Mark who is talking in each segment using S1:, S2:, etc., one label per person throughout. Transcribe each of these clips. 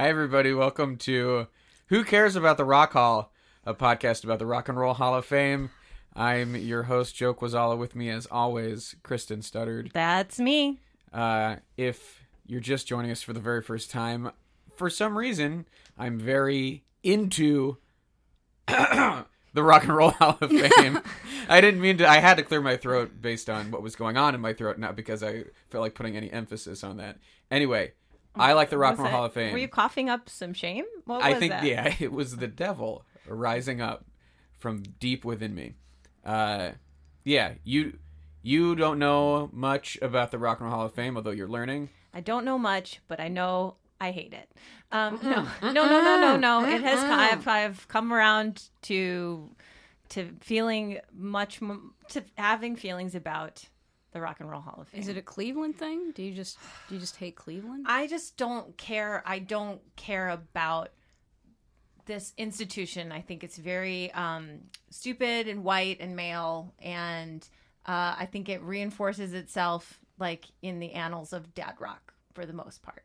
S1: Hi, everybody. Welcome to Who Cares About the Rock Hall, a podcast about the Rock and Roll Hall of Fame. I'm your host, Joe Quazala. With me, as always, Kristen Studdard.
S2: That's me.
S1: Uh, if you're just joining us for the very first time, for some reason, I'm very into the Rock and Roll Hall of Fame. I didn't mean to. I had to clear my throat based on what was going on in my throat, not because I felt like putting any emphasis on that. Anyway, I like the Rock and
S2: Was
S1: Roll
S2: that-
S1: Hall of Fame.
S2: Were you coughing up some shame? What
S1: I
S2: was
S1: think
S2: that?
S1: yeah, it was the devil rising up from deep within me. Uh, yeah, you you don't know much about the Rock and Roll Hall of Fame, although you're learning.
S2: I don't know much, but I know I hate it. Um, no, no, no, no, no, no. It has. I've, I've come around to to feeling much m- to having feelings about the Rock and Roll Hall of Fame.
S3: Is it a Cleveland thing? Do you just do you just hate Cleveland?
S2: I just don't care. I don't care about this institution. I think it's very um, stupid and white and male, and uh, I think it reinforces itself like in the annals of dad rock for the most part.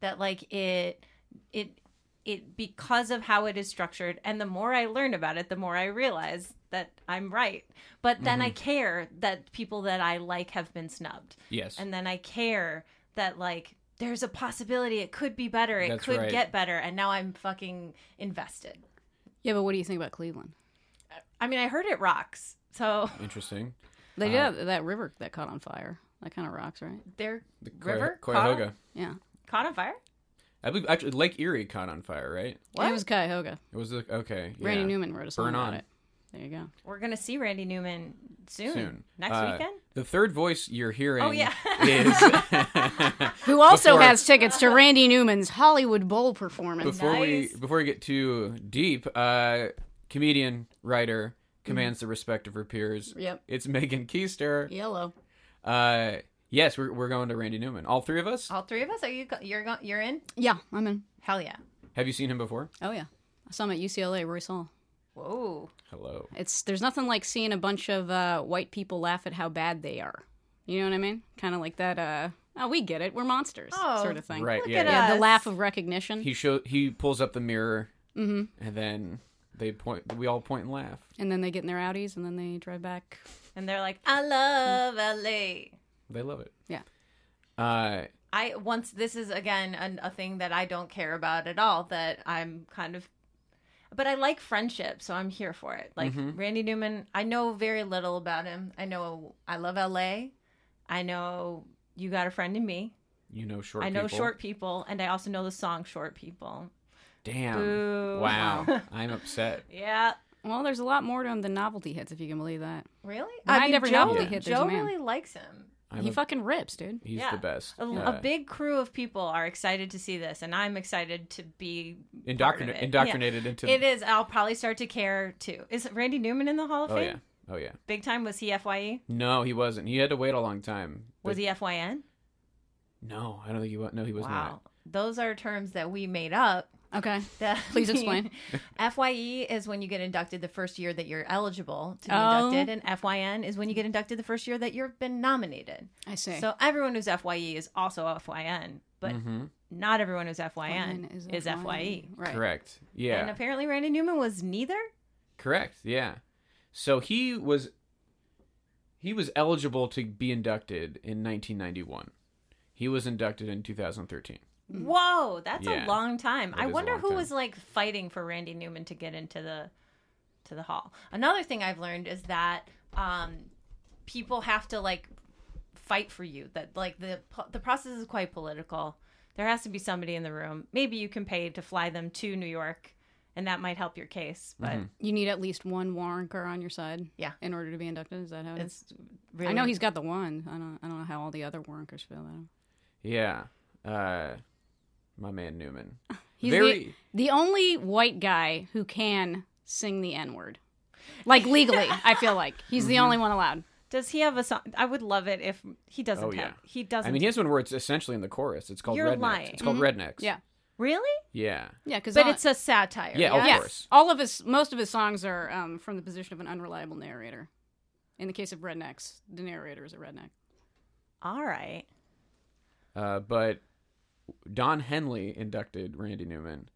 S2: That like it it it because of how it is structured and the more i learn about it the more i realize that i'm right but then i care that people that i like have been snubbed
S1: Yes.
S2: and then I care that like there's a possibility it could be better, it
S1: That's
S2: could
S1: right.
S2: get better, and now I'm fucking invested.
S3: yeah, but what do you think about Cleveland?
S2: I mean, I heard it rocks, so
S1: Interesting.
S3: They did have that river that caught on fire. That kind of rocks, right?
S2: their
S1: The Cuy-
S2: river caught, on,
S1: Cuyahoga.
S3: Yeah.
S2: caught on fire.
S1: I believe actually Lake Erie caught on fire, right?
S2: What?
S3: It was Cuyahoga.
S1: It was the, okay. Yeah.
S3: Randy Newman wrote a song
S1: Burn
S3: about
S1: on.
S3: it. There you go.
S2: We're gonna see Randy Newman soon,
S1: Soon
S2: next
S1: Uh,
S2: weekend.
S1: The third voice you're hearing.
S2: Oh, yeah.
S1: is
S3: Who also
S1: Before-
S3: has tickets to Randy Newman's Hollywood Bowl performance.
S1: before
S2: Nice.
S1: we before we get too deep, uh, comedian writer commands the respect of her peers.
S3: Yep.
S1: It's Megan Keister.
S3: Yellow.
S1: Uh, yes, we're, we're going to Randy Newman. All three of us.
S2: All three of us are you? go- You're go- you're in?
S3: Yeah, I'm in.
S2: Hell yeah!
S1: Have you seen him before?
S3: Oh yeah. I saw him at UCLA, Royce Hall.
S2: Whoa,
S1: Hello.
S3: It's there's nothing like seeing a bunch of uh, white people laugh at how bad they are. You know what I mean? Kind of like that. Uh, oh, we get it. We're monsters,
S2: Oh,
S3: sort of thing.
S1: Right.
S2: look
S1: yeah.
S2: at
S1: yeah.
S2: us.
S3: The laugh of recognition.
S1: He show he pulls up the mirror,
S2: Mm-hmm.
S1: and then they point. We all point and laugh.
S3: And then they get in their Audis and then they drive back.
S2: And they're like, I love LA.
S1: They love it.
S3: Yeah.
S1: Uh,
S2: I once this is again an, a thing that I don't care about at all. That I'm kind of, but I like friendship, so I'm here for it. Like
S1: Mm-hmm.
S2: Randy Newman, I know very little about him. I know I love L.A. I know you got a friend in me.
S1: you know short.
S2: I know
S1: people.
S2: short people, and I also know the song "Short People."
S1: Damn.
S2: Boo.
S1: Wow. I'm upset.
S2: Yeah,
S3: Well, there's a lot more to him than novelty hits, if you can believe that.
S2: really.
S3: I never
S2: Joe,
S3: know that he hit this
S2: Joe
S3: man.
S2: really likes him.
S1: I'm
S3: he
S1: a-
S3: fucking rips, dude.
S1: He's
S2: Yeah.
S1: the best.
S2: A,
S1: Yeah.
S2: a big crew of people are excited to see this, and I'm excited to be part of
S1: Indoctrin-
S2: it. Yeah.
S1: indoctrinated into.
S2: It is. I'll probably start to care too. Is Randy Newman in the Hall of
S1: Oh
S2: Fame?
S1: yeah. Oh yeah.
S2: Big time. Was he Fye?
S1: No, he wasn't. He had to wait a long time.
S2: Was
S1: But-
S2: he Fyn?
S1: No, I don't think he was. No, he was
S2: Wow, those are terms that we made up.
S3: Okay.
S2: That-
S3: Please explain.
S2: Fye is when you get inducted the first year that you're eligible to be
S3: Oh.
S2: inducted, and Fyn is when you get inducted the first year that you've been nominated.
S3: I see.
S2: So everyone who's Fye is also Fyn, but
S1: not. hmm
S2: not everyone who's
S3: Fine
S2: Fyn is, E.
S3: fine.
S2: Fye.
S3: Right.
S1: Correct. Yeah.
S2: And apparently Randy Newman was neither.
S1: Correct. Yeah. So he was he was eligible to be inducted in 1991. He was inducted in 2013.
S2: Whoa, that's
S1: Yeah,
S2: a long time.
S1: that
S2: I
S1: is a
S2: wonder
S1: long
S2: who
S1: time.
S2: was like fighting for Randy Newman to get into the to the hall. Another thing I've learned is that um people have to like fight for you. That like the po- the process is quite political. There has to be somebody in the room. Maybe you can pay to fly them to New York and that might help your case, but
S1: Mm-hmm.
S3: You need at least one Warrenker on your side.
S2: Yeah.
S3: In order to be inducted, is that how it is?
S2: it's really
S3: I know he's got the one. I don't. I don't know how all the other Warrenkers feel about him.
S1: Yeah. Uh, my man Newman.
S3: He's
S1: Very-
S3: the, the only white guy who can sing the N word, like legally. I feel like he's
S1: Mm-hmm.
S3: the only one allowed.
S2: Does he have a song? I would love it if he doesn't
S1: Oh,
S2: have.
S1: yeah.
S2: He doesn't.
S1: I mean, he has one where it's essentially in the chorus. It's called
S2: You're
S1: Rednecks.
S2: lying. Mm-hmm.
S1: It's called Rednecks.
S3: Yeah.
S2: really?
S1: Yeah.
S3: Yeah. Because
S2: But it's a satire.
S1: Yeah, of
S3: yes.
S1: course.
S3: All of his, most of his songs are um, from the position of an unreliable narrator. In the case of rednecks, the narrator is a redneck.
S2: All right.
S1: Uh, but Don Henley inducted Randy Newman.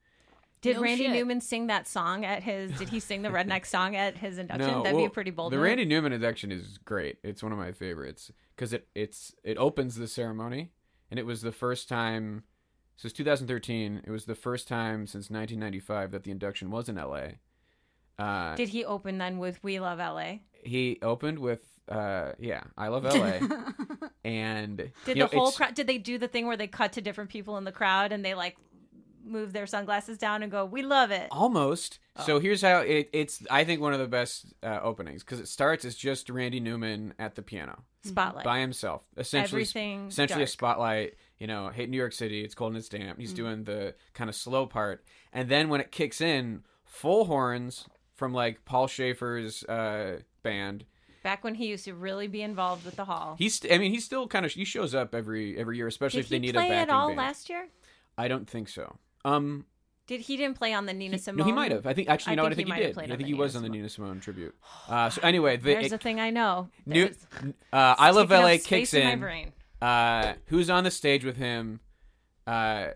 S2: Did
S3: No
S2: Randy
S3: shit.
S2: Newman sing that song at his? Did he sing the redneck song at his induction?
S1: No,
S2: That'd be
S1: well,
S2: a pretty bold.
S1: The
S2: move.
S1: Randy Newman induction is great. It's one of my favorites because it it's it opens the ceremony, and it was the first time. So it's 2013. It was the first time since 1995 that the induction was in L.A. Uh,
S2: Did he open then with "We Love L.A."
S1: he opened with uh, yeah, I love L.A. and
S2: Did
S1: you know,
S2: the whole
S1: it's-
S2: crowd? Did they do the thing where they cut to different people in the crowd and they like move their sunglasses down and go, "We love it."
S1: Oh, Almost.
S2: Oh.
S1: So here's how it, it's. I think one of the best uh, openings because it starts as just Randy Newman at the piano
S2: Spotlight.
S1: by himself, essentially.
S2: Everything
S1: essentially a
S2: dark. Mm-hmm.
S1: spotlight. You know, hate New York City. It's cold and it's damp. He's doing the kind of slow part, and then when it kicks in, full horns from like Paul Schaefer's uh, band.
S2: Back when he used to really be involved with the hall.
S1: He's. I mean, he's still kind of. He shows up every every year, especially
S2: did
S1: if they
S2: he
S1: need a
S2: play
S1: backing
S2: at all
S1: band.
S2: last year?
S1: I don't think so. Um,
S2: Did he didn't play on the Nina Simone?
S1: No, he might have. I think actually,
S2: I
S1: you know what? I
S2: think
S1: think
S2: he
S1: he,
S2: might have
S1: did.
S2: played
S1: I
S2: on
S1: think
S2: the
S1: he was
S2: Nina
S1: on the Nina Simone tribute. Uh, so anyway, the,
S2: There's
S1: it-
S2: a thing I know.
S1: new,
S2: There's-
S1: uh, I love
S2: taking up
S1: LA
S2: space
S1: kicks
S2: in my
S1: in.
S2: brain.
S1: Uh, who's on the stage with him? Uh,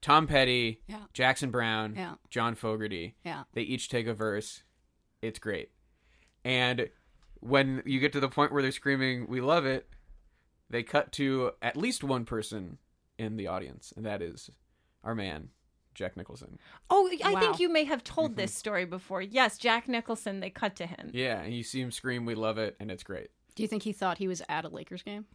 S1: Tom Petty,
S3: Yeah.
S1: Jackson Brown,
S3: Yeah.
S1: John Fogerty.
S3: Yeah.
S1: They each take a verse. It's great. And when you get to the point where they're screaming, "We love it," they cut to at least one person in the audience, and that is our man, Jack Nicholson.
S2: Oh, I
S3: Wow.
S2: think you may have told this
S1: Mm-hmm.
S2: story before. Yes, Jack Nicholson. They cut to him.
S1: Yeah, and you see him scream, "We love it," and it's great.
S3: Do you think he thought he was at a Lakers game?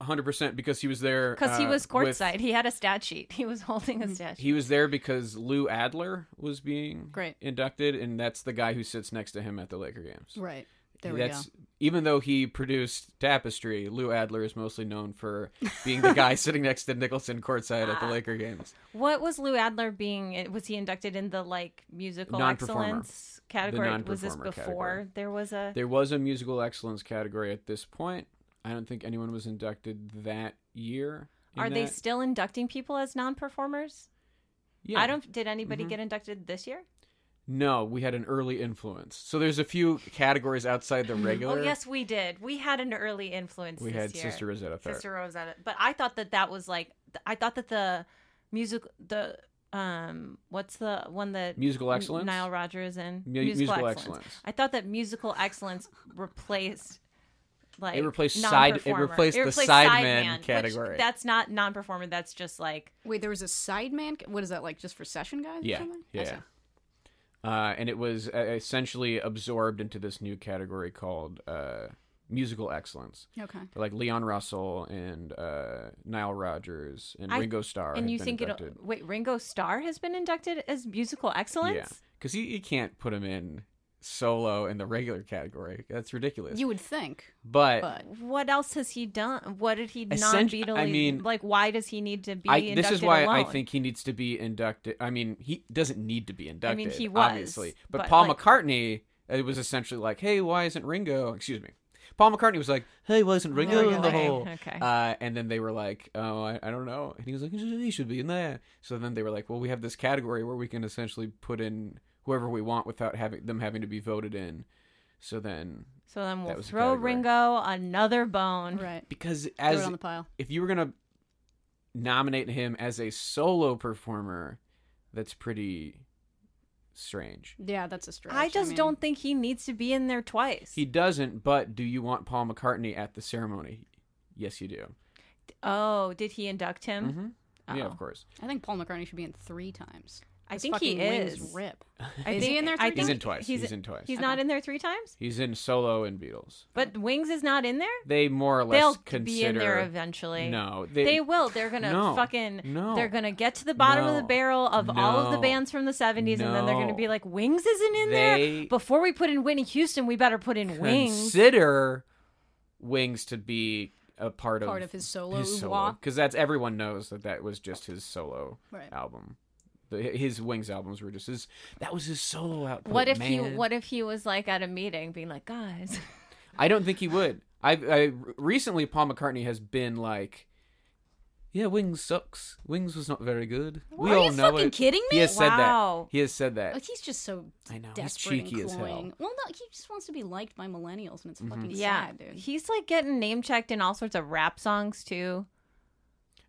S1: hundred percent because he was there
S2: Because he
S1: uh,
S2: was
S1: with- Mm,
S2: courtside. He had a stat sheet. He was holding a stat sheet.
S1: He was there because Lou Adler was being
S3: Great.
S1: inducted, and that's the guy who sits next to him at the Laker games.
S3: Right. There we
S1: that's
S3: go.
S1: even though he produced Tapestry, Lou Adler is mostly known for being the guy sitting next to Nicholson courtside
S2: Ah.
S1: at the Laker games.
S2: What was Lou Adler being? eh, Was he inducted in the like musical
S1: Non-performer.
S2: excellence category?
S1: The
S2: was this
S1: non-performer
S2: before
S1: category.
S2: there was a?
S1: There was a musical excellence category at this point. I don't think anyone was inducted that year. in
S2: Are they
S1: that.
S2: still inducting people as non-performers?
S1: Yeah. Mm-hmm.
S2: I don't. Did anybody get inducted this year?
S1: No, we had an early influence. So there's a few categories outside the regular.
S2: Oh yes, we did. We had an early influence.
S1: We
S2: this
S1: had
S2: year.
S1: Sister Rosetta Tharpe.
S2: Sister Rosetta. But I thought that that was like th- I thought that the music the um what's the one that
S1: Musical
S2: N-
S1: excellence?
S2: Nile Rodgers in
S1: Mu- musical excellence.
S2: I thought that musical excellence replaced like
S1: replaced side- it
S2: non-performer.
S1: replaced the sideman
S2: which
S1: category.
S2: that's not non-performer. That's just like
S3: Wait, there was a sideman. What is that like, just for session guys? Or
S1: Yeah,
S3: something? I
S1: yeah.
S3: see.
S1: uh, and it was uh, essentially absorbed into this new category called uh, musical excellence.
S3: Okay.
S1: Like Leon Russell and uh, Nile Rodgers and
S2: I-
S1: Ringo Starr.
S2: and
S1: had
S2: you
S1: been
S2: think it
S1: inducted.
S2: wait Ringo Starr has been inducted as musical excellence.
S1: Yeah, because you, you can't put him in solo in the regular category. That's ridiculous.
S3: You would think,
S1: but,
S3: but
S2: What else has he done? What did he non
S1: Essenti-
S2: Beatles?
S1: I mean-
S2: like why does he need to be?
S1: I, this is
S2: inducted
S1: why I
S2: alone?
S1: think he needs to be inducted. I mean, he doesn't need to be inducted.
S2: he was,
S1: obviously, but,
S2: but,
S1: Paul
S2: like-
S1: McCartney it was essentially like, "Hey, why isn't Ringo?" Excuse me. Paul McCartney was like, "Hey, why isn't Ringo in the
S2: okay,
S1: hole?"
S2: Oh, okay.
S1: Uh, and then they were like, "Oh, I, I don't know." And he was like, "He should be in there." So then they were like, "Well, we have this category where we can essentially put in whoever we want without having them having to be voted in." So then,
S2: So then
S1: That
S2: we'll
S1: was the
S2: throw
S1: category.
S2: Ringo another bone.
S3: right.
S1: because
S3: Throw
S1: as
S3: it on the pile.
S1: if you were gonna nominate him as a solo performer, that's pretty strange.
S3: Yeah, that's a stretch.
S2: I just
S3: mean,
S2: don't think he needs to be in there twice.
S1: He doesn't, but do you want Paul McCartney at the ceremony? Yes, you do. Mm-hmm.
S2: oh, did he induct him?
S1: Yeah, of course.
S3: I think Paul McCartney should be in three times.
S2: I
S3: His
S2: think he
S3: fucking wings
S2: is.
S3: Rip.
S2: I
S3: Is he in there
S2: I
S3: three
S1: He's
S3: times?
S1: in twice. He's, in twice.
S2: He's not in there three times,
S1: He's in solo and Beatles.
S2: but Wings is not in there.
S1: They more or less
S2: They'll
S1: consider
S2: be in there eventually.
S1: No,
S2: They,
S1: they,
S2: will. They're gonna
S1: No.
S2: fucking.
S1: No.
S2: They're gonna get to the bottom of the
S1: No.
S2: barrel of all of the
S1: No.
S2: bands from the '70s, and then they're gonna
S1: No.
S2: be like, "Wings isn't in there."
S1: They-
S2: Before we put in Whitney Houston, we better put in Wings.
S1: consider Wings to be a part of
S3: Part of his solo
S1: his solo
S3: oeuvre.
S1: because that's everyone knows that that was just his solo
S3: Right.
S1: album. The, his Wings albums were just his. That was his solo output.
S4: What if he
S1: man.
S4: What if he was like at a meeting, being like, "Guys,
S1: I don't think he would. I, I recently Paul McCartney has been like, yeah, Wings sucks. Wings was not very good. We
S3: Are
S1: all
S3: you
S1: know
S3: fucking
S1: it.
S3: kidding
S1: He
S3: me?
S1: has said
S2: Wow.
S1: that. He has said that.
S3: Like, he's just so
S1: I know, he's
S3: desperate
S1: cheeky
S3: and
S1: as hell. Mm-hmm.
S3: cloying. Well, no, he just wants to be liked by millennials, and it's fucking
S2: Yeah,
S3: sad, dude.
S2: he's like getting name checked in all sorts of rap songs too.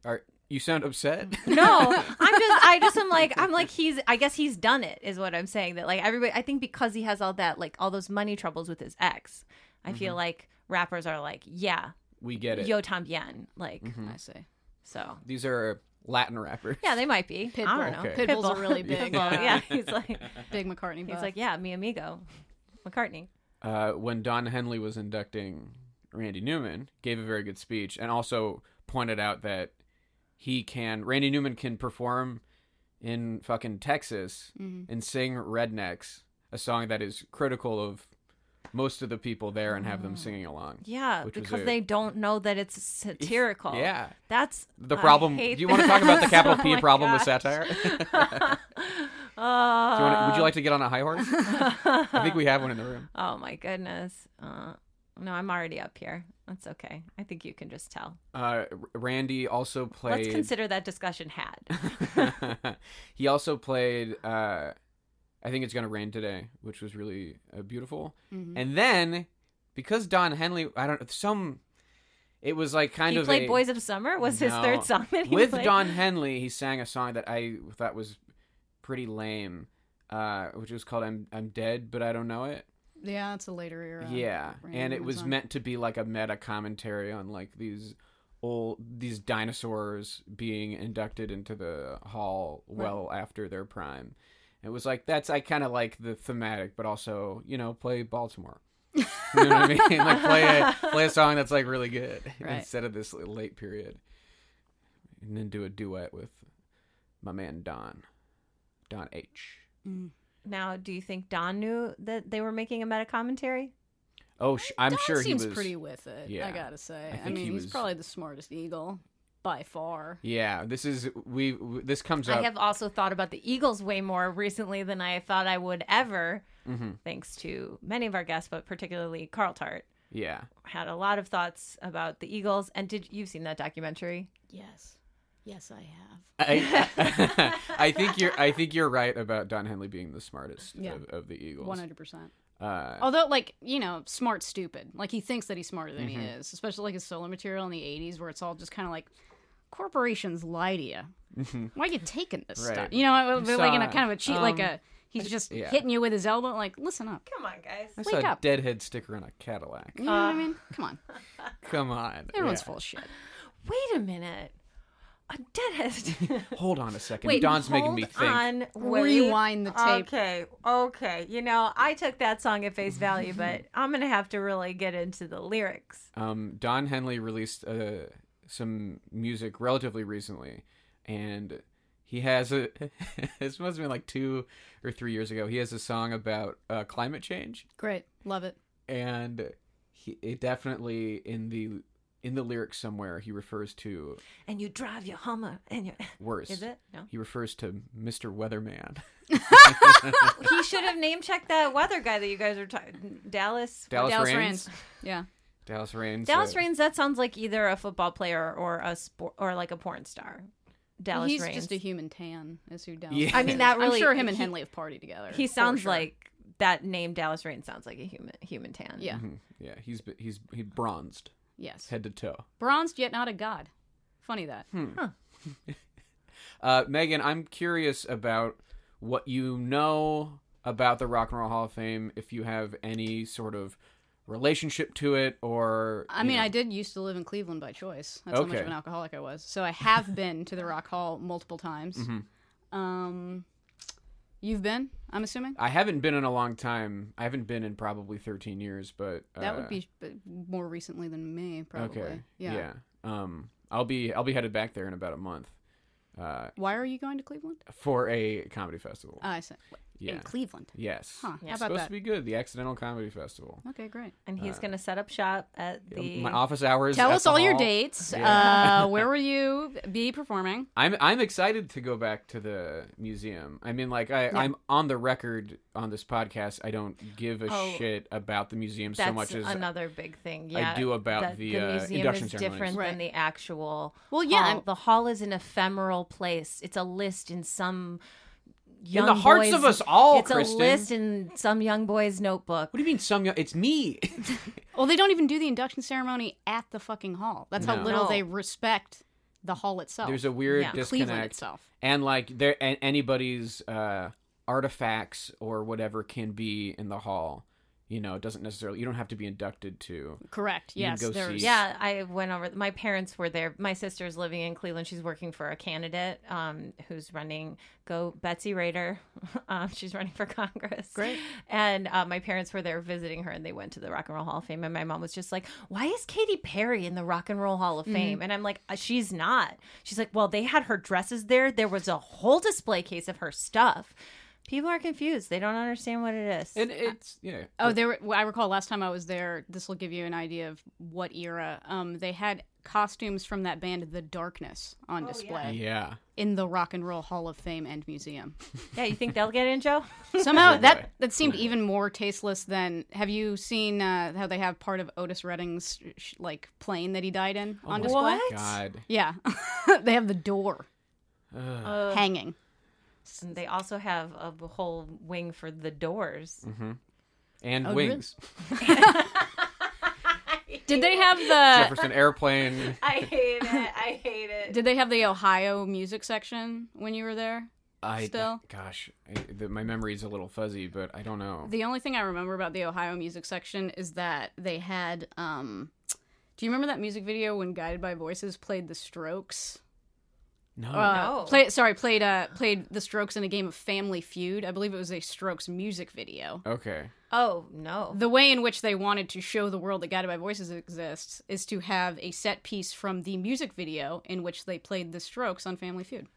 S1: Are, you sound upset.
S2: No, I'm just, I just am like, I'm like, he's, I guess he's done it, is what I'm saying. That like everybody, I think because he has all that, like all those money troubles with his ex, I feel like rappers are like, yeah,
S1: we Mm-hmm. get it. Mm-hmm.
S2: yo, Tom Yen. Like,
S3: I say
S2: so
S1: These are Latin rappers.
S2: yeah, they might be. I don't
S3: Pitbull.
S2: know.
S1: Okay.
S3: Pitbulls are really big.
S2: Pitbull,
S3: uh,
S2: yeah, he's like,
S3: big McCartney.
S2: he's
S3: buff.
S2: like, yeah, mi amigo, McCartney.
S1: uh, when Don Henley was inducting Randy Newman, gave a very good speech and also pointed out that he can Randy Newman can perform in fucking Texas
S2: Mm-hmm.
S1: and sing Rednecks, a song that is critical of most of the people there and have them singing along.
S2: Yeah,
S1: which was
S2: because
S1: a-
S2: they don't know that it's satirical.
S1: Yeah.
S2: that's
S1: The
S2: I
S1: problem. Do
S2: hate
S1: you want to
S2: that.
S1: talk about the capital
S2: Oh
S1: P
S2: my
S1: problem with
S2: God.
S1: satire? Do you wanna, would you like to get on a high horse? I think we have one in the room.
S2: Oh my goodness. Uh, no, I'm already up here. That's okay. I think you can just tell.
S1: Uh, R- Randy also played.
S2: Let's consider that discussion had.
S1: he also played uh I think it's gonna rain today, which was really uh, beautiful.
S3: Mm-hmm.
S2: Mm-hmm.
S1: And then because Don Henley, I don't some, it was like kind
S2: he
S1: of
S2: played
S1: a-
S2: Boys of Summer was his
S1: No.
S2: third song that he
S1: with
S2: played.
S1: Don Henley. He sang a song that I thought was pretty lame, uh, which was called "I'm I'm Dead, but I Don't Know It."
S3: yeah, it's a later era.
S1: Yeah,
S3: Randy
S1: and it
S3: Newman
S1: was
S3: song.
S1: meant to be like a meta commentary on like these old these dinosaurs being inducted into the hall well after their prime. It was like that's I kind of like the thematic, but also you know play Baltimore. you know what I mean? Like play a play a song that's like really good
S3: Right.
S1: instead of this late period, and then do a duet with my man Don, Don H.
S2: Now, do you think Don knew that they were making a meta commentary?
S1: Oh, sh- I'm
S3: Don
S1: sure
S3: seems
S1: he was
S3: pretty with it. I
S1: Yeah.
S3: gotta say.
S1: I
S3: I,
S1: think
S3: mean,
S1: he
S3: he's
S1: was-
S3: probably the smartest eagle by far.
S1: Yeah, this is we. w- This comes
S4: I
S1: up.
S4: have also thought about the Eagles way more recently than I thought I would ever."
S1: Mm-hmm.
S2: Thanks to many of our guests, but particularly Carl Tart
S1: yeah,
S2: had a lot of thoughts about the Eagles. And did you've seen that documentary?
S3: Yes, yes, I have.
S1: I, I think you're. I think you're right about Don Henley being the smartest
S3: Yeah.
S1: of, of the Eagles.
S3: One hundred percent.
S1: Uh,
S3: Although, like you know, smart, stupid. Like he thinks that he's smarter than he
S1: Mm-hmm.
S3: is, especially like his solo material in the '80s, where it's all just kind of like corporations lie to you. Why you taking this
S1: Mm-hmm. Right.
S3: stuff? You know, but like in a
S1: saw- Um,
S3: kind of a cheat, like a he's just
S1: yeah.
S3: hitting you with his elbow. Like, listen up.
S2: Come on, guys.
S1: I saw
S3: wake
S1: a
S3: up.
S1: Deadhead sticker on a Cadillac.
S3: You know what I mean? Come on,
S1: Come on,
S3: everyone's
S1: Yeah.
S3: full of shit.
S2: Wait a minute. A deadhead.
S1: Hold on a second.
S2: Wait,
S1: Don's making
S2: hold
S1: me think.
S2: On, wait.
S3: Rewind the tape.
S2: Okay, okay. You know, I took that song at face value, but I'm gonna have to really get into the lyrics.
S1: Um, Don Henley released uh, some music relatively recently, and he has a. this must have been like two or three years ago. He has a song about uh, climate change.
S3: Great, love it.
S1: and he it definitely in the in the lyrics somewhere he refers to
S2: And you drive your Hummer, and your
S1: worse.
S2: is it? No.
S1: He refers to Mr. Weatherman,
S2: He should have name checked that weather guy that you guys are talking. Dallas.
S1: Dallas,
S3: Dallas
S1: Rains.
S3: Rains. Yeah,
S1: Dallas Rains.
S2: Dallas
S1: uh,
S2: Raines. That sounds like either a football player or a sport or like a porn star. Dallas
S3: he's
S2: Raines.
S3: just a human tan, is who Dallas.
S1: Yeah.
S3: Yeah.
S2: I mean, that really.
S3: I'm sure him and
S2: he-
S3: Henley have partied together.
S2: He
S3: for
S2: sounds
S3: sure.
S2: like that name. Dallas Raines sounds like a human human tan.
S3: yeah,
S1: Mm-hmm. hmm, Yeah, he's he's he bronzed
S3: yes,
S1: head to toe.
S3: bronzed yet not a god. Funny that.
S1: Hmm. Uh, Megan, I'm curious about what you know about the Rock and Roll Hall of Fame. If you have any sort of relationship to it or
S3: I
S1: you
S3: mean,
S1: know-
S3: I did used to live in Cleveland by choice. That's how much
S1: Okay.
S3: of an alcoholic I was. So I have been to the Rock Hall multiple times.
S1: Mm-hmm.
S3: Um, you've been, I'm assuming.
S1: I haven't been in a long time. I haven't been in probably 13 years, but
S3: That
S1: uh,
S3: would be b- more recently than me, probably.
S1: okay.
S3: Yeah.
S1: Um, I'll be I'll be headed back there in about a month uh,
S3: Why are you going to Cleveland?
S1: for a comedy festival.
S3: Uh, I said
S1: yeah.
S3: in Cleveland.
S1: Yes.
S3: Huh, how
S1: It's
S3: about
S1: supposed
S3: that?
S1: to be good. The Accidental Comedy Festival.
S3: Okay, great.
S5: and he's gonna set up shop at the
S1: Uh. My office hours.
S3: Tell
S1: at
S3: us
S1: the
S3: all your
S1: hall.
S3: dates. Uh, where will you be performing?
S1: I'm I'm excited to go back to the museum. I mean, like I I'm on the record on this podcast. I don't give a
S2: Oh,
S1: shit about the museum
S2: That's
S1: so much as
S2: another big thing. Yeah,
S1: do about
S2: that
S1: the,
S2: the
S1: uh,
S2: museum
S1: induction
S2: is
S1: ceremonies.
S2: different
S3: Right.
S2: than the actual.
S3: Well, yeah,
S2: hall.
S3: I'm-
S2: the hall is an ephemeral place. It's a list in some. Young
S1: the hearts
S2: boy's-
S1: of us all,
S2: It's
S1: Kristen.
S2: a list in some young boy's notebook.
S1: What do you mean? Some young? It's me.
S3: Well, they don't even do the induction ceremony at the fucking hall. That's how
S1: No.
S3: little
S2: No.
S3: they respect the hall itself.
S1: There's a weird
S2: Oh, Yeah.
S3: Cleveland
S1: disconnect.
S3: itself.
S1: And like there and anybody's uh artifacts or whatever can be in the hall. You know, it doesn't necessarily you don't have to be inducted to.
S3: correct.
S1: You can
S3: Yes,
S1: go
S3: there's
S1: see-
S2: Yeah, I went over. My parents were there. My sister's living in Cleveland. She's working for a candidate um, who's running. Go Betsy Rader. um, she's running for Congress. Great. And uh, my parents were there visiting her, and they went to the Rock and Roll Hall of Fame. And my mom was just like, "Why is Katy Perry in the Rock and Roll Hall of Fame?" And I'm like, "Uh, "She's not." She's like, "Well, they had her dresses there. There was a whole display case of her stuff." People are confused. They don't understand what it is.
S1: And it's yeah.
S3: Oh, there. Were, well, I recall last time I was there. This will give you an idea of what era. Um, they had costumes from that band, The Darkness, on display
S1: Yeah.
S3: in the Rock and Roll Hall of Fame and Museum.
S2: yeah, you think they'll get in, Joe?
S3: Somehow that that seemed even more tasteless than. Have you seen uh, how they have part of Otis Redding's sh- like plane that he died in
S1: Oh,
S3: on display?
S2: What?
S1: God.
S3: Yeah, they have the door Uh, hanging.
S2: And they also have a whole wing for the doors.
S1: And
S3: Oh, really?
S1: wings.
S3: Did they have the
S1: Jefferson airplane.
S2: I hate it. I hate it.
S3: Did they have the Ohio music section when you were there?
S1: I
S3: Still.
S1: gosh, I, the, my memory's a little fuzzy, but I don't know.
S3: The only thing I remember about the Ohio music section is that they had. Um, do you remember that music video when Guided by Voices played The Strokes?
S1: no.
S3: Uh, Play, sorry, played uh, played The Strokes in a game of Family Feud. I believe it was a Strokes music video.
S1: okay.
S2: Oh no.
S3: The way in which they wanted to show the world that Guided by Voices exists is to have a set piece from the music video in which they played The Strokes on Family Feud.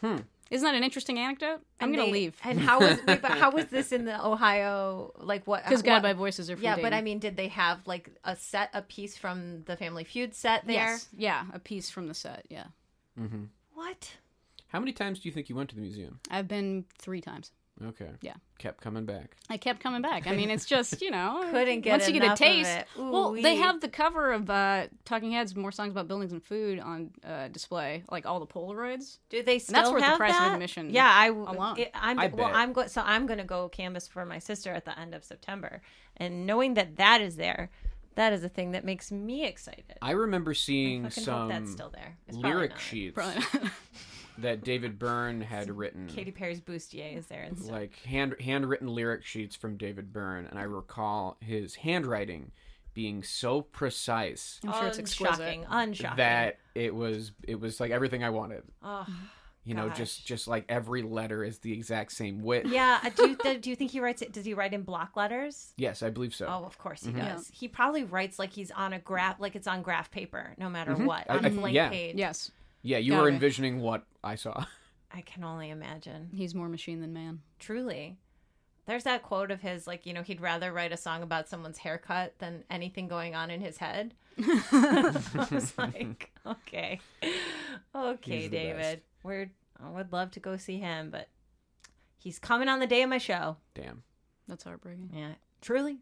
S3: Hmm. Isn't that an interesting anecdote? I'm
S2: And
S3: gonna
S2: they-
S3: leave.
S2: And how was wait, but how was this in the Ohio? Like what?
S3: Because Guided
S2: what-
S3: by Voices are from
S2: Yeah, but I
S3: Dayton.
S2: mean, did they have like a set, a piece from the Family Feud set there?
S3: Yes. Yeah, a piece from the set. Yeah,
S2: What?
S1: How many times do you think you went to the museum?
S3: I've been three times.
S1: Okay.
S3: Yeah.
S1: Kept coming back.
S3: I kept coming back. I mean, it's just you know,
S2: Couldn't get
S3: once you get a
S2: enough of
S3: taste.
S2: it. Ooh,
S3: Well, they
S2: wee.
S3: have the cover of uh, Talking Heads, more songs about buildings and food on uh, display, like all the Polaroids.
S2: Do they still
S3: that's worth the
S2: have
S3: price of
S2: that?
S3: admission
S2: Yeah, I
S3: alone.
S2: It, I'm,
S1: I
S2: well,
S1: bet.
S2: I'm going. So I'm going to go canvas for my sister at the end of September, and knowing that that is there, that is a thing that makes me excited.
S1: I remember seeing
S2: I can
S1: some
S2: hope that's still there. It's probably
S1: lyric
S2: not.
S1: sheets
S3: Probably not.
S1: that David Byrne had written.
S2: Katy Perry's bustier is there and stuff.
S1: like hand handwritten lyric sheets from David Byrne, and I recall his handwriting being so precise
S3: I'm sure it's exquisite.
S2: Oh, Shocking, unshocking.
S1: that it was it was like everything I wanted.
S2: Ugh.
S1: You know, just just like every letter is the exact same width.
S2: yeah. uh, Do you, th- do you think he writes it? Does he write in block letters?
S1: Yes, I believe so.
S2: Oh, of course
S1: Mm-hmm.
S2: he does. He probably writes like he's on a graph, like it's on graph paper, no matter what,
S1: Mm-hmm. I-
S2: on a
S1: I-
S2: blank
S1: yeah.
S2: page.
S3: Yes,
S1: yeah, you
S3: Got
S1: were
S3: it.
S1: envisioning what I saw.
S2: I can only imagine.
S3: he's more machine than man.
S2: Truly. There's that quote of his, like, you know, he'd rather write a song about someone's haircut than anything going on in his head. I was like, okay. Okay,
S1: He's the
S2: David.
S1: best.
S2: We're, I would love to go see him, but he's coming on the day of my show.
S1: Damn.
S3: That's heartbreaking.
S2: Yeah, truly.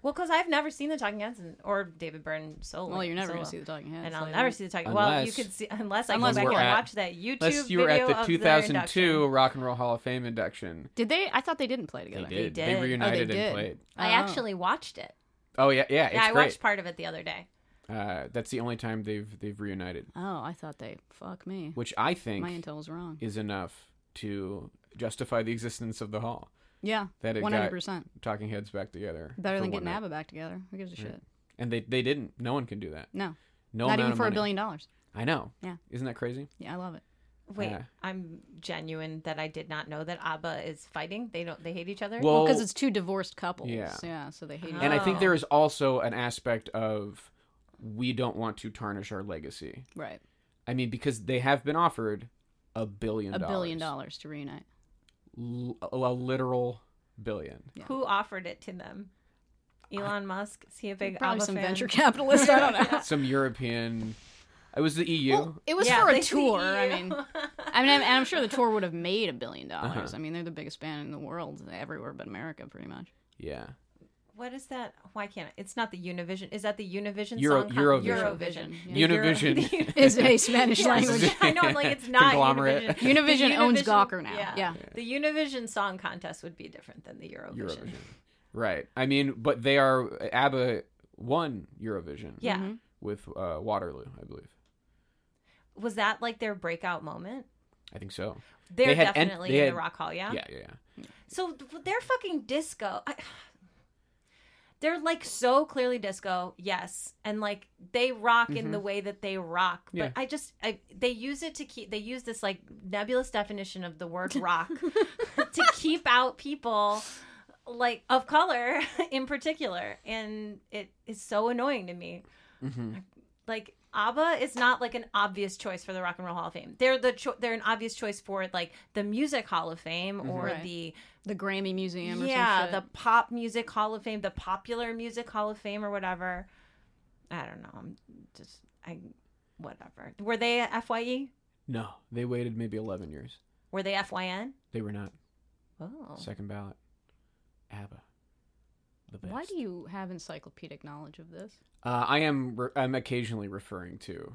S2: Well, because I've never seen the Talking Heads and, or David Byrne solo.
S3: Well, you're never
S2: solo.
S3: gonna see the Talking Heads.
S2: And I'll
S3: like,
S2: never
S3: right?
S2: see the Talking. well, you
S1: Unless-
S2: could see unless I
S3: Unless
S2: go
S3: you
S2: back
S3: were
S2: and
S1: at-
S2: watch that YouTube
S1: Unless you were
S2: video
S1: at the
S2: of their
S1: 2002
S2: induction.
S1: Rock and Roll Hall of Fame induction.
S3: Did they? I thought they didn't play together.
S1: did.
S2: did. Oh, they
S1: reunited
S3: did.
S1: and played.
S2: I
S3: Oh.
S2: actually watched it.
S1: Oh yeah, yeah, it's
S2: Yeah, I
S1: great.
S2: watched part of it the other day.
S1: Uh, that's the only time they've they've reunited,
S3: Oh, I thought they. Fuck me.
S1: which I think
S3: My intel was wrong.
S1: is enough to justify the existence of the hall.
S3: Yeah.
S1: That it got-
S3: 100%.
S1: Talking heads back together.
S3: Better
S1: for one
S3: than getting
S1: night.
S3: ABBA back together. Who gives a shit?
S1: And they, they didn't. No one can do that.
S3: No.
S1: No amount
S3: Not even
S1: of
S3: for
S1: money.
S3: a billion dollars.
S1: I know.
S3: Yeah.
S1: Isn't that crazy?
S3: Yeah, I love it.
S2: Wait,
S1: Yeah.
S2: I'm genuine that I did not know that ABBA is fighting. They don't. They hate each other.
S3: Well, because it's Oh. two divorced couples.
S1: Yeah.
S3: Yeah. so they hate
S2: Uh-huh.
S3: each
S1: And I
S3: other.
S1: think there is also an aspect of we don't want to tarnish our legacy.
S3: Right.
S1: I mean, because they have been offered a billion
S3: A
S1: dollars.
S3: billion dollars to reunite.
S1: L- a literal billion.
S2: Who offered it to them? Elon Musk. Is he a big
S3: Probably
S2: ABBA
S3: some
S2: fan?
S3: venture capitalist. I don't know.
S1: Some European. It was the E EU.
S3: Well, it was
S2: Yeah,
S3: for a
S2: they see
S3: tour. I
S2: you.
S3: mean, I mean, I'm, and I'm sure the tour would have made a billion
S1: Uh-huh.
S3: dollars. I mean, they're the biggest band in the world, everywhere but America, pretty much.
S1: yeah.
S2: What is that? Why can't I? It's not the Univision. Is that the Univision
S1: Euro-
S2: song?
S1: Eurovision.
S2: Eurovision.
S1: Univision.
S3: Is a Spanish language.
S2: I know. I'm like, it's not
S1: Conglomerate.
S2: Univision.
S3: Univision
S2: The
S3: owns Gawker now. Yeah.
S2: The Univision Song Contest would be different than the Eurovision.
S1: Eurovision. Right. I mean, but they are ABBA won Eurovision.
S2: Yeah.
S1: With uh, Waterloo, I believe.
S3: Mm-hmm.
S2: Was that like their breakout moment?
S1: I think so.
S2: They're
S1: They had en-
S2: definitely
S1: they
S2: in
S1: had-
S2: the Rock Hall, yeah?
S1: Yeah, yeah, yeah.
S2: So th- they're fucking disco. I, they're like so clearly disco, yes, and like they rock in the way that they rock. But
S1: Yeah.
S2: I just I, they use it to keep they use this like nebulous definition of the word rock to keep out people like of color in particular, and it is so annoying to me. Like ABBA is not like an obvious choice for the Rock and Roll Hall of Fame. They're the cho- they're an obvious choice for like the Music Hall of Fame or
S3: Right.
S2: the
S3: The Grammy Museum or
S2: yeah,
S3: some shit.
S2: the pop music hall of fame, the popular music hall of fame, or whatever. I don't know. I'm just I, whatever. Were they a Fye?
S1: No, they waited maybe 11 years.
S2: Were they Fyn?
S1: They were not.
S2: Oh,
S1: Second ballot. ABBA. The best.
S3: Why do you have encyclopedic knowledge of this?
S1: Uh, I am. Re- I'm occasionally referring to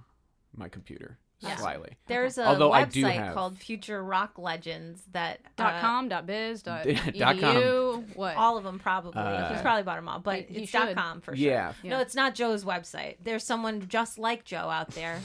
S1: my computer slyly.
S2: there's a
S1: Although I do
S2: website
S1: have-
S2: called Future Rock Legends that
S3: Dot
S2: uh,
S3: com, dot biz, dot,
S1: Dot com.
S3: edu, What?
S2: All of them probably.
S1: Uh,
S2: He's probably bought them all, but
S3: You- you
S2: it's dot
S3: should.
S2: com for sure.
S1: Yeah.
S2: No, it's not Joe's website. There's someone just like Joe out there,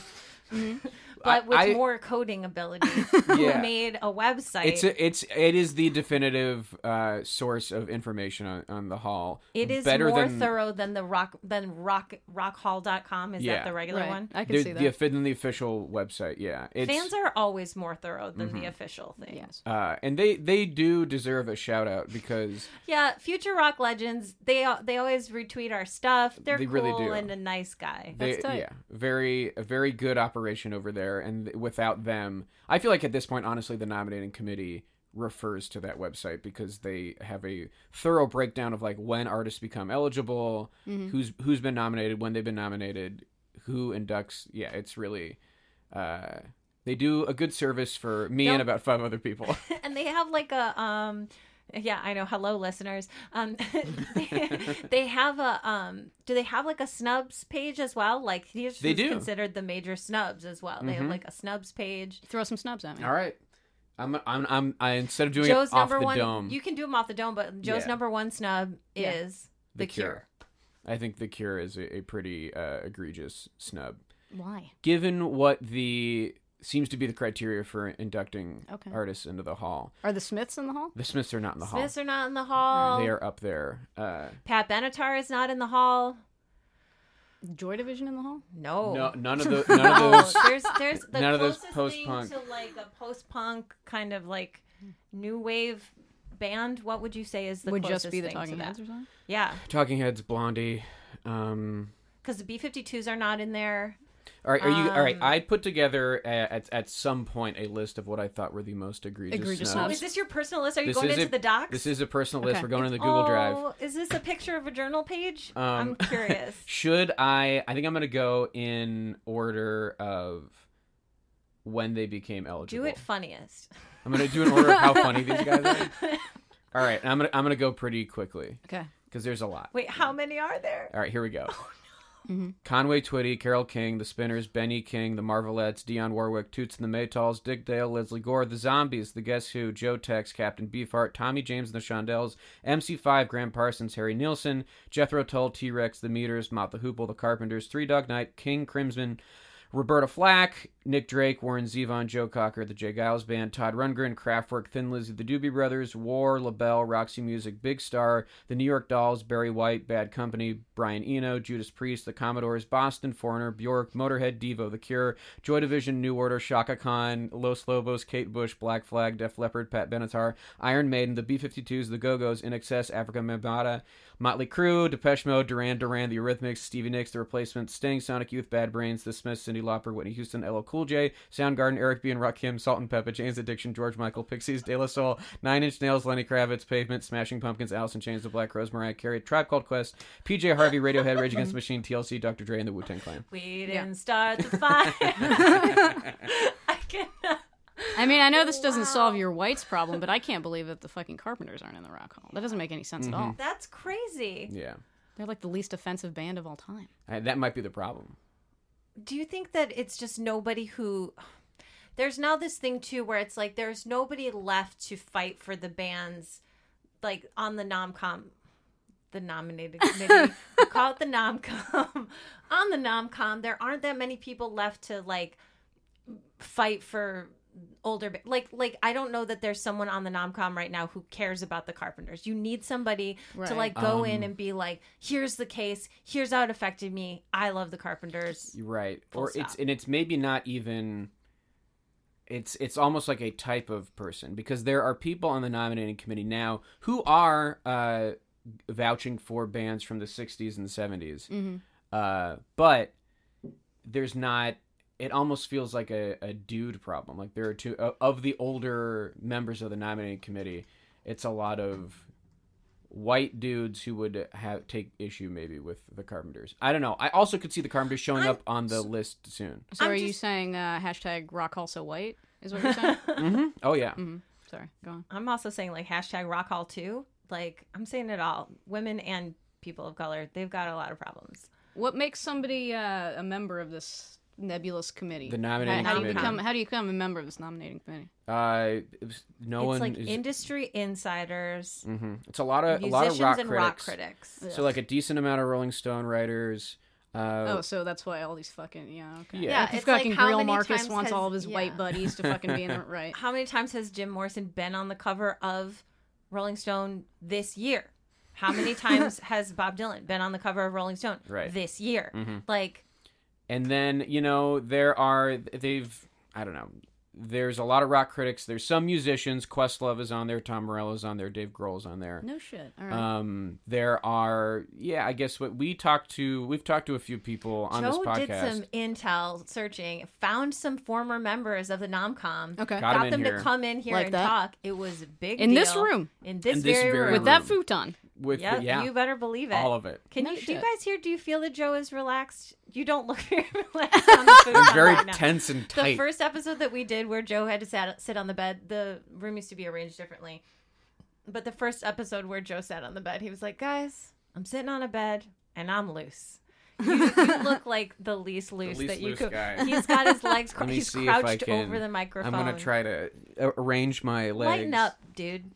S2: Mm-hmm.
S1: I-
S2: but with
S1: I-
S2: more coding ability, who
S1: Yeah.
S2: made a website.
S1: It's a, it's it is the definitive uh, source of information on, on the hall.
S2: It is
S1: better
S2: more
S1: than
S2: thorough than the rock than rock rockhall.com is
S1: Yeah.
S2: that the regular
S3: right.
S2: one?
S3: I can
S1: the,
S3: see that.
S1: the, offi- than the official website. Yeah, it's, Mm-hmm.
S2: Fans are always more thorough than the official thing.
S3: yes.
S1: uh, and they they do deserve a shout out because
S2: Yeah, Future Rock Legends, they al- they always retweet our stuff. They're
S1: They
S2: cool
S1: really do.
S2: and a nice guy.
S1: they
S3: That's tight.
S1: yeah very a very good operation over there. And th- without them, I feel like at this point, honestly, the nominating committee refers to that website because they have a thorough breakdown of like when artists become eligible,
S2: Mm-hmm.
S1: who's who's been nominated, when they've been nominated, who inducts. Yeah, it's really. Uh, they do a good service for me and about five other people.
S2: and they have like a um yeah, I know. Hello listeners. Um they, they have a um do they have like a snubs page as well? Like here's
S1: They
S2: who's
S1: do. Mm-hmm.
S2: considered the major snubs as well. They have like a snubs page.
S3: Throw some snubs at me.
S1: All right. I'm, I'm, I'm, I, instead of doing
S2: Joe's
S1: it off
S2: number
S1: the
S2: one.
S1: dome,
S2: You can do them off the dome, but Joe's
S1: Yeah.
S2: number one snub
S3: Yeah.
S2: is the, cure.
S1: I think The Cure is a, a pretty uh, egregious snub.
S3: Why?
S1: Given what the seems to be the criteria for inducting
S3: Okay.
S1: artists into the hall,
S3: Are the Smiths in the hall?
S1: the Smiths are not in the
S2: Smiths
S1: hall. Mm,
S2: are not in the hall.
S1: They are up there. Uh,
S2: Pat Benatar is not in the hall.
S3: Joy Division in the hall?
S2: No.
S1: no, none of those. None of those.
S2: there's there's the
S1: none of those
S2: closest
S1: post-punk.
S2: thing to like a post punk kind of like new wave band. What would you say is the
S3: Would
S2: closest
S3: just be the
S2: thing
S3: Talking
S2: to that?
S3: Heads or something?
S2: Yeah,
S1: Talking Heads, Blondie. Um,
S2: because the B 52s are not in there.
S1: all right, are you all right?
S2: Um.
S1: I put together a, at at some point a list of what I thought were the most egregious, snubs.
S3: Egregious
S2: Oh,
S3: snubs.
S2: is this your personal list? Are you
S1: Um, This
S2: going
S1: is
S2: into
S1: a-
S2: the docs?
S1: This is a personal list.
S3: Okay.
S1: We're going to the Google Drive.
S2: Oh, is this a picture of a journal page?
S1: Um,
S2: I'm curious.
S1: Should I? I think I'm gonna go in order of when they became eligible.
S2: Do it funniest.
S1: I'm gonna do an order of how funny these guys are. All right, and I'm gonna I'm gonna go pretty quickly
S3: Okay.
S1: because there's a lot.
S2: Wait, how many are there?
S1: All right, here we go. Conway Twitty, Carol King, The Spinners, Benny King, The Marvelettes, Dionne Warwick, Toots and the Maytals, Dick Dale, Leslie Gore, The Zombies, The Guess Who, Joe Tex, Captain Beefheart, Tommy James and the Shondells, MC5, Graham Parsons, Harry Nilsson, Jethro Tull, T Rex, The Meters, Mott the Hoople, The Carpenters, Three Dog Night, King Crimson, Roberta Flack, Nick Drake, Warren Zevon, Joe Cocker, The Jay Giles Band, Todd Rundgren, Kraftwerk, Thin Lizzy, The Doobie Brothers, War, LaBelle, Roxy Music, Big Star, The New York Dolls, Barry White, Bad Company, Brian Eno, Judas Priest, The Commodores, Boston, Foreigner, Bjork, Motorhead, Devo, The Cure, Joy Division, New Order, Shaka Khan, Los Lobos, Kate Bush, Black Flag, Def Leppard, Pat Benatar, Iron Maiden, The B-52s, The Go-Go's, In Excess, Africa Mambata, Motley Crue, Depeche Mode, Duran Duran, The Eurythmics, Stevie Nicks, The Replacements, Sting, Sonic Youth, Bad Brains, The Smiths, Cindy Lauper, Whitney Houston, LL Cool J, Soundgarden, Eric B. and Rakim, Salt and Pepper, Jane's Addiction, George Michael, Pixies, De La Soul, Nine Inch Nails, Lenny Kravitz, Pavement, Smashing Pumpkins, Alice in Chains, The Black Rose, Mariah Carey, Tribe Called Quest, PJ Harvey, Radiohead, Rage Against the Machine, TLC, Dr. Dre, and The Wu-Tang Clan.
S2: We didn't start the fire. I can.
S3: I mean, I know this doesn't solve your whites problem, but I can't believe that the fucking Carpenters aren't in the Rock Hall. That doesn't make any sense at
S1: Mm-hmm.
S3: all.
S2: That's crazy.
S1: Yeah.
S3: They're like the least offensive band of all time.
S1: I- that might be the problem.
S2: Do you think that it's just nobody who? There's now this thing too where it's like there's nobody left to fight for the bands, like on the nomcom, the nominated committee. We'll call it the nomcom. on the nomcom, there aren't that many people left to like fight for older ba- like like I don't know that there's someone on the nomcom right now who cares about the carpenters. You need somebody to
S3: Right.
S2: like go in and be like, here's the case, here's how it affected me. I love the carpenters.
S1: You're right.
S2: Full
S1: or it's
S2: stop.
S1: and it's maybe not even it's it's almost like a type of person because there are people on the nominating committee now who are uh vouching for bands from the 60s and 70s.
S2: Mm-hmm.
S1: Uh but there's not it almost feels like a, a dude problem. Like there are two o- of the older members of the nominating committee, it's a lot of white dudes who would have take issue maybe with the Carpenters. I don't know. I also could see the Carpenters showing up on the list soon.
S3: So are you saying uh, hashtag Rock Hall so white is what you're saying?
S1: Oh yeah,
S2: Mm-hmm.
S3: Sorry, go on.
S2: I'm also saying like hashtag rock hall too. Like I'm saying it all. Women and people of color, they've got a lot of problems.
S3: What makes somebody uh, a member of this nebulous committee?
S1: The nominating
S3: how, how
S1: committee.
S3: Do you become, how do you become a member of this nominating committee?
S1: uh, it was- no one
S2: it's like
S1: is.
S2: industry insiders,
S1: Mhm. It's a lot of a lot
S2: musicians
S1: of rock
S2: and
S1: critics.
S2: rock critics.
S1: So like a decent amount of Rolling Stone writers. Uh,
S3: oh, so that's why all these fucking yeah okay
S1: Yeah. Yeah,
S3: Like, the
S2: it's like
S3: fucking
S2: how
S3: Real
S2: many
S3: Marcus
S2: times
S3: wants
S2: has-
S3: all of his
S2: yeah.
S3: white buddies to fucking be in the right.
S2: How many times has Jim Morrison been on the cover of Rolling Stone this year? How many times has Bob Dylan been on the cover of Rolling Stone
S1: Right. Mm-hmm.
S2: this year? Like
S1: And then, you know, there are, they've, I don't know, there's a lot of rock critics. There's some musicians. Questlove is on there. Tom Morello is on there. Dave Grohl is on there.
S3: No shit. All right.
S1: Um, there are, yeah, I guess what we talked to, we've talked to a few people on this
S2: Joe
S1: podcast.
S2: did some intel searching, found some former members of the Nomcom.
S3: okay.
S1: Got 'em in
S2: got them
S1: here.
S2: to come in here
S3: Like
S2: and
S3: that?
S2: talk. It was a big
S3: In this
S2: deal.
S3: room.
S2: in this,
S1: In this
S2: very,
S1: very
S2: room.
S3: With that futon.
S1: with,
S2: Yep,
S1: yeah,
S2: you better believe it.
S1: all of it.
S2: Can
S3: No
S2: you, do you
S3: shit.
S2: guys hear? Do you feel that Joe is relaxed? You don't look very relaxed on the food.
S1: It's very
S2: right now.
S1: tense and
S2: The
S1: tight.
S2: first episode that we did, where Joe had to sat, sit on the bed, the room used to be arranged differently. But the first episode where Joe sat on the bed, he was like, "Guys, I'm sitting on a bed and I'm loose." You, you look like the least loose
S1: least
S2: that you
S1: loose
S2: could.
S1: guy.
S2: He's got his legs. Cr-
S1: Let me
S2: he's
S1: see
S2: crouched
S1: if I can.
S2: over the microphone.
S1: I'm gonna try to uh, arrange my legs.
S2: Lighten up, dude.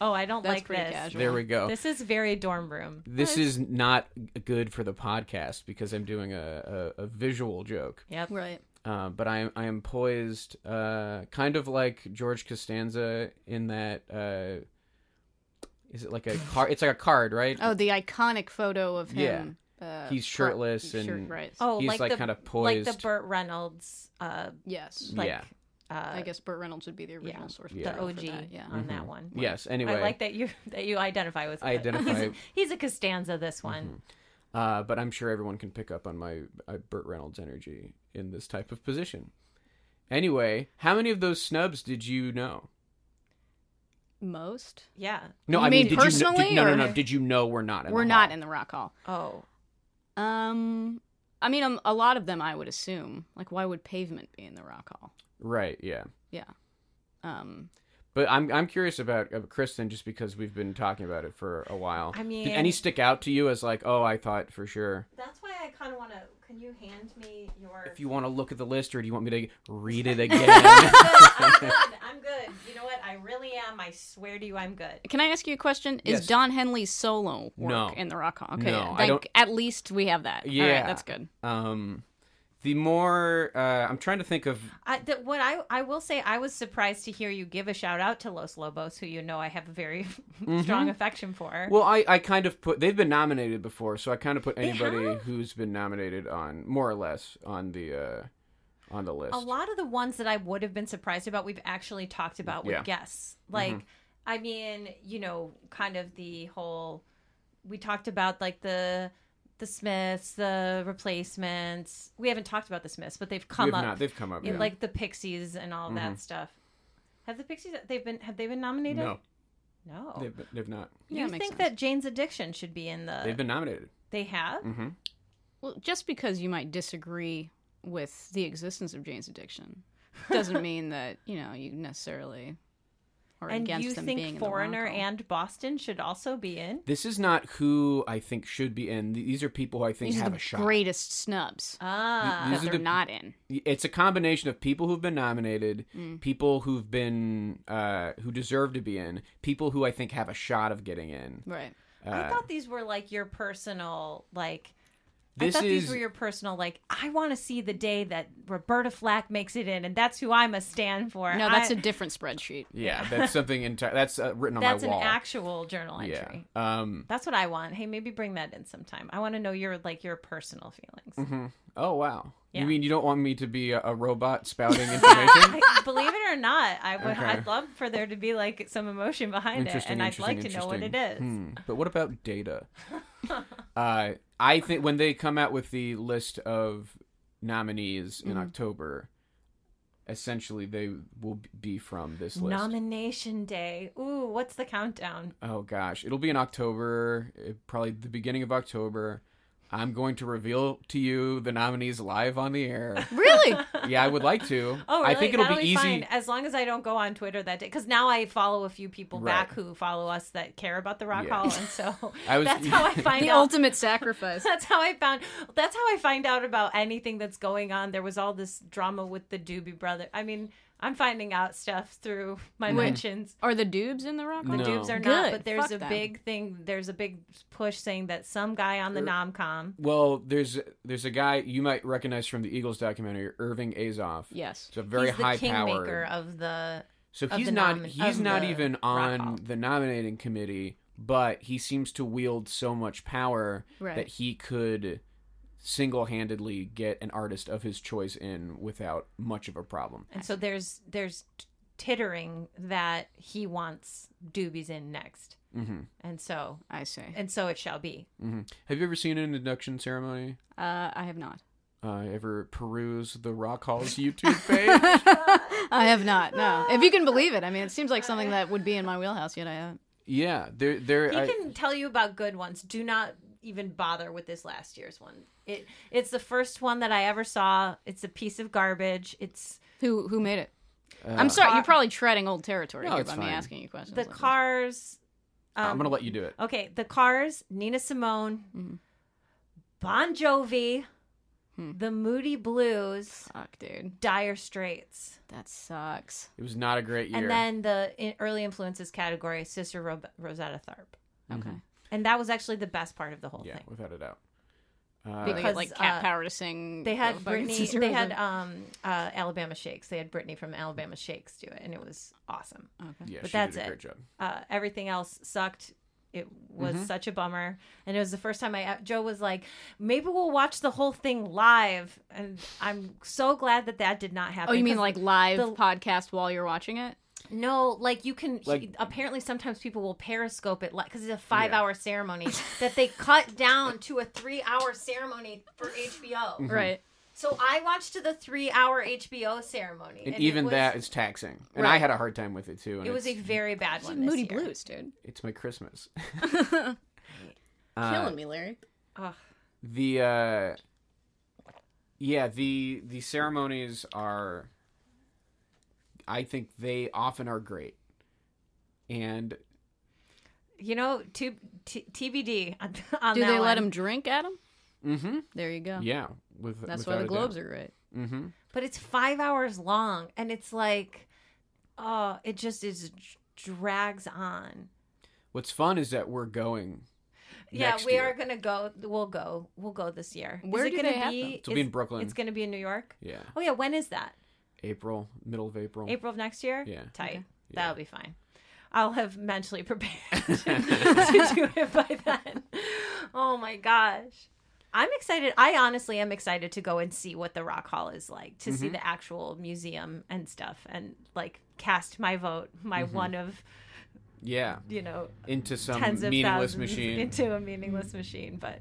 S2: Oh, I don't
S3: That's
S2: like
S3: pretty
S2: this.
S3: casual.
S1: There we go.
S2: This is very dorm room.
S1: This is not g- good for the podcast because I'm doing a, a, a visual joke.
S2: Yep.
S3: Right.
S1: Uh, but I am I am poised, uh, kind of like George Costanza in that. Uh, is it like a card? It's like a card, right?
S3: Oh, the iconic photo of him. Uh,
S1: He's
S3: fro-
S1: shirtless and-
S3: shirt, right.
S2: Oh,
S1: He's,
S2: like,
S1: like,
S2: the
S1: kinda
S2: like
S1: poised.
S2: the Burt Reynolds, uh,
S3: yes.
S2: like
S1: Yeah.
S2: uh,
S3: I guess Burt Reynolds would be the original source
S2: the
S3: material
S2: OG
S3: for that. Yeah.
S1: Mm-hmm.
S2: on that one.
S1: yes. Anyway,
S2: I like that you that you identify with.
S1: I
S2: it.
S1: identify- Mm-hmm.
S2: He's, he's a Costanza. This one.
S1: uh, but I'm sure everyone can pick up on my uh, Burt Reynolds energy in this type of position. Anyway, how many of those snubs did you know?
S3: Most.
S2: Yeah.
S1: No,
S3: You
S1: I mean,
S3: mean
S1: did
S3: personally,
S1: you know, did, no, no,
S3: or-
S1: no. Did you know we're not? In
S3: We're
S1: the
S3: not
S1: hall?
S3: in the Rock Hall.
S2: Oh.
S3: Um, I mean, um, a lot of them I would assume. Like, why would Pavement be in the Rock Hall?
S1: Right. Yeah.
S3: Yeah. Um,
S1: But I'm I'm curious about uh, Kristen just because we've been talking about it for a while.
S2: I mean-
S1: did any stick out to you as like, oh, I thought for sure.
S2: That's why I kind of want to. Can you hand me your?
S1: If you want to look at the list, or do you want me to read it again?
S2: I'm good. I'm good. You know what? I really am. I swear to you, I'm good.
S3: Can I ask you a question?
S1: Yes.
S3: Is Don Henley's solo work
S1: No.
S3: in the Rock Hall? Okay,
S1: No, I
S3: thank-
S1: don't-
S3: at least we have that. All right,
S1: Yeah.
S3: that's good.
S1: um, the more uh, I'm trying to think of
S2: I, that what I I will say I was surprised to hear you give a shout out to Los Lobos, who you know I have a very strong affection for.
S1: Mm-hmm. Well, I, I kind of put they've been nominated before, so I kind of put anybody who's been nominated on more or less on the uh, on the list.
S2: a lot of the ones that I would have been surprised about, we've actually talked about with
S1: Yeah. Mm-hmm.
S2: guests. Like, I mean, you know, kind of the whole. We talked about like the the Smiths, the replacements. We haven't talked about the Smiths, but they've come
S1: We've
S2: up.
S1: not- they've come up,
S2: in,
S1: yeah. Mm-hmm.
S2: like the Pixies and all that stuff. Have the Pixies? They've been have they been nominated?
S1: No,
S2: no.
S1: they've, they've not.
S3: Yeah,
S2: you
S3: it makes
S2: think
S3: sense.
S2: that Jane's Addiction should be in the?
S1: They've been Mm. nominated.
S2: they have.
S3: Well, just because you might disagree with the existence of Jane's addiction doesn't mean that you know you necessarily are
S2: And
S3: against
S2: you
S3: them being
S2: think
S3: in the wrong
S2: Foreigner
S3: call.
S2: and Boston should also be in?
S1: This is not who I think should be in. These are people who I think
S3: These are
S1: have
S3: the
S1: a shot.
S3: greatest snubs
S2: Ah,
S3: that
S1: These are
S3: they're
S1: the-
S3: not in.
S1: It's a combination of people who've been nominated,
S2: Mm.
S1: people who've been uh, who deserve to be in, people who I think have a shot of getting in.
S3: Right.
S2: I
S1: uh,
S2: thought these were like your personal like.
S1: This
S2: I thought
S1: is
S2: these were your personal like. I want to see the day that Roberta Flack makes it in, and that's who I must stand for.
S3: No, that's
S2: I-
S3: a different spreadsheet.
S1: yeah, that's something entire that's uh, written on
S2: that's
S1: my
S2: an
S1: wall.
S2: actual journal entry.
S1: Yeah. Um.
S2: That's what I want. Hey, maybe bring that in sometime. I want to know your like your personal feelings.
S1: Oh wow.
S2: Yeah.
S1: You mean you don't want me to be a, a robot spouting information?
S2: I, believe it or not, I would.
S1: Okay.
S2: I'd love for there to be like some emotion behind it, and I'd like to know what it is.
S1: interesting. Hmm. But what about data? uh, I think when they come out with the list of nominees
S2: Mm-hmm.
S1: in October, essentially they will be from this list.
S2: Nomination day. Ooh, what's the countdown?
S1: oh gosh, it'll be in October, eh, probably the beginning of October. I'm going to reveal to you the nominees live on the air.
S3: Really?
S1: yeah, I would like to.
S2: Oh, really?
S1: I think it'll
S2: That'll
S1: be easy.
S2: fine as long as I don't go on Twitter that day. Because now I follow a few people
S1: Right.
S2: back who follow us that care about the Rock
S1: Yeah.
S2: Hall, and so
S1: I was-
S2: that's how I find
S3: the
S2: out.
S3: ultimate sacrifice.
S2: that's how I found. That's how I find out about anything that's going on. There was all this drama with the Doobie Brother. I mean, I'm finding out stuff through
S1: Hmm.
S2: my mentions.
S3: Are the dubes in the rock?
S1: No.
S2: Doobes are not,
S3: Good.
S2: but there's
S3: Fuck
S2: a
S3: them.
S2: big thing. There's a big push saying that some guy
S1: Er,
S2: on the nomcom.
S1: Well, there's there's a guy you might recognize from the Eagles documentary, Irving Azoff.
S3: Yes.
S1: He's a very
S2: he's the
S1: high
S2: kingmaker
S1: power.
S2: of the.
S1: So
S2: of
S1: he's
S2: the
S1: not
S2: nomin-
S1: he's
S2: of
S1: not
S2: the
S1: even
S2: Rock Hall.
S1: on the nominating committee, but he seems to wield so much power
S3: Right.
S1: that he could single-handedly get an artist of his choice in without much of a problem.
S2: And so there's there's t- tittering that he wants Doobies in next,
S1: Mhm.
S2: and so
S3: I see.
S2: and so it shall be.
S1: hmm Have you ever seen an induction ceremony?
S3: Uh, I have not.
S1: Uh, ever peruse the Rock Hall's YouTube page?
S3: I have not. No. If you can believe it, I mean, it seems like something that would be in my wheelhouse. Yet I haven't.
S1: yeah, there there
S2: He
S1: I-
S2: can tell you about good ones. Do not even bother with this last year's one. It it's the first one that I ever saw. It's a piece of garbage. It's
S3: Who who made it?
S1: uh,
S3: I'm sorry. You're probably treading old territory
S1: No,
S3: here
S1: it's
S3: by
S1: fine.
S3: me asking you questions.
S2: the
S3: like this.
S2: Cars.
S1: I'm
S2: um,
S1: going to let you do it.
S2: Okay, the Cars, Nina Simone, Bon Jovi, the Moody Blues,
S3: Fuck, dude.
S2: Dire Straits.
S3: That sucks.
S1: It was not a great year.
S2: and then the in early influences category, Sister Ro- Rosetta Tharp,
S3: Okay.
S2: and that was actually the best part of the whole
S1: yeah,
S2: thing.
S1: without a doubt. Uh,
S3: They get, like cat
S2: uh,
S3: power to sing.
S2: They had
S3: Go Fucking
S2: Britney.
S3: Scissor
S2: They
S3: Rose
S2: had
S3: in.
S2: um, uh, Alabama Shakes. They had Britney from Alabama Shakes do it, and it was awesome.
S1: yeah,
S2: but
S1: she
S2: that's
S1: did a
S2: it.
S1: great job.
S2: Uh, everything else sucked. It was
S3: Mm-hmm.
S2: such a bummer, and it was the first time I. uh, Joe was like, "Maybe we'll watch the whole thing live," and I'm so glad that that did not happen.
S3: Oh, you mean
S2: 'cause
S3: like live
S2: the-
S3: podcast while you're watching it?
S2: No, like you can. he,
S1: Like-
S2: apparently, sometimes people will periscope it, like because it's a five-hour ceremony that they cut down to a three-hour ceremony for HBO.
S3: Right.
S2: So I watched the three-hour HBO ceremony,
S1: and,
S2: it
S1: even
S2: was-
S1: that is taxing. And I had a hard time with it too. And
S2: it was a
S1: it's,
S2: very bad one.
S3: Moody
S2: this year.
S3: Blues, dude.
S1: it's my Christmas.
S3: Killing me, Larry.
S1: the uh, yeah the the ceremonies are. I think they often are great, and
S2: You know, to, t- TBD on, on
S3: Do
S2: that
S3: they let
S2: one.
S3: him drink, Adam?
S1: mm-hmm,
S3: There you go.
S1: yeah, with
S3: That's why the globes are great.
S1: Mm-hmm.
S2: But it's five hours long, and it's like, oh, it just is drags on.
S1: What's fun is that we're going
S2: Yeah,
S1: next
S2: we
S1: year.
S2: are gonna go. We'll go. We'll go this year.
S3: Where
S2: is it
S3: do
S2: gonna
S3: they have
S2: be?
S3: them?
S1: It'll be
S2: is-
S1: in Brooklyn.
S2: It's gonna be in New York.
S1: Yeah.
S2: Oh yeah, when is that?
S1: April, middle of April.
S2: April of next year.
S1: Yeah.
S2: tight.
S1: Yeah.
S2: That'll be fine. I'll have mentally prepared to do it by then. Oh my gosh. I'm excited. I honestly am excited to go and see what the Rock Hall is like, to
S1: Mm-hmm.
S2: see the actual museum and stuff, and like cast my vote, my one of,
S1: Yeah.
S2: you know,
S1: Into Mm-hmm. some
S2: tens of
S1: meaningless
S2: thousands
S1: machine.
S2: into a meaningless machine. But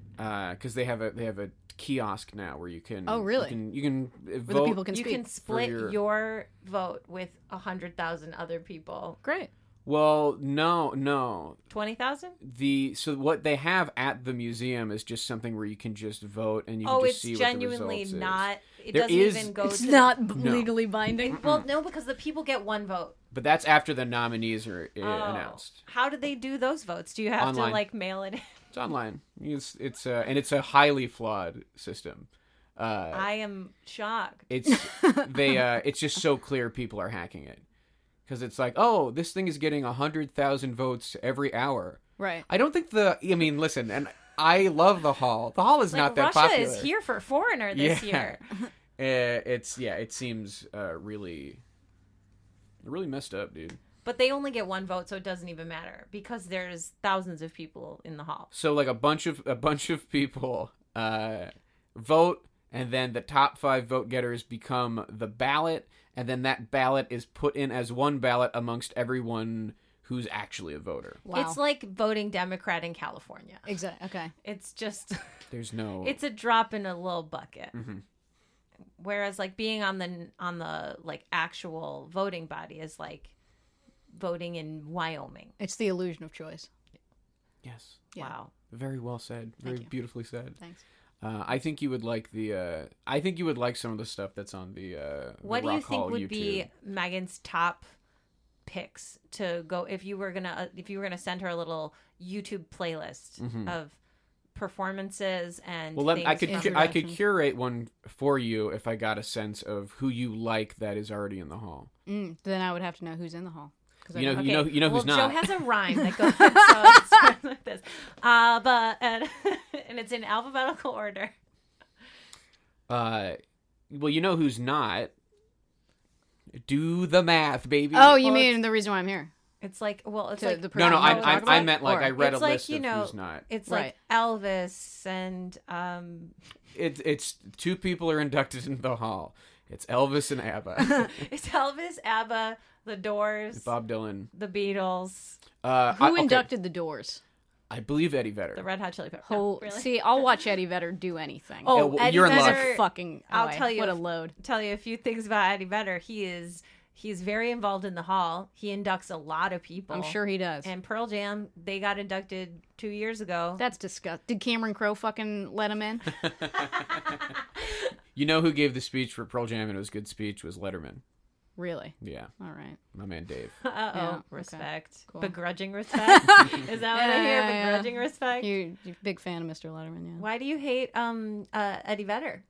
S1: because they have a they have a kiosk now where you can
S3: Oh, really?
S1: you can, you can uh,
S3: Where the
S1: vote
S3: people can
S2: you
S3: speak.
S2: can split
S1: your-
S2: your... vote with 100,000 other people.
S3: Great.
S1: well no no
S2: 20,000?
S1: the so what they have at the museum is just something where you can just vote and you
S2: Oh,
S1: can just
S2: it's
S1: see
S2: genuinely
S1: what the results
S2: not. It
S1: There
S2: doesn't
S1: is-
S2: even go
S3: It's
S2: to.
S3: not b-
S1: No.
S3: legally binding.
S2: Well, no, because the people get one vote.
S1: is. but that's after the nominees are uh,
S2: Oh.
S1: announced
S2: How do they do those votes? Do you have
S1: Online.
S2: to like mail it in?
S1: it's online it's it's uh, and it's a highly flawed system uh,
S2: I am shocked.
S1: it's they uh it's just so clear people are hacking it because it's like oh this thing is getting a hundred thousand votes every hour
S3: Right.
S1: i don't think the i mean listen and i love the hall the hall is not
S2: Like
S1: that
S2: Russia
S1: popular
S2: is here for foreigner this
S1: Yeah.
S2: year.
S1: Uh, it's yeah it seems uh really really messed up dude
S2: But they only get one vote, so it doesn't even matter because there's thousands of people in the hall.
S1: so like a bunch of a bunch of people uh vote and then the top five vote getters become the ballot and then that ballot is put in as one ballot amongst everyone who's actually a voter
S3: Wow.
S2: It's like voting Democrat in California.
S3: exactly. Okay.
S2: It's just
S1: There's no.
S2: it's a drop in a little bucket.
S1: Mm-hmm.
S2: Whereas like being on the on the like actual voting body is like voting in Wyoming.
S3: It's the illusion of choice.
S1: yes.
S2: Wow.
S1: Very well said. Very beautifully said.
S3: Thanks.
S1: Uh, I think you would like the. Uh, I think you would like some of the stuff that's on the. Uh,
S2: What
S1: the
S2: do you
S1: Rock
S2: think
S1: Hall
S2: would
S1: YouTube.
S2: be Megan's top picks to go if you were gonna if you were gonna send her a little YouTube playlist of performances
S1: Mm-hmm.
S2: and
S1: Well, let, I
S2: things
S1: could
S2: from
S1: cu- I could
S3: Introduction.
S1: curate one for you if I got a sense of who you like that is already in the hall.
S3: Mm, then I would have to know who's in the hall. 'Cause I
S1: You know,
S3: don't-
S1: you know, you know
S2: well,
S1: who's not.
S2: Joe has a rhyme that goes so it starts like this. Uh, but and, and it's in alphabetical order.
S1: uh, well, you know who's not. Do the math, baby.
S3: Oh, you
S2: Well,
S3: mean the reason why I'm here?
S2: It's like well, it's
S3: To
S2: like
S3: the
S1: no, no,
S3: person
S2: Oh,
S3: we're
S1: I,
S3: talking
S1: I, I
S3: about?
S1: meant like
S3: Or-
S1: I read
S2: it's
S1: a
S2: like,
S1: list
S2: you
S1: of
S2: know,
S1: who's not.
S2: It's
S3: Right.
S2: like Elvis and um,
S1: It's it's two people are inducted into the hall. It's Elvis and ABBA,
S2: it's Elvis, ABBA, The Doors,
S1: Bob Dylan.
S2: The Beatles,
S1: Uh,
S3: Who
S1: I, okay,
S3: inducted the doors?
S1: I believe Eddie
S2: The
S1: Vedder.
S2: Red Hot Chili Peppers. No,
S3: Whole,
S2: really?
S3: See, I'll watch Eddie Vedder do anything.
S1: Yeah,
S2: oh,
S1: well,
S2: Eddie
S1: you're in luck.
S2: Vedder,
S3: fucking.
S2: I'll
S3: oh, I-
S2: tell you
S3: What a
S2: if-
S3: load.
S2: tell you a few things about Eddie Vedder. He is he's very involved in the hall. He inducts a lot of people.
S3: I'm sure he does.
S2: And Pearl Jam, they got inducted two years ago.
S3: That's disgust. Did Cameron Crowe fucking let him in?
S1: You know who gave the speech for Pearl Jam and it was a good speech was Letterman.
S3: really?
S1: Yeah,
S3: All right.
S1: my man Dave.
S2: Uh oh,
S3: Yeah, okay.
S2: respect.
S3: Cool.
S2: Begrudging respect. Is that what I hear?
S3: Yeah, yeah, yeah.
S2: Begrudging respect.
S3: You, you're a big fan of Mr. Letterman, yeah?
S2: Why do you hate um uh, Eddie Vedder?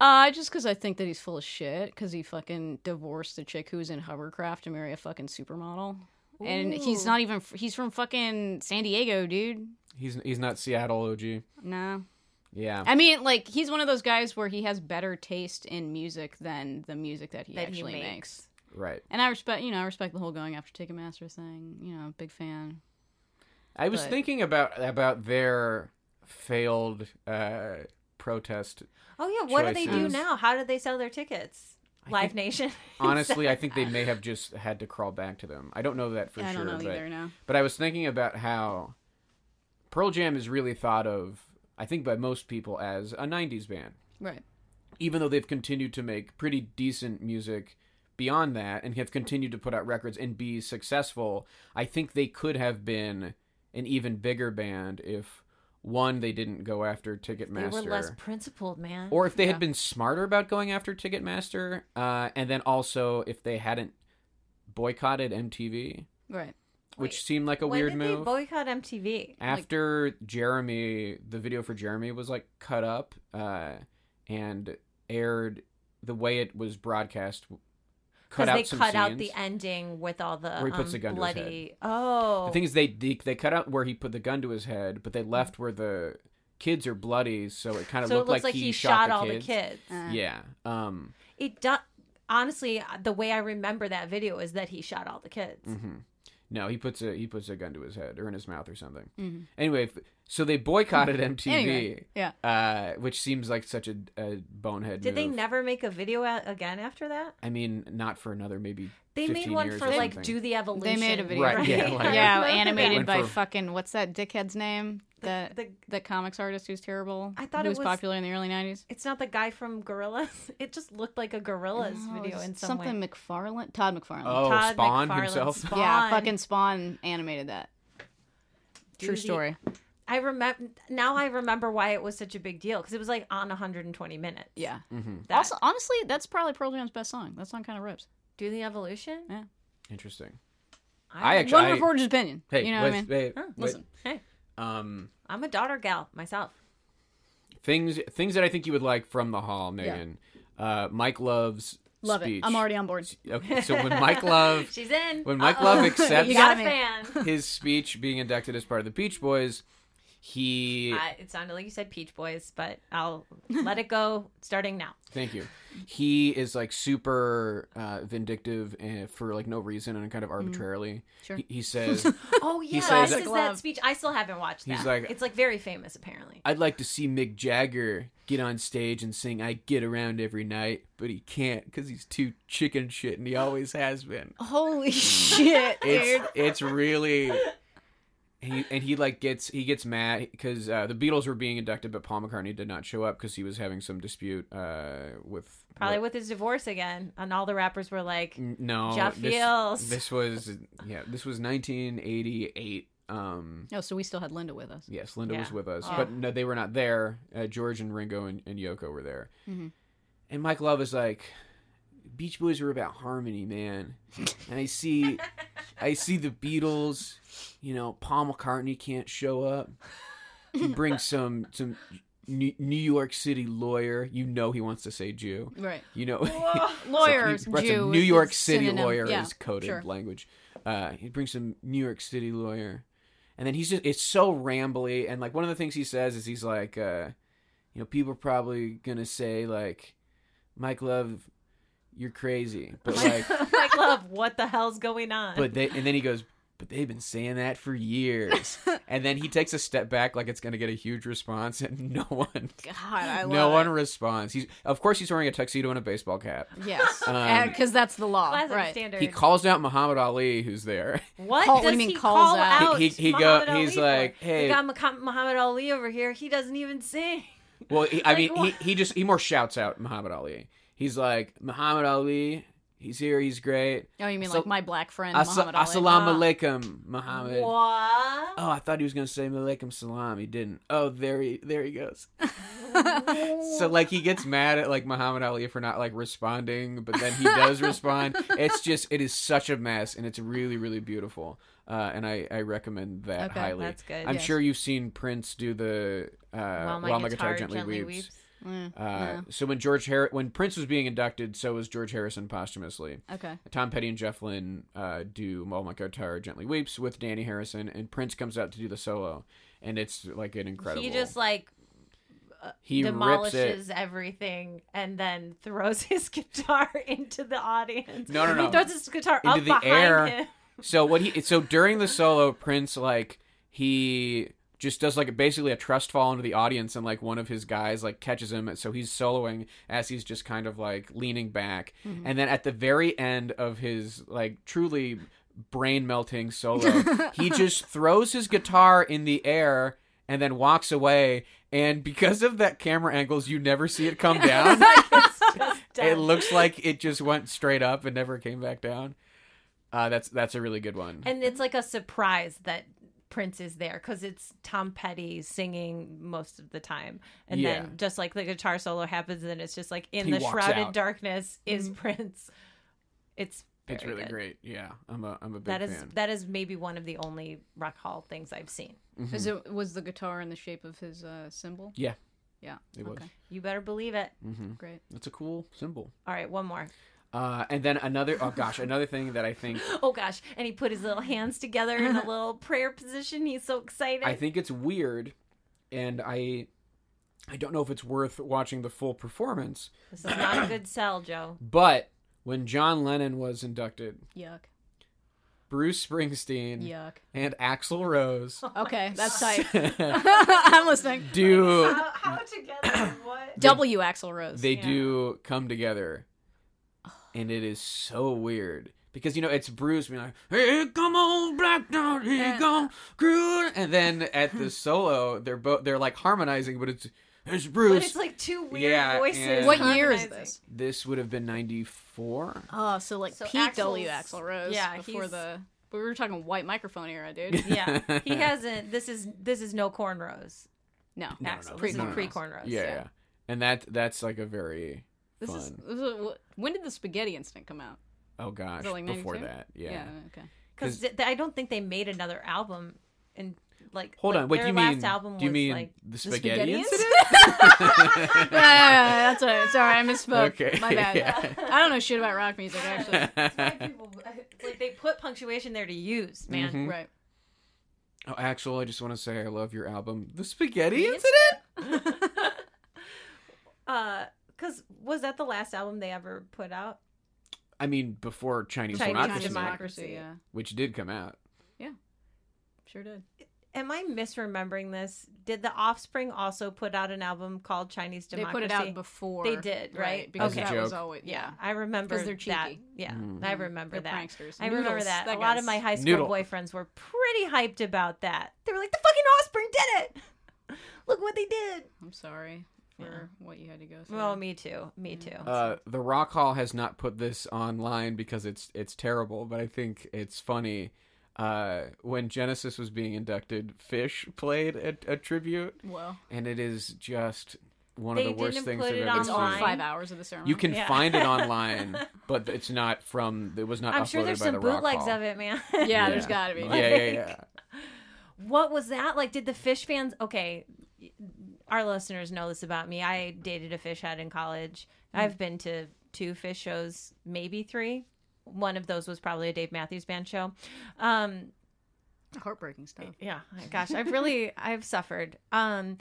S3: Uh, just because I think that he's full of shit. Because he fucking divorced the chick who was in hovercraft to marry a fucking supermodel, and he's not even. f- He's from fucking San Diego, dude.
S1: He's he's not Seattle OG.
S3: No,
S1: Yeah,
S3: I mean, like he's one of those guys where he has better taste in music than the music that he
S2: That he
S3: actually
S2: makes.
S3: makes.
S1: right.
S3: And I respect, you know, I respect the whole going after Ticketmaster thing. You know, big fan.
S1: I was
S3: But-
S1: thinking about about their failed uh, protest.
S2: Oh yeah, what do they do
S1: Choices.
S2: now? How do they sell their tickets? Live Nation.
S1: Honestly, I think they may have just had to crawl back to them. I don't know that for
S3: I
S1: sure.
S3: don't know
S1: but-
S3: either. No,
S1: But I was thinking about how Pearl Jam is really thought of, I think, by most people as a 90s band,
S3: right.
S1: even though they've continued to make pretty decent music beyond that and have continued to put out records and be successful. I think they could have been an even bigger band if, one, they didn't go after
S2: they
S1: Ticketmaster.
S2: were less principled, man.
S1: or if they had been smarter about going after Ticketmaster, uh, and then also if they hadn't boycotted MTV,
S3: Right.
S1: which seemed like a
S2: when
S1: weird
S2: did
S1: move
S2: they boycott MTV?
S1: after Jeremy, the video for Jeremy was like cut up uh, and aired the way it was broadcast. cut out
S2: they
S1: some
S2: cut out
S1: scenes.
S2: the ending with all the
S1: Where he puts
S2: um,
S1: the gun to his
S2: bloody.
S1: head.
S2: Oh,
S1: The thing is, they, they they cut out where he put the gun to his head, but they left where the kids are bloody, so it kind of
S2: so it
S1: looked
S2: looks like, he, shot, all the kids.
S3: Uh,
S1: Yeah. Um.
S2: It do- honestly, the way I remember that video is that he shot all the kids.
S1: Mm-hmm.
S3: Mm-hmm.
S1: No, he puts a he puts a gun to his head or in his mouth or something. Anyway, f- so they boycotted MTV,
S3: mm-hmm. Anyway, yeah.
S1: uh, which seems like such a, a bonehead.
S2: Did they
S1: move.
S2: never make a video a- again after that?
S1: I mean, not for another maybe.
S2: They
S1: 15
S2: made one
S1: years
S2: for
S1: or
S2: like
S1: something.
S2: do the evolution.
S3: They made a video.
S1: Right, yeah, like-
S2: I
S3: yeah,
S2: remember
S3: animated
S1: Went
S3: by
S1: for-
S3: fucking what's that dickhead's name? The the,
S2: the-
S3: comics artist who's terrible.
S2: I thought
S3: who
S2: it
S3: was,
S2: was-
S3: popular in the early nineties.
S2: It's not the guy from Gorillas. It just looked like a Gorillas video in some
S3: something
S2: way.
S3: McFarlane, Todd McFarlane.
S1: Oh,
S2: Todd
S1: Spawn
S2: McFarlane's
S1: himself.
S2: Spawn.
S3: Yeah, fucking Spawn animated that. True
S2: Doozy.
S3: story.
S2: I remember now. I remember why it was such a big deal because it was like on 120 minutes.
S3: Yeah.
S1: Mm-hmm.
S2: That-
S3: Also, honestly, that's probably Pearl Jam's best song. That song kind of rips.
S2: do the evolution.
S3: Yeah.
S1: Interesting. I actually.
S3: One
S1: I-
S3: reporter's opinion.
S1: Hey,
S3: you know what I
S1: wait,
S3: mean?
S1: wait, wait.
S3: Listen,
S2: Hey,
S1: Um,
S2: I'm a daughter gal myself.
S1: things things that I think you would like from the hall, Megan. Uh, Mike loves
S3: love
S1: speech.
S3: it. I'm already on board.
S1: Okay, so when Mike Love
S2: She's in.
S1: when Mike Love
S3: You
S1: accepts
S3: got
S2: a
S3: me.
S2: fan.
S1: his speech being inducted as part of the Beach Boys, he
S2: I, it sounded like you said Peach Boys, but I'll let it go starting now.
S1: Thank you. He is like super uh, vindictive and for like no reason and kind of arbitrarily. Sure. He, he says,
S2: Oh yeah,
S1: says-
S2: this is that speech. I still haven't watched that.
S1: He's like-
S2: it's like very famous apparently.
S1: "I'd like to see Mick Jagger get on stage and sing I Get Around Every Night, but he can't because he's too chicken shit and he always has been."
S3: Holy shit, Oh, dude.
S1: It's it's really. He, and he like gets he gets mad because uh, the Beatles were being inducted, but Paul McCartney did not show up because he was having some dispute uh, with
S2: Probably with his divorce again, and all the rappers were like,
S1: N- No,
S2: Jeff
S1: this,
S2: Fields.
S1: This was yeah, this was 1988. Um,
S3: No, Oh, so we still had Linda with us.
S1: yes, Linda was
S2: Yeah.
S1: with us, but no, they were not there. Uh, George and Ringo and, and Yoko were there,
S2: Mm-hmm.
S1: and Mike Love is like, Beach Boys were about harmony, man. And I see, I see the Beatles. You know, Paul McCartney can't show up. He brings some some. New New York City lawyer, you know he wants to say Jew,
S3: Right.
S1: You know,
S3: Lawyers,
S1: So he brought some
S3: Jew,
S1: New
S3: is
S1: York
S3: the
S1: City
S3: synonym.
S1: lawyer
S3: Yeah,
S1: is coded
S3: sure.
S1: language. Uh, he brings some New York City lawyer, and then he's just—it's so rambly. And like one of the things he says is he's like, uh, you know, people are probably gonna say like, Mike Love, you're crazy, but like,
S2: Mike Love, what the hell's going on?
S1: but they, and then he goes. But they've been saying that for years, and then he takes a step back, like it's going to get a huge response, and no one,
S3: God, I love
S1: no
S3: it.
S1: one responds. He's, of course, he's wearing a tuxedo and a baseball cap.
S3: Yes,
S1: Um,
S3: because that's the law,
S2: Classic
S3: right?
S2: standard.
S1: He calls out Muhammad Ali, who's there.
S2: what
S3: Call- what
S2: does
S3: do you mean
S2: he
S3: calls
S2: call
S3: out?
S2: out?
S1: He- he- he go-
S2: Muhammad
S1: he's
S2: Ali for?
S1: like, hey.
S2: we got Mah- Muhammad Ali over here. He doesn't even sing.
S1: Well, he, I mean,
S2: what?
S1: he, he just he more shouts out Muhammad Ali. He's like Muhammad Ali. He's here. He's great.
S3: Oh, you mean
S1: So-
S3: like my black friend
S1: As-
S3: Muhammad Ali?
S1: Assalamu alaikum, Muhammad.
S2: Uh, What?
S1: Oh, I thought he was gonna say Malaikum Salam. He didn't. Oh, there he there he goes. so like he gets mad at like Muhammad Ali for not like responding, but then he does respond. It's just it is such a mess, and it's really really beautiful. Uh, and I, I recommend that
S3: Okay,
S1: highly.
S2: that's good.
S1: I'm
S3: Yes.
S1: sure you've seen Prince do the uh, while,
S2: my guitar gently weeps.
S3: Mm,
S1: Uh, So when George Har- when Prince was being inducted, so was George Harrison posthumously.
S3: okay.
S1: Tom Petty and Jeff Lynne uh, do "While My Guitar Gently Weeps" with Danny Harrison, and Prince comes out to do the solo, and it's like an incredible.
S2: He just like
S1: he rips it.
S2: demolishes everything and then throws his guitar into the audience.
S1: No, no, no.
S2: He throws his guitar
S1: Into
S2: up
S1: the
S2: behind
S1: air.
S2: him.
S1: So what he so during the solo, Prince like he just does like basically a trust fall into the audience, and like one of his guys like catches him, so he's soloing as he's just kind of like leaning back,
S2: Mm-hmm.
S1: and then at the very end of his like truly brain melting solo, he just throws his guitar in the air and then walks away. And because of that camera angles, you never see it come down. it looks like it just went straight up and never came back down. Uh, that's that's a really good one.
S2: And it's like a surprise that Prince is there because it's Tom Petty singing most of the time. And
S1: Yeah.
S2: then just like the guitar solo happens, and it's just like in
S1: He
S2: the
S1: walks
S2: shrouded
S1: out. Mm-hmm.
S2: darkness is Prince. It's
S1: it's
S2: very
S1: really
S2: good.
S1: great. Yeah, I'm a I'm a big
S2: That is
S1: fan.
S2: that is maybe one of the only rock hall things I've seen.
S3: Is it was the guitar in the shape of his uh, symbol?
S1: yeah,
S3: Yeah.
S1: Mm-hmm. it was.
S3: Okay.
S1: Mm.
S2: You better believe it.
S3: Great.
S1: That's a cool symbol.
S2: All right, one more.
S1: Uh, and then another, oh gosh, another thing that I think
S2: Oh gosh. And he put his little hands together in a little prayer position. He's so excited.
S1: I think it's weird, and I I don't know if it's worth watching the full performance.
S2: this is not a good sell, Joe.
S1: But when John Lennon was inducted,
S3: Yuck.
S1: Bruce Springsteen
S3: Yuck.
S1: and Axl Rose
S3: Okay, that's tight. I'm listening.
S1: do
S4: How together? What?
S3: W. Axel Rose.
S1: they do come together, and it is so weird. Because you know it's Bruce being like, "Hey, come on, black dog, here go, Groot," and then at the solo, they're both they're like harmonizing, but it's it's Bruce.
S2: But it's like two weird
S1: Yeah,
S2: voices.
S1: and-
S3: what year is
S2: harmonizing.
S3: this?
S1: this would have been ninety four.
S3: Oh, so like
S2: So
S3: peak W.
S2: Axl's-
S3: Axel Rose.
S2: yeah,
S3: before
S2: he's-
S3: the. But we were talking white microphone era, dude.
S2: Yeah. He hasn't this is this is no cornrows.
S3: No,
S2: Axel. This is
S3: Pre-cornrows.
S2: pre-cornrows.
S1: yeah, yeah. And that that's like a very
S3: This
S1: fun.
S3: is, this is what- when did the spaghetti instant come out?
S1: oh gosh,
S3: that like
S1: before
S3: 92?
S1: that, yeah.
S3: okay.
S2: Because I don't think they made another album and like
S1: Hold
S2: like,
S1: on, wait.
S2: their
S1: You
S2: last
S1: mean
S2: album
S1: do you
S2: was,
S1: mean
S2: like,
S1: the spaghetti,
S3: Spaghetti
S1: incident?
S3: Yeah, yeah, yeah, that's right. Sorry, I misspoke.
S1: Okay,
S3: My bad.
S1: yeah.
S3: I don't know shit about rock music, actually.
S2: people, like they put punctuation there to use, man.
S1: Mm-hmm.
S3: right.
S1: oh, actual, I just want to say I love your album, The Spaghetti Incident.
S2: Because Uh, was that the last album they ever put out?
S1: I mean, before Chinese,
S2: Chinese
S1: Democracy,
S3: Democracy,
S2: Democracy.
S3: yeah.
S1: which did come out.
S3: Sure did.
S2: Am I misremembering this? Did the Offspring also put out an album called Chinese
S3: They
S2: Democracy?
S3: put it out before.
S2: They did, right?
S3: Because
S1: As a
S3: that was
S1: joke.
S3: always.
S2: Yeah,
S3: Yeah.
S2: I remember
S3: 'Cause they're
S2: that.
S3: cheeky.
S2: Yeah,
S1: Mm-hmm.
S2: I remember
S3: They're
S2: that.
S3: pranksters.
S2: I remember
S3: Noodles,
S2: that.
S3: that
S2: A lot of
S3: guy's-
S2: my high school
S1: Noodle.
S2: boyfriends were pretty hyped about that. They were like, "The fucking Offspring did it! Look what they did!"
S3: I'm sorry for what you had to go through.
S2: Well, me too. Me too.
S1: Uh, the Rock Hall has not put this online because it's it's terrible, but I think it's funny. Uh, when Genesis was being inducted, Fish played a, a tribute,
S3: Well,
S1: and it is just one
S2: They
S1: of the worst
S2: didn't
S1: things
S2: put
S1: I've
S2: it
S1: ever
S3: it's all
S1: seen.
S2: online.
S3: five hours of the sermon.
S1: You can find it online, but it's not from. It was not.
S2: I'm
S1: uploaded
S2: sure there's
S1: by the
S2: some
S1: Rock
S2: bootlegs
S1: Hall.
S2: of it, man.
S3: Yeah, there's got to be.
S1: Yeah, yeah, yeah.
S2: what was that like? Did the fish fans? Okay, our listeners know this about me. I dated a fish head in college.
S3: Mm.
S2: I've been to two fish shows, maybe three. One of those was probably a Dave Matthews Band show. Um,
S3: Heartbreaking stuff.
S2: yeah gosh i've really i've suffered um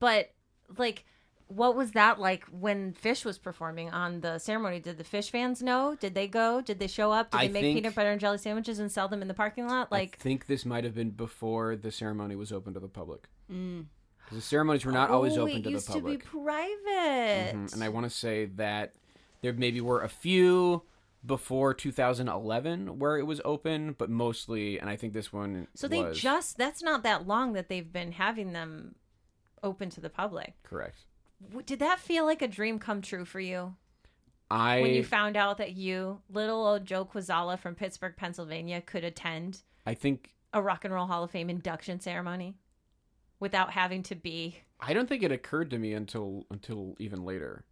S2: but like what was that like when fish was performing on the ceremony did the fish fans know did they go did they show up did
S1: I
S2: they make
S1: think-
S2: peanut butter and jelly sandwiches and sell them in the parking lot
S1: I
S2: like
S1: think this might have been before the ceremony was open to the public. Because the ceremonies were not always
S2: Mm. oh,
S1: open to
S2: it
S1: the
S2: used to be
S1: public.
S2: private
S1: Mhm. And I want to say that there maybe were a few before 2011 where it was open, but mostly, and I think this one.
S2: so they
S1: was
S2: just that's not that long that they've been having them open to the public
S1: correct.
S2: W- did that feel like a dream come true for you
S1: I
S2: when you found out that you little old joe quazala from pittsburgh pennsylvania could attend
S1: I think
S2: a rock and roll hall of fame induction ceremony without having to be
S1: I don't think it occurred to me until until even later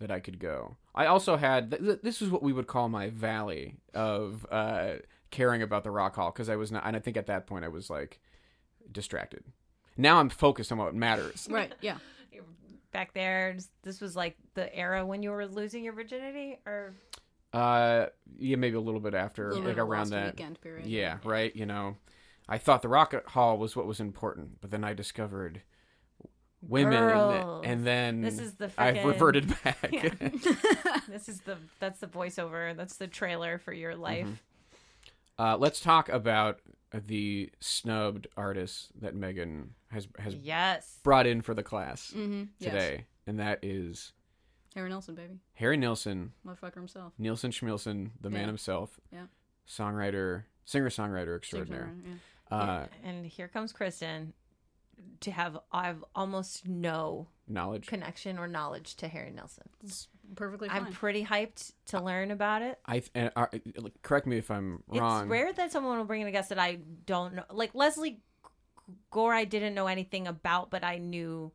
S1: that I could go. I also had th- th- this is what we would call my valley of uh, caring about the rock hall because I was not, and I think at that point I was like distracted. Now I'm focused on what matters.
S3: Right, yeah.
S2: back there this was like the era when you were losing your virginity or
S1: Uh, yeah, maybe a little bit after,
S3: Little
S1: like
S3: bit of
S1: around
S3: lost
S1: that
S3: weekend period.
S1: Yeah, right. You know, I thought the rock hall was what was important, but then I discovered women,
S2: Girls.
S1: and then
S2: This is the
S1: I
S2: frickin-
S1: reverted back.
S2: this is the that's the voiceover that's the trailer for
S1: Mm-hmm.
S2: your life
S1: Uh, let's talk about the snubbed artists that Megan has has
S2: yes
S1: brought in for the class
S3: Mm-hmm.
S1: today, and that is
S3: Harry Nelson, baby.
S1: Harry Nilsson,
S3: Motherfucker himself.
S1: Nielsen Schmielsen, the man
S3: Yeah.
S1: himself,
S3: Yeah.
S1: songwriter, singer songwriter
S3: Seems
S1: extraordinaire.
S3: around, yeah.
S1: Uh,
S2: and here comes kristen to have i've almost no
S1: knowledge.
S2: connection or knowledge to harry nelson
S3: It's perfectly fine.
S2: i'm pretty hyped to learn about it
S1: I th- and, uh, correct me if I'm wrong.
S2: It's rare that someone will bring in a guest that I don't know. Like Leslie Gore, I didn't know anything about, but I knew.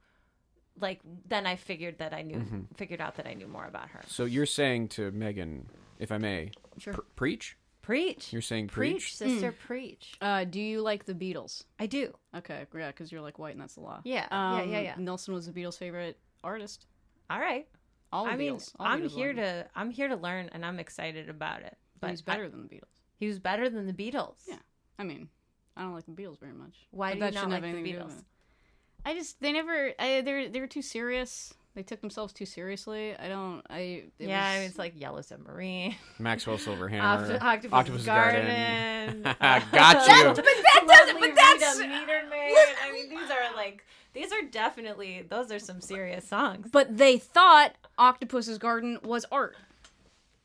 S2: Like then I figured that I knew,
S1: Mm-hmm.
S2: figured out that I knew more about her.
S1: So you're saying to Megan, if I may,
S3: Sure.
S1: pr- preach.
S2: Preach,
S1: You're saying
S2: preach,
S1: preach.
S2: sister, preach.
S3: Uh, do you like the Beatles?
S2: I do.
S3: Okay, yeah, because you're like white and that's the law. Um,
S2: Yeah, yeah, yeah, yeah.
S3: Nelson was the Beatles' favorite artist.
S2: All right.
S3: All the
S2: I mean,
S3: Beatles. All the
S2: I'm
S3: Beatles
S2: here
S3: loved him.
S2: to I'm here to learn, and I'm excited about it. But
S3: He was better than the Beatles.
S2: I- he was better than the Beatles.
S3: Yeah. I mean, I don't like the Beatles very much.
S2: Why
S3: But
S2: do you
S3: that
S2: not
S3: shouldn't have
S2: like the
S3: anything to do with
S2: Beatles?
S3: it. I just they never I, they're they were too serious. They took themselves too seriously. I don't I it
S2: yeah. I
S3: was-
S2: mean, it's like Yellow Submarine.
S1: Maxwell
S2: Oct-
S1: Silverhammer,
S2: Octopus, Garden.
S1: Got you.
S2: that
S4: doesn't- but that's-
S2: meter maid. I mean, these are like these are definitely those are some serious songs.
S3: But they thought Octopus's Garden was art.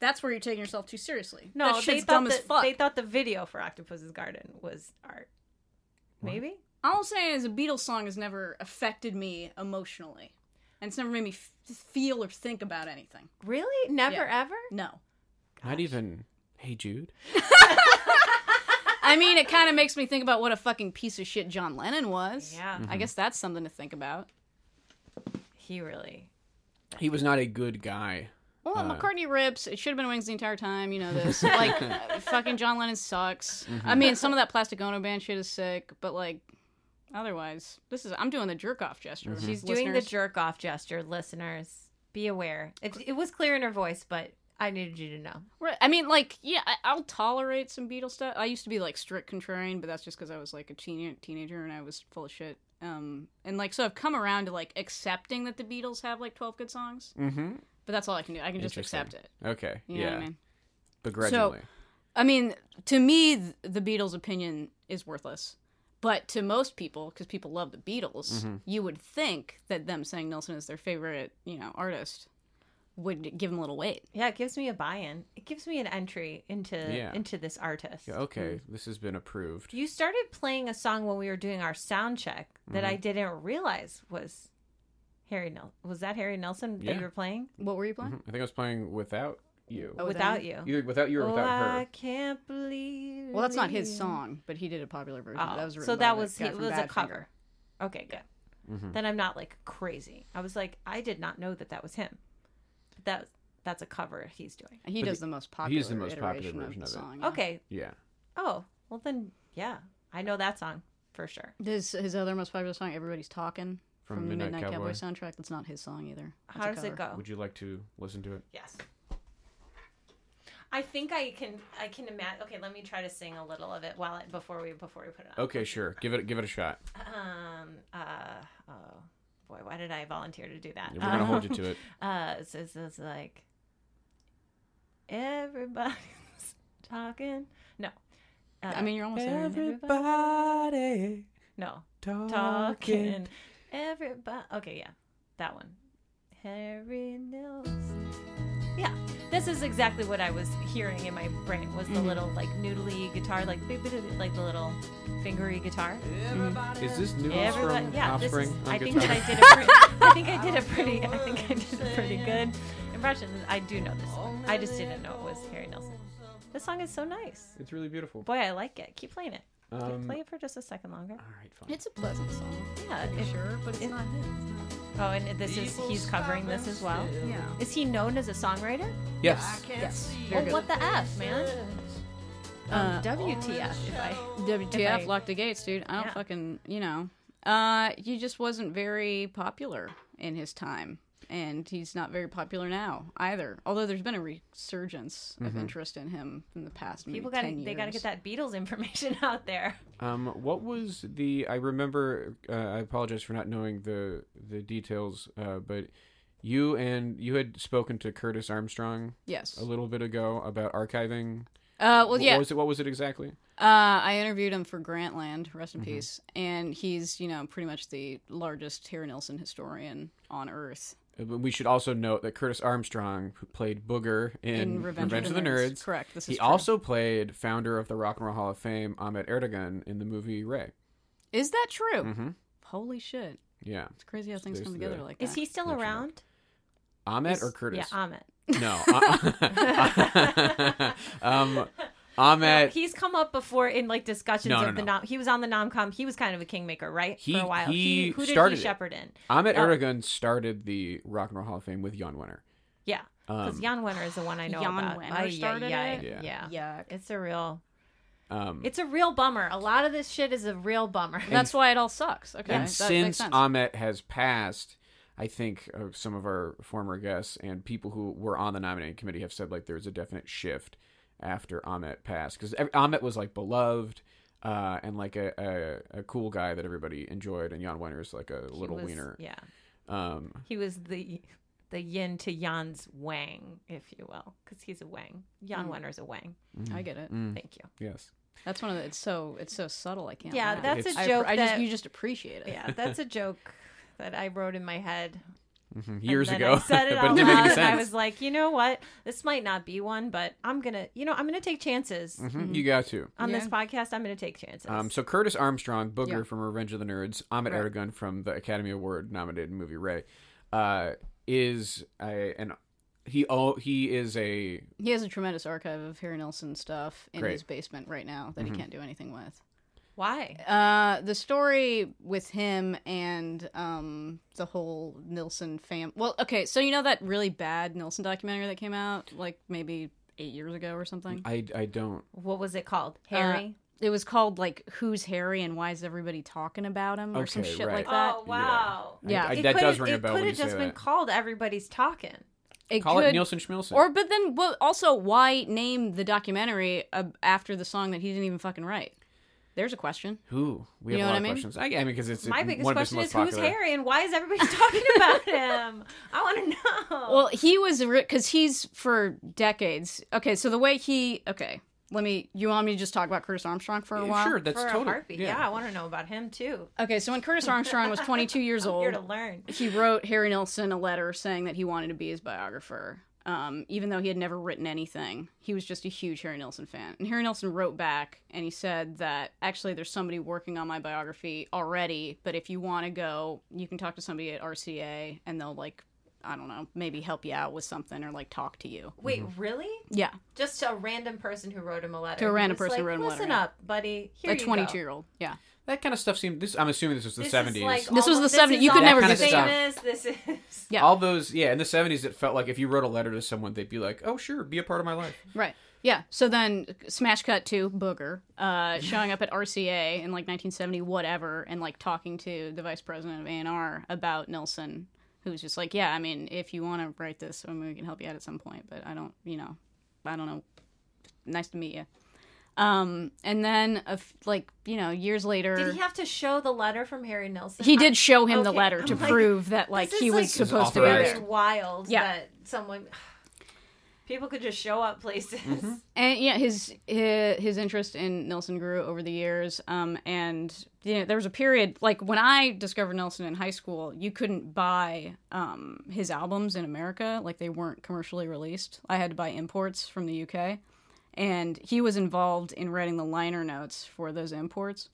S3: That's where you're taking yourself too seriously.
S2: No,
S3: that
S2: they
S3: shit's
S2: thought
S3: dumb
S2: the,
S3: as fuck.
S2: They thought the video for Octopus's Garden was art. Maybe
S3: All I'm saying is a Beatles song has never affected me emotionally, and it's never made me f- feel or think about anything.
S2: really never
S3: Yeah.
S2: ever.
S3: No,
S1: Not even. Hey Jude.
S3: I mean it kind of makes me think about what a fucking piece of shit John Lennon was.
S2: Yeah.
S3: I guess that's something to think about.
S2: He really.
S1: He was not a good guy.
S3: Well,
S1: Uh.
S3: McCartney rips. It should have been Wings the entire time. You know this. like, uh, fucking John Lennon sucks.
S1: Mm-hmm.
S3: I mean, some of that Plastic Ono Band shit is sick, but like, otherwise, this is. I'm doing the jerk off gesture.
S1: Mm-hmm.
S2: She's doing the
S3: listeners.
S2: jerk off gesture, listeners. Be aware. It, it was clear in her voice, but I needed you to know.
S3: Right. I mean, like, yeah, I, I'll tolerate some Beatles stuff. I used to be like strict contrarian, but that's just because I was like a teen- teenager and I was full of shit. Um, and like, so I've come around to like accepting that the Beatles have like 12 good songs,
S1: Mm-hmm.
S3: but that's all I can do. I can just accept it.
S1: Okay.
S3: You know
S1: yeah.
S3: what I mean?
S1: Begrudgingly.
S3: I mean, to me, th- the Beatles' opinion is worthless. But to most people, because people love the Beatles,
S1: Mm-hmm.
S3: you would think that them saying Nelson is their favorite, you know, artist would give them a little weight.
S2: Yeah, it gives me a buy-in. It gives me an entry into
S1: Yeah.
S2: into this artist.
S1: okay. This has been approved.
S2: You started playing a song when we were doing our sound check that
S1: Mm-hmm.
S2: I didn't realize was Harry Nelson. Was that Harry Nelson that
S1: Yeah.
S2: you were playing?
S3: What were you playing?
S1: Mm-hmm. I think I was playing without you.
S3: Oh,
S2: without
S3: that-
S2: you.
S1: Either without you or without
S2: oh, I
S1: her.
S2: can't believe.
S3: Well, that's not his
S2: it.
S3: song, but he did a popular version.
S2: Oh,
S3: that was written
S2: so
S3: by
S2: that
S3: the
S2: was
S3: guy
S2: it
S3: from
S2: was a
S3: Badfinger.
S2: cover. Okay, good.
S1: Mm-hmm.
S2: Then I'm not like crazy. I was like, I did not know that that was him. But that that's a cover he's doing.
S3: He does the most popular.
S1: he's the most popular
S3: iteration
S1: version
S3: of
S1: of
S3: the
S1: it.
S3: song.
S2: Okay.
S1: Yeah.
S2: Oh well, then yeah, I know that song for sure.
S3: His his other most popular song, "Everybody's Talking,"
S1: From
S3: from, the
S1: Midnight
S3: Midnight, Cowboy.
S1: Cowboy.
S3: soundtrack. That's not his song either. That's
S2: How
S3: a
S2: does it
S3: cover.
S2: go?
S1: Would you like to listen to it?
S2: Yes. I think I can. I can imagine. Okay, let me try to sing a little of it while I, before we before we put it on.
S1: Okay, sure. Give it give it a shot.
S2: Um. Uh. Oh boy, why did I volunteer to do that?
S1: We're gonna hold you to it.
S2: uh so it's, it's like everybody's talking no uh,
S3: I mean, you're almost there.
S1: Everybody
S2: no
S1: talking.
S2: talking everybody okay yeah that one harry nelson yeah this is exactly what i was hearing in my brain was the
S1: Mm-hmm.
S2: little like noodly guitar like beep, beep, beep, like the little fingery guitar
S1: Is this new
S2: Everybody,
S1: from
S2: yeah, this
S1: Offspring?
S2: is,
S1: on
S2: I think
S1: guitar?
S2: that I did a pretty, I think I did a pretty, I think I did a pretty good impression. I do know this song. I just didn't know it was Harry Nelson. This song is so nice.
S1: It's really beautiful.
S2: Boy, I like it. Keep playing it. Keep-
S1: Um,
S2: Play it for just a second longer.
S1: All right, fine.
S3: It's a pleasant song.
S2: Yeah, if-
S3: sure, but it's
S2: it-
S3: not his.
S2: Oh, and this is he's covering this as well.
S3: Yeah.
S2: Is he known as a songwriter?
S1: yes.
S3: Yes.
S2: Oh,
S3: Very good.
S2: what the f, man?
S3: Uh,
S2: WTF? If I
S3: WTF?
S2: I-
S3: Lock the gates, dude. I don't
S2: Yeah.
S3: fucking. You know. Uh, he just wasn't very popular in his time, and he's not very popular now either. Although there's been a resurgence of
S1: Mm-hmm.
S3: interest in him in the past. Maybe
S2: people got
S3: 10
S2: they got to get
S3: years.
S2: that Beatles information out there.
S1: Um, what was the? I remember. Uh, I apologize for not knowing the the details, uh, but you and you had spoken to Curtis Armstrong
S3: Yes.
S1: a little bit ago about archiving.
S3: Uh, well,
S1: What
S3: yeah.
S1: was it? What was it exactly?
S3: Uh, I interviewed him for Grantland, rest
S1: Mm-hmm.
S3: in peace, and he's you know pretty much the largest Harry Nilsson historian on earth.
S1: Uh, but We should also note that Curtis Armstrong, who played Booger in,
S3: In
S1: Revenge, of the Nerds,
S3: Correct, this
S1: he
S3: is true.
S1: also played founder of the Rock and Roll Hall of Fame, Ahmet Erdogan, in the movie Ray.
S3: Is that true?
S1: Mhm.
S3: Holy shit!
S1: Yeah,
S3: It's crazy how things
S1: There's
S3: come together
S1: the-
S3: like that.
S2: Is he still around?
S1: Ahmet or Curtis?
S2: Yeah, Amit.
S1: no. Uh, um, Ahmet.
S2: he's come up before in like discussions
S1: No,
S2: of
S1: no,
S2: the
S1: no.
S2: nom. He was on the nomcom. He was kind of a kingmaker, right?
S1: He-
S2: For a while.
S1: he
S2: who did
S1: started it.
S2: he shepherd in?
S1: Ahmet
S3: uh,
S2: Oh.
S1: Erdogan started the Rock and Roll Hall of Fame with Jan Wenner.
S2: Yeah, because
S1: Um,
S2: Jan Wenner is the one I know
S3: Jan
S2: about.
S3: Wenner
S2: Ay, ay,
S3: started
S2: ay.
S3: it?
S1: Yeah.
S2: Yeah.
S3: Yuck.
S2: It's a real.
S1: Um,
S2: It's a real bummer. A lot of this shit is a real bummer.
S3: That's why it all sucks. Okay,
S1: and
S3: that makes
S1: since
S3: sense.
S1: Ahmet has passed, I think uh, some of our former guests and people who were on the nominating committee have said like there was a definite shift after Ahmet passed because Ahmet was like beloved uh, and like a, a, a cool guy that everybody enjoyed, and Jan Wenner is like a little
S2: was-
S1: wiener.
S2: Yeah.
S1: Um,
S2: He was the the yin to Jan's Wang, if you will, because he's a Wang. Jan
S1: Hmm.
S2: Wenner's a Wang.
S3: I get
S1: Mm.
S3: it.
S2: Thank you.
S1: mm-hmm. yes.
S3: That's one of the. It's so it's so subtle. I can't.
S2: Yeah,
S3: laugh.
S2: that's
S1: a
S3: I-
S2: joke
S3: I, just
S2: that-
S3: you just appreciate it.
S2: Yeah, that's a joke that I wrote in my head
S1: Mhm.
S2: And
S1: Years
S2: then
S1: ago,
S2: I said
S1: but
S2: it
S1: it
S2: out
S1: didn't make any
S2: loud, and I
S1: sense.
S2: was like, you know what? This might not be one, but I'm gonna, you know, I'm gonna take chances
S1: Mhm. You got to.
S2: on this
S3: Yeah.
S2: podcast. I'm gonna take chances.
S1: Um, so Curtis Armstrong, Booger
S3: Yeah.
S1: from Revenge of the Nerds, Ahmet
S3: Right.
S1: Erdogan from the Academy Award nominated movie Ray, uh, is a, an he oh he is a
S3: He has a tremendous archive of Harry Nelson stuff in
S1: Great. Mm-hmm.
S3: his basement right now that he can't do anything with.
S2: Why?
S3: Uh, the story with him and um, the whole Nilsson fam. Well, okay, so you know that really bad Nilsson documentary that came out like maybe eight years ago or something. Uh,
S1: I I don't
S2: What was it called? Harry.
S3: It was called like "Who's Harry and Why Is Everybody Talking About Him?" or some
S1: Okay,
S3: shit
S1: right.
S3: like that.
S2: oh wow!
S1: I-
S3: Yeah.
S1: I-
S2: It
S1: that
S2: could've-
S1: does ring a bell
S2: It
S1: when
S2: could
S1: you
S2: have
S1: say
S2: just been
S1: that.
S2: called "Everybody's Talking."
S3: It
S1: Call it
S3: could-
S1: Nielsen Schmielsen.
S3: Or, but then, well, also, why name the documentary uh, after the song that he didn't even fucking write? There's a question.
S1: who we have
S3: You
S1: a lot
S3: know
S1: of
S3: what I mean?
S1: questions. I, I mean, because it's
S2: My
S1: one
S2: biggest
S1: of his
S2: question
S1: most
S2: is, who's
S1: popular.
S2: Harry, and why is everybody talking about him? I want to know.
S3: Well, he was because he's for decades. Okay, so the way he okay, let me. You want me to just talk about Curtis Armstrong for a
S1: Yeah,
S3: while?
S1: Sure, that's
S2: for
S1: total.
S2: a heartbeat. Yeah, I want to know about him too.
S3: Okay, so when Curtis Armstrong was 22 years
S2: I'm here
S3: old,
S2: to learn.
S3: he wrote Harry Nilsson a letter saying that he wanted to be his biographer. Um, even though he had never written anything, he was just a huge Harry Nilsson fan. And Harry Nilsson wrote back and he said that actually there's somebody working on my biography already, but if you want to go, you can talk to somebody at RCA and they'll like, I don't know, maybe help you out with something or like talk to you.
S2: Wait,
S1: Mm-hmm.
S2: really?
S3: Yeah,
S2: Just to a random person who wrote him a letter.
S3: To a
S2: He
S3: random
S2: was
S3: person who
S2: like,
S3: wrote him a
S2: Listen
S3: letter, yeah.
S2: up, buddy. Here
S3: a
S2: you go."
S3: 22 year old. Yeah.
S1: That kind of stuff seemed. This I'm assuming this was the
S2: This is
S1: 70s.
S2: like
S3: This
S2: all
S3: was
S2: of-
S3: the 70s.
S2: is
S3: You could
S2: all
S3: never
S2: the
S3: do that.
S2: famous. This is.
S3: Yeah.
S1: All those, yeah, in the 70s, it felt like if you wrote a letter to someone, they'd be like, "Oh, sure, be a part of my life."
S3: Right. Yeah. So then, smash cut to Booger uh, showing up at RCA in like 1970, whatever, and like talking to the vice president of ANR about Nelson, who's just like, yeah, I mean, if you want to write this, I mean, we can help you out at some point, but I don't, you know, I don't know. Nice to meet you. Um, and then, a f- like, you know, years later,
S2: Did he have to show the letter from Harry Nelson?
S3: he did show him the
S2: Okay,
S3: letter
S2: I'm
S3: to
S2: like,
S3: prove that like
S2: this
S3: he
S2: is,
S3: was
S2: like,
S3: supposed to be
S1: authorized.
S3: there.
S2: Very wild
S3: Yeah.
S2: that someone. People could just show up places.
S1: Mm-hmm.
S3: and yeah, his his, his interest in Nelson grew over the years. Um, and you know, there was a period like when I discovered Nelson in high school, you couldn't buy um his albums in America, like they weren't commercially released. I had to buy imports from the UK, and he was involved in writing the liner notes for those imports.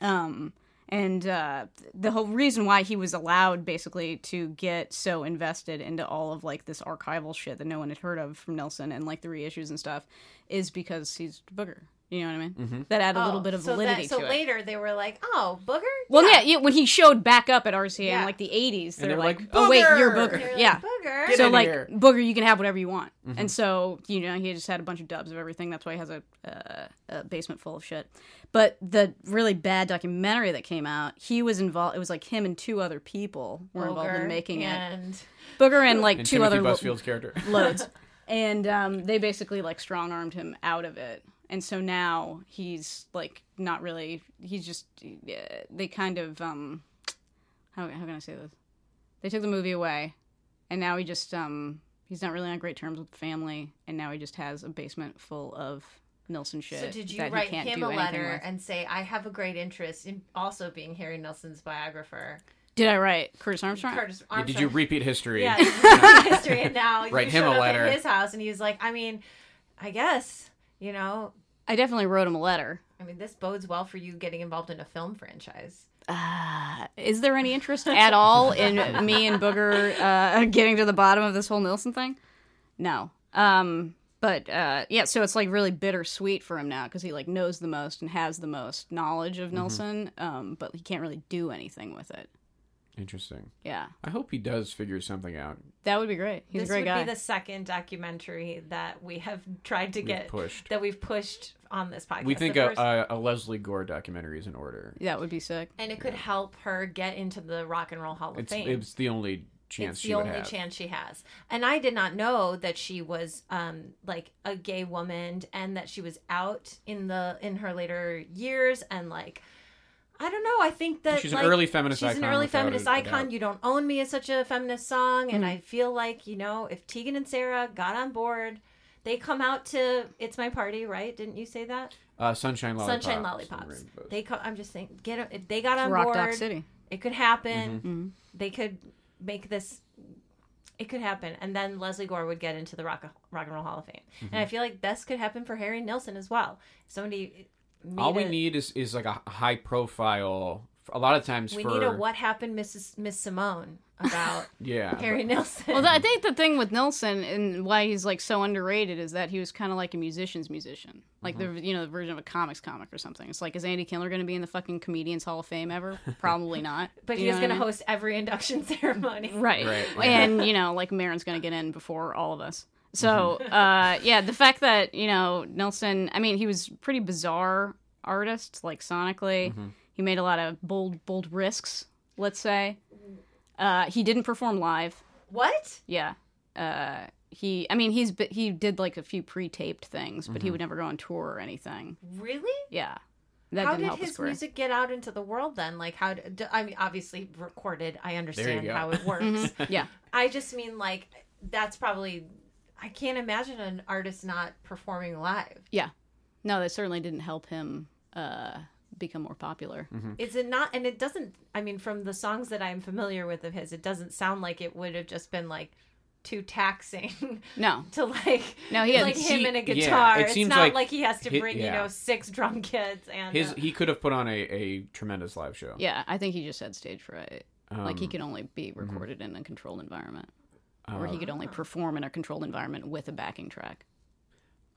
S3: Um, and uh, the whole reason why he was allowed basically to get so invested into all of like this archival shit that no one had heard of from Nelson and like the reissues and stuff is because he's a booger. You know what I mean? That add a little bit of
S2: Oh, so
S3: validity
S2: That, so
S3: to it.
S2: later they were like, "Oh, booger."
S3: well, yeah. yeah, when he showed back up at RCA in
S2: Yeah.
S3: like the '80s,
S1: And
S3: they're
S1: they were
S3: like,
S1: like,
S3: "Oh wait, you're
S1: "Booger!"
S3: booger."
S2: They were like,
S3: yeah,
S2: booger.
S1: Get
S3: so
S1: in
S3: like
S1: here. Mm-hmm.
S3: booger, you can have whatever you want. And so you know he just had a bunch of dubs of everything. That's why he has a, uh, a basement full of shit. But the really bad documentary that came out, he was involved. It was like him and two other people were involved in
S2: Booger
S3: making it.
S2: and
S3: Booger and like
S1: And
S3: two
S1: Timothy
S3: other lo-
S1: Busfield's character.
S3: loads, and um, they basically like strong armed him out of it. And so now he's like not really. He's just uh, they kind of um, how how can I say this? They took the movie away, and now he just um he's not really on great terms with the family, and now he just has a basement full of Nelson shit.
S2: So did you
S3: that
S2: write
S3: he can't
S2: him
S3: do
S2: a
S3: anything
S2: letter
S3: with.
S2: and say, "I have a great interest in also being Harry Nelson's biographer"?
S3: Did I write Curtis Armstrong?
S2: Curtis
S1: Yeah,
S2: Armstrong.
S1: Did you repeat history?
S2: Yeah, you read history, and now
S1: Write
S2: you
S1: him
S2: showed
S1: a
S2: up
S1: letter.
S2: at his house, and he was like, "I mean, I guess you know."
S3: I definitely wrote him a letter.
S2: I mean, this bodes well for you getting involved in a film franchise.
S3: Is there any interest at all in me and Booger uh, getting to the bottom of this whole Nielsen thing? No. Um, but uh, yeah, so it's like really bittersweet for him now because he like knows the most and has the most knowledge of Nelson, um, but he can't really do anything with it.
S1: Interesting.
S3: Yeah,
S1: I hope he does figure something out.
S3: that would be great. He's
S2: this
S3: a great
S2: would
S3: guy.
S2: be the second documentary that we have tried to get
S1: pushed.
S2: that we've pushed on this podcast.
S1: We think
S2: The
S1: a,
S2: first-
S1: a, a Leslie Gore documentary is in order.
S3: that would be sick.
S2: and it could help her get into the Rock and Roll Hall of
S1: It's
S2: Fame.
S1: it's the only chance
S2: it's
S1: she
S2: the
S1: would
S2: only
S1: have.
S2: chance she has and i did not know that she was um like a gay woman and that she was out in the in her later years and like i don't know i think that
S1: She's an
S2: like,
S1: early feminist
S2: she's an
S1: icon
S2: early
S1: without
S2: feminist
S1: a- a
S2: icon
S1: doubt.
S2: you don't own me is such a feminist song and i feel like you know if tegan and sarah got on board they come out to it's my party right didn't you say that
S1: Uh, Sunshine lollipops.
S2: sunshine
S1: and
S2: lollipops
S1: rainbows.
S2: they come i'm just saying get 'em- if they got on
S3: Rock
S2: board
S3: Doc City. Mm-hmm.
S2: it could happen.
S1: Mm-hmm.
S2: They could make this. It could happen, and then Leslie Gore would get into the Rock Rock and Roll Hall of Fame. And
S1: Mm-hmm.
S2: I feel like this could happen for Harry Nilsson as well. If Somebody. Made
S1: All we
S2: a-
S1: need is is like a high profile. A lot of times
S2: We
S1: for
S2: need a what happened, Mrs. Miss Simone about
S1: Yeah,
S2: Harry Nilsson.
S3: Well, I think the thing with Nelson and why he's like so underrated is that he was kind of like a musician's musician, like the you know the version of a comics comic or something. It's like is Andy Kindler going to be in the fucking comedians Hall of Fame ever? Probably not.
S2: but
S3: You
S2: he was
S3: know
S2: going
S3: what
S2: to
S3: I mean?
S2: host every induction ceremony.
S3: right,
S1: Right,
S3: and you know like Maron's going to get in before all of us. So uh, yeah, the fact that you know Nelson, I mean, he was pretty bizarre artist, like sonically. He made a lot of bold bold risks, let's say. Uh, he didn't perform live.
S2: What?
S3: Yeah. Uh, he, I mean, he's b- he did like a few pre-taped things, but he would never go on tour or anything.
S2: Really?
S3: Yeah, that
S2: how
S3: didn't
S2: did
S3: help his
S2: his
S3: career.
S2: music get out into the world then? Like how? d- d- I mean, obviously recorded. I understand
S1: go. Mm-hmm.
S2: how it works.
S3: yeah,
S2: I just mean like that's probably I can't imagine an artist not performing live.
S3: yeah. No, that certainly didn't help him uh, become more popular.
S1: Hmm.
S2: Is it not and it doesn't I mean from the songs that I'm familiar with of his it doesn't sound like it would have just been like too taxing
S3: No,
S2: to like
S3: No, he had-
S2: like him
S3: he-
S2: and a
S1: yeah,
S2: guitar.
S1: it
S2: it's
S1: seems
S2: not
S1: like
S2: like, he has to
S1: hi-
S2: bring, you
S1: yeah.
S2: know, six drum kits and
S1: his
S2: uh,
S1: he could have put on a, a tremendous live show. Um,
S3: yeah, I think he just had stage fright. like he could only be recorded in a controlled environment, or
S1: Oh,
S3: he could only perform in a controlled environment with a backing track.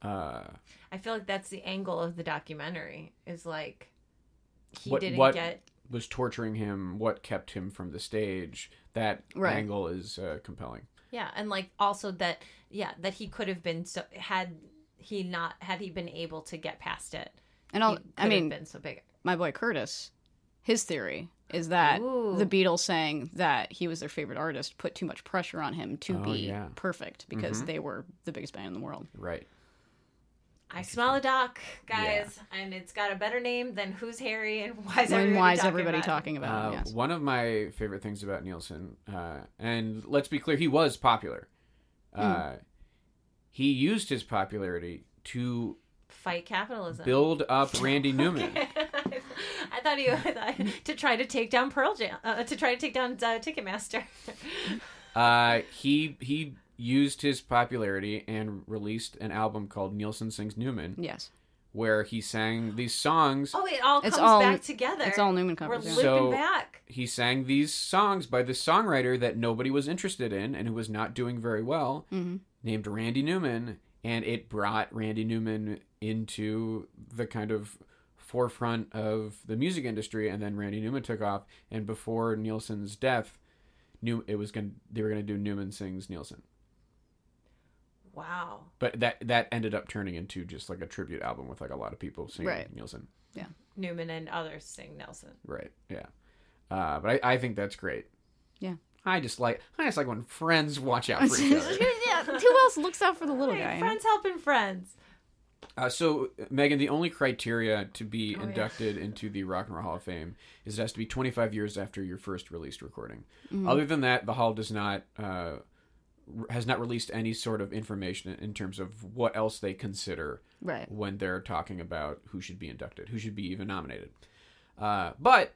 S1: Uh,
S2: I feel like that's the angle of the documentary is like he
S1: what
S2: didn't
S1: what
S2: get
S1: was torturing him? What kept him from the stage? That
S3: Right.
S1: angle is uh, compelling.
S2: Yeah, and like also that yeah, that he could have been so had he not had he been able to get past it.
S3: And I'll,
S2: he could
S3: I mean,
S2: have been so big.
S3: my boy Curtis, his theory is that
S2: Ooh.
S3: the Beatles saying that he was their favorite artist put too much pressure on him to
S1: Oh,
S3: be
S1: yeah. Mm-hmm.
S3: perfect because they were the biggest band in the world.
S1: Right.
S2: I smell a doc, guys, and it's got a better name than who's Harry and why is
S3: When
S2: everybody,
S3: why is
S2: talking,
S3: everybody
S2: about it?
S3: talking about
S1: Uh,
S3: him? Yes.
S1: One of my favorite things about Nielsen, uh, and let's be clear, he was popular. Uh,
S3: Hmm.
S1: he used his popularity to
S2: Fight capitalism.
S1: build up Randy Newman.
S2: I thought he I thought, to try to take down Pearl Jam, uh, to try to take down uh, Ticketmaster.
S1: Uh, he he used his popularity and released an album called Nielsen Sings Newman,
S3: Yes.
S1: where he sang these songs.
S2: oh, it all
S3: It's
S2: comes
S3: all-
S2: back together.
S3: it's all Newman
S2: We're
S3: covers, yeah.
S2: looping
S1: So-
S2: back.
S1: He sang these songs by this songwriter that nobody was interested in and who was not doing very well,
S3: Mm-hmm.
S1: named Randy Newman, and it brought Randy Newman into the kind of forefront of the music industry. And then Randy Newman took off, and before Nielsen's death, New it was going they were going to do Newman sings Nielsen.
S2: Wow.
S1: But that that ended up turning into just like a tribute album with like a lot of people singing
S3: Right.
S1: Nielsen.
S2: Newman and others sing Nelson.
S1: Right. Yeah. Uh, but I, I think that's great.
S3: Yeah.
S1: I just like I just like when friends watch out for each other.
S3: yeah. Who else looks out for the little
S2: Hey,
S3: guy? you know?
S2: friends helping friends.
S1: Uh, so Megan, the only criteria to be
S2: Oh,
S1: inducted into the Rock and Roll Hall of Fame is it has to be 25 years after your first released recording.
S2: Mm-hmm.
S1: Other than that, the hall does not uh, r- has not released any sort of information in terms of what else they consider
S3: Right.
S1: when they're talking about who should be inducted, who should be even nominated. Uh, but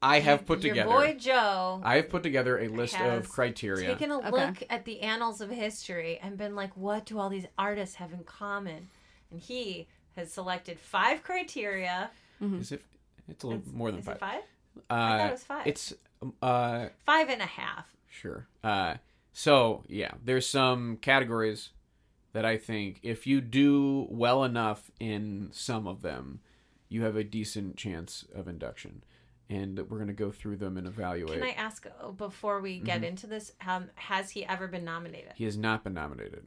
S1: I have put
S2: Your
S1: together
S2: boy Joe
S1: I have put together a list
S2: has
S1: of criteria.
S2: taken a
S3: Okay.
S2: look at the annals of history and been like, what do all these artists have in common? And he has selected five criteria.
S1: Is it? It's a little more than
S2: Is
S1: five.
S2: it five?
S1: Uh,
S2: I thought it was five.
S1: It's um, uh,
S2: Five and a half.
S1: sure. Uh, so yeah, there's some categories that I think if you do well enough in some of them, you have a decent chance of induction. and we're going to go through them and evaluate.
S2: Can I ask uh, before we
S1: Mm-hmm.
S2: get into this? Um, has he ever been nominated?
S1: He has not been nominated.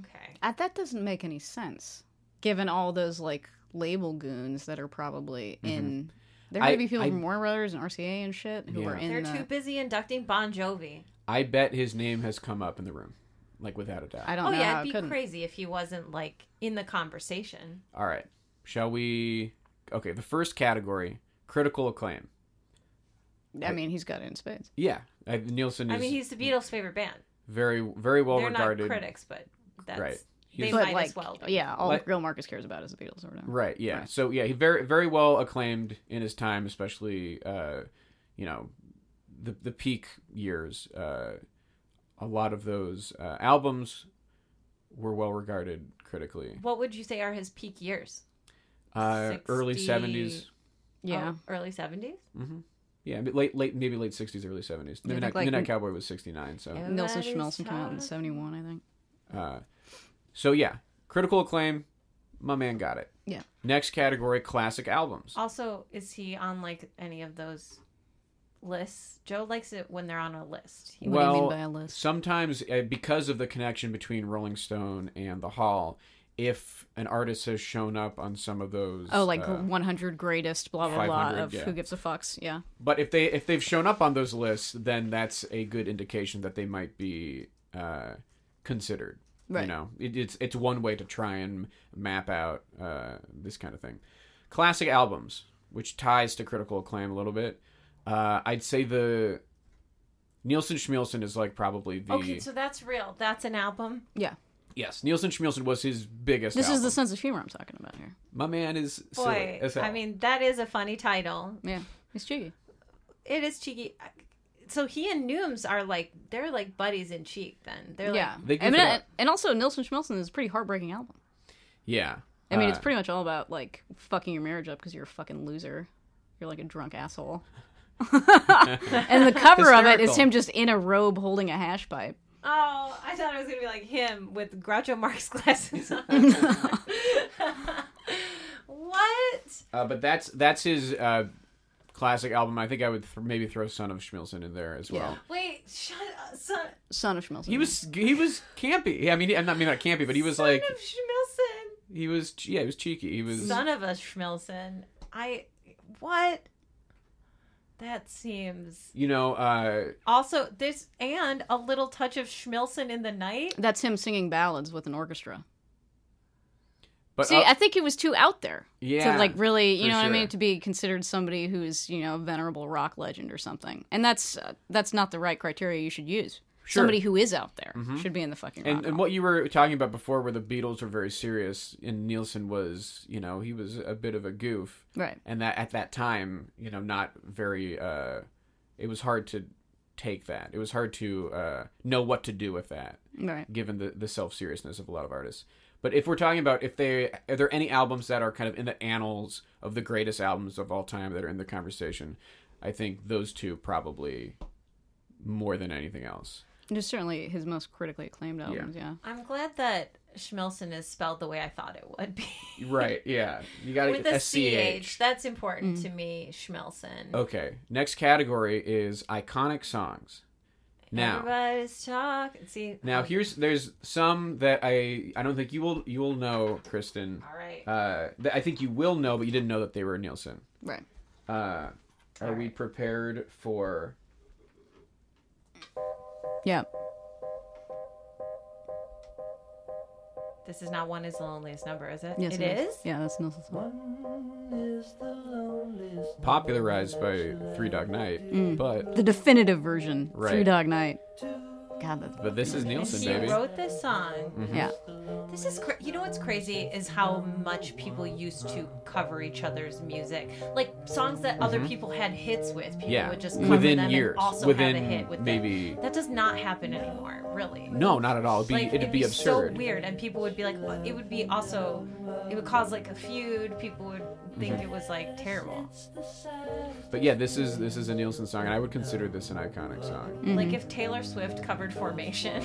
S2: Okay.
S3: Uh, that doesn't make any sense, given all those like label goons that are probably in. There
S1: Mm-hmm. I-
S3: might be people
S1: I-
S3: from Warner Brothers and RCA and shit who are
S1: Yeah.
S3: in.
S2: They're
S3: the-
S2: too busy inducting Bon Jovi.
S1: I bet his name has come up in the room, like without a doubt.
S3: I don't
S2: Oh
S3: know.
S2: yeah,
S3: how it
S2: it'd be
S3: couldn't.
S2: crazy if he wasn't like in the conversation.
S1: All right. Shall we? Okay, the first category critical acclaim.
S3: I mean, he's got it in spades.
S1: Yeah. I, Nielsen is
S2: I mean, he's the Beatles' favorite band.
S1: very, very well
S2: They're
S1: regarded.
S2: not critics, but that's
S1: Right.
S2: they
S1: He's-
S3: but
S2: might
S3: like,
S2: as well. be.
S3: yeah, all
S1: Like-
S3: real Marcus cares about is the Beatles or whatever.
S1: Right. Yeah. So yeah, he very very well acclaimed in his time, especially uh, you know the the peak years. Uh, a lot of those uh, albums were well regarded critically.
S2: What would you say are his peak years?
S1: Uh, early
S2: 60
S1: seventies. Mm-hmm.
S3: Yeah.
S2: Oh, early seventies.
S1: Yeah, but late late maybe late sixties, early seventies.
S3: Yeah,
S1: Midnight,
S3: like-
S1: Midnight Cowboy was sixty nine. So
S2: Oh,
S1: uh,
S3: Nelson
S2: Everybody's
S3: Schmelson came out in
S2: talking.
S3: '71, I think.
S1: so yeah, critical acclaim. My man got it.
S3: Yeah.
S1: Next category: classic albums.
S2: Also, is he on like any of those lists? Joe likes it when they're on a list. He-
S3: What do you mean by a list?
S1: Sometimes, uh, because of the connection between Rolling Stone and the Hall, if an artist has shown up on some of those,
S3: Oh, like
S1: uh,
S3: 100 greatest, blah blah blah
S1: 500,
S3: of
S1: yeah.
S3: who gives a fucks. Yeah.
S1: but if they if they've shown up on those lists, then that's a good indication that they might be uh, considered. You
S3: Right.
S1: know, it, it's it's one way to try and map out uh, this kind of thing. Classic albums, which ties to critical acclaim a little bit. Uh, I'd say the Nielsen Schmielsen is like probably the
S2: Okay, so that's real. That's an album.
S3: Yeah.
S1: yes Nielsen Schmielsen was his biggest.
S3: This is
S1: album.
S3: the sense of humor I'm talking about here.
S1: My man is silly.
S2: Boy,
S1: as hell.
S2: I mean, that is a funny title.
S3: Yeah. It's cheeky.
S2: It is cheeky. So he and Nooms are like they're like buddies in cheek. Then they're
S3: yeah.
S1: They
S3: I
S1: goof
S3: mean,
S1: it up.
S3: and also Nelson Schmelson is a pretty heartbreaking album.
S1: yeah.
S3: I mean,
S1: Uh,
S3: it's pretty much all about like fucking your marriage up because you're a fucking loser. You're like a drunk asshole. and the cover of it is
S1: Hysterical.
S3: him just in a robe holding a hash pipe.
S2: like, oh, I thought it was gonna be like him with Groucho Marx glasses on. what?
S1: uh, but that's that's his uh, classic album. I think I would th- maybe throw Son of Schmielsen in there as well.
S2: Wait, shut up. Son
S3: Son of Schmelson.
S1: He was he was campy. I mean, I'm not I mean not campy, but he was like
S2: of Schmilson.
S1: he was yeah he was cheeky. He was
S2: Son of a Schmilson. I what? That seems
S1: you know uh,
S2: also this and a little touch of Schmilson in the night.
S3: That's him singing ballads with an orchestra.
S1: but
S3: See,
S1: uh,
S3: I think he was too out there.
S1: Yeah,
S3: To like really, you
S1: for
S3: know what I
S1: sure.
S3: mean, to be considered somebody who's you know a venerable rock legend or something, and that's uh, that's not the right criteria you should use.
S1: Sure. Mm-hmm.
S3: Somebody who is out there should be in the fucking. rock
S1: and, and
S3: hall.
S1: what you were talking about before, where the Beatles were very serious, and Nielsen was you know he was a bit of a goof.
S3: right?
S1: and that at that time you know not very uh it was hard to take that it was hard to uh know what to do with that
S3: Right.
S1: given the the self-seriousness of a lot of artists but if we're talking about if they are there any albums that are kind of in the annals of the greatest albums of all time that are in the conversation i think those two probably more than anything else
S3: And It's certainly his most critically acclaimed albums. Yeah.
S2: I'm glad that Schmilson is spelled the way I thought it would be.
S1: right yeah you got
S2: With a CH. That's important to me, Schmilson.
S1: okay next category is iconic songs now
S2: Everybody's talking. See,
S1: Now here's there's some that I I don't think you will you will know, Kristen.
S2: all right.
S1: Uh, that I think you will know, but you didn't know that they were Nielsen.
S3: Right.
S1: Uh, are we prepared for?
S3: Yeah.
S2: This is not one is the loneliest number, is it?
S3: Yes,
S2: it is.
S3: Yeah, that's Nelson's song.
S1: Popularized by Three Dog Night, but
S3: The definitive version.
S1: Right.
S3: Three Dog Night. God, that's
S1: but this mm-hmm. is Nielsen,
S2: He
S1: baby.
S2: wrote this song.
S3: yeah.
S2: This is cra- you know what's crazy is how much people used to cover each other's music, like songs that other people had hits with. People
S1: Mm-hmm. Yeah,
S2: would just cover
S1: within
S2: them
S1: years,
S2: and also
S1: within
S2: have a hit with them.
S1: maybe-
S2: That does not happen anymore, really.
S1: No, not at all. It'd be
S2: Like,
S1: it'd, be, absurd.
S2: so weird, and people would be like, it would be also, it would cause like a feud. People would
S1: Mm-hmm.
S4: think it was like terrible.
S1: But yeah, this is this is a Nielsen song, and I would consider this an iconic song.
S2: Like if Taylor Swift covered Formation,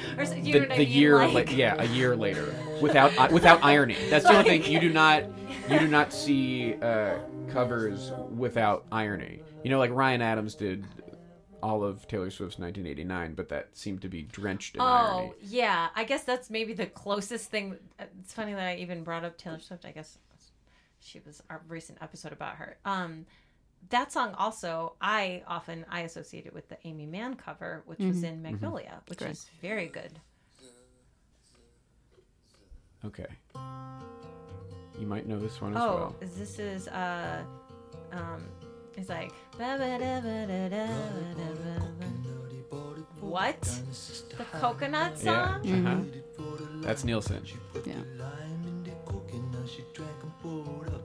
S2: or so,
S1: The,
S2: you know what I
S1: the
S2: mean?
S1: year,
S2: like,
S1: like yeah, a year later, without i- without irony. That's the only thing you do not you do not see uh, covers without irony. You know, like Ryan Adams did all of Taylor Swift's 1989, but that seemed to be drenched in irony.
S2: Oh yeah, I guess that's maybe the closest thing. It's funny that I even brought up Taylor Swift. I guess she was our recent episode about her. Um, that song also I often I associate it with the Amy Mann cover, which was in Magnolia, which is very good.
S1: Okay, you might know this one as
S2: oh,
S1: well.
S2: is this is uh, um, it's like what the coconut
S1: Yeah,
S2: song?
S1: uh-huh. that's Nielsen.
S3: Yeah.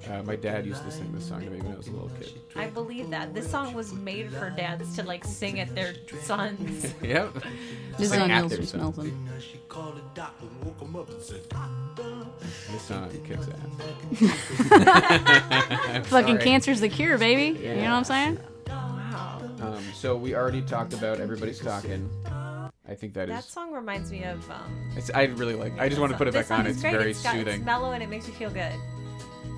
S1: Uh, my dad used to sing this song to me when I was a little kid.
S2: I believe that this song was made for dads to like sing at their sons.
S1: Yep.
S3: This is
S1: Like
S3: on
S1: active
S3: Nielsen's
S1: stuff.
S3: Nelson.
S1: This song kicks ass.
S3: Fucking cancer's the cure, baby. You know what I'm saying?
S1: Um, so we already talked about everybody's talking. I think that
S2: That
S1: is.
S2: song reminds me of. Um,
S1: It's, I really like. I just want to put it
S2: this
S1: back
S2: song
S1: on.
S2: is
S1: It's
S2: great.
S1: very
S2: got-
S1: soothing.
S2: It's mellow and it makes you feel good.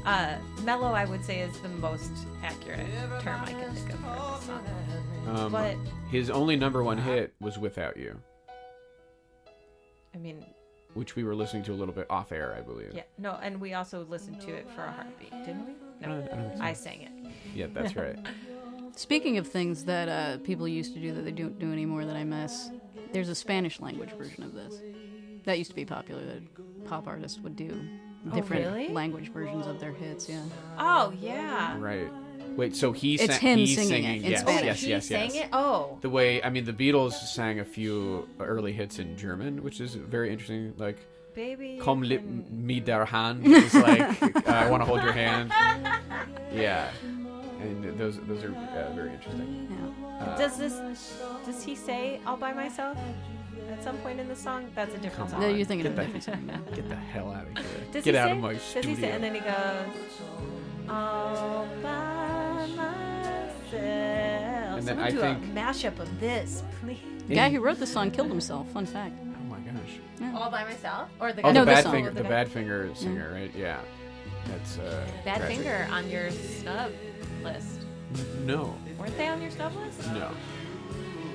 S2: Uh, mellow, I would say, is the most accurate term I can think of for this song.
S1: Um,
S2: But
S1: his only number one
S2: Uh-huh.
S1: hit was "Without You,"
S2: I mean,
S1: which we were listening to a little bit off air, I believe.
S2: yeah, no, and we also listened to it for a heartbeat, didn't we? No, I sang it.
S1: Yeah, that's right.
S3: Speaking of things that uh, people used to do that they don't do anymore that I miss, there's a Spanish language version of this. That used to be popular that pop artists would do different
S2: really?
S3: language versions of their hits. Yeah.
S2: Oh yeah. Oh,
S1: right. Wait. So he.
S3: It's
S1: sang-
S3: him
S1: he's
S3: singing it in
S1: yes,
S3: Spanish.
S1: yes,
S2: he
S1: yes,
S2: sang
S1: yes.
S2: it. Oh,
S1: The way I mean, the Beatles sang a few early hits in German, which is very interesting. Like
S2: baby.
S1: "Komm lib mi der Hand" is like uh, "I want to hold your hand." Yeah, and those those are uh, very interesting.
S2: Does this? Does he say "all by myself" at some point in the song? That's a different
S3: No,
S2: song.
S3: you're thinking of a
S1: Get
S3: different song. yeah.
S1: Get the hell out of here!
S2: Does
S1: Get
S2: he
S1: out
S2: say?
S1: of my
S2: does
S1: studio!
S2: he say? And then he goes "all by myself."
S1: And
S2: And
S1: then
S2: then
S1: I
S2: do a
S1: think-
S2: mashup of this, please.
S3: The guy who wrote the song killed himself. Fun fact.
S1: oh my gosh!
S4: All by myself, or the
S1: Oh,
S4: guy
S3: No,
S1: the
S3: the
S1: bad
S3: song.
S1: finger,
S2: The
S1: the
S2: guy-
S1: bad finger singer, right? Yeah, that's uh,
S2: Bad
S1: tragic.
S2: finger on your snub list.
S1: No,
S2: Weren't they on your snub list?
S1: no.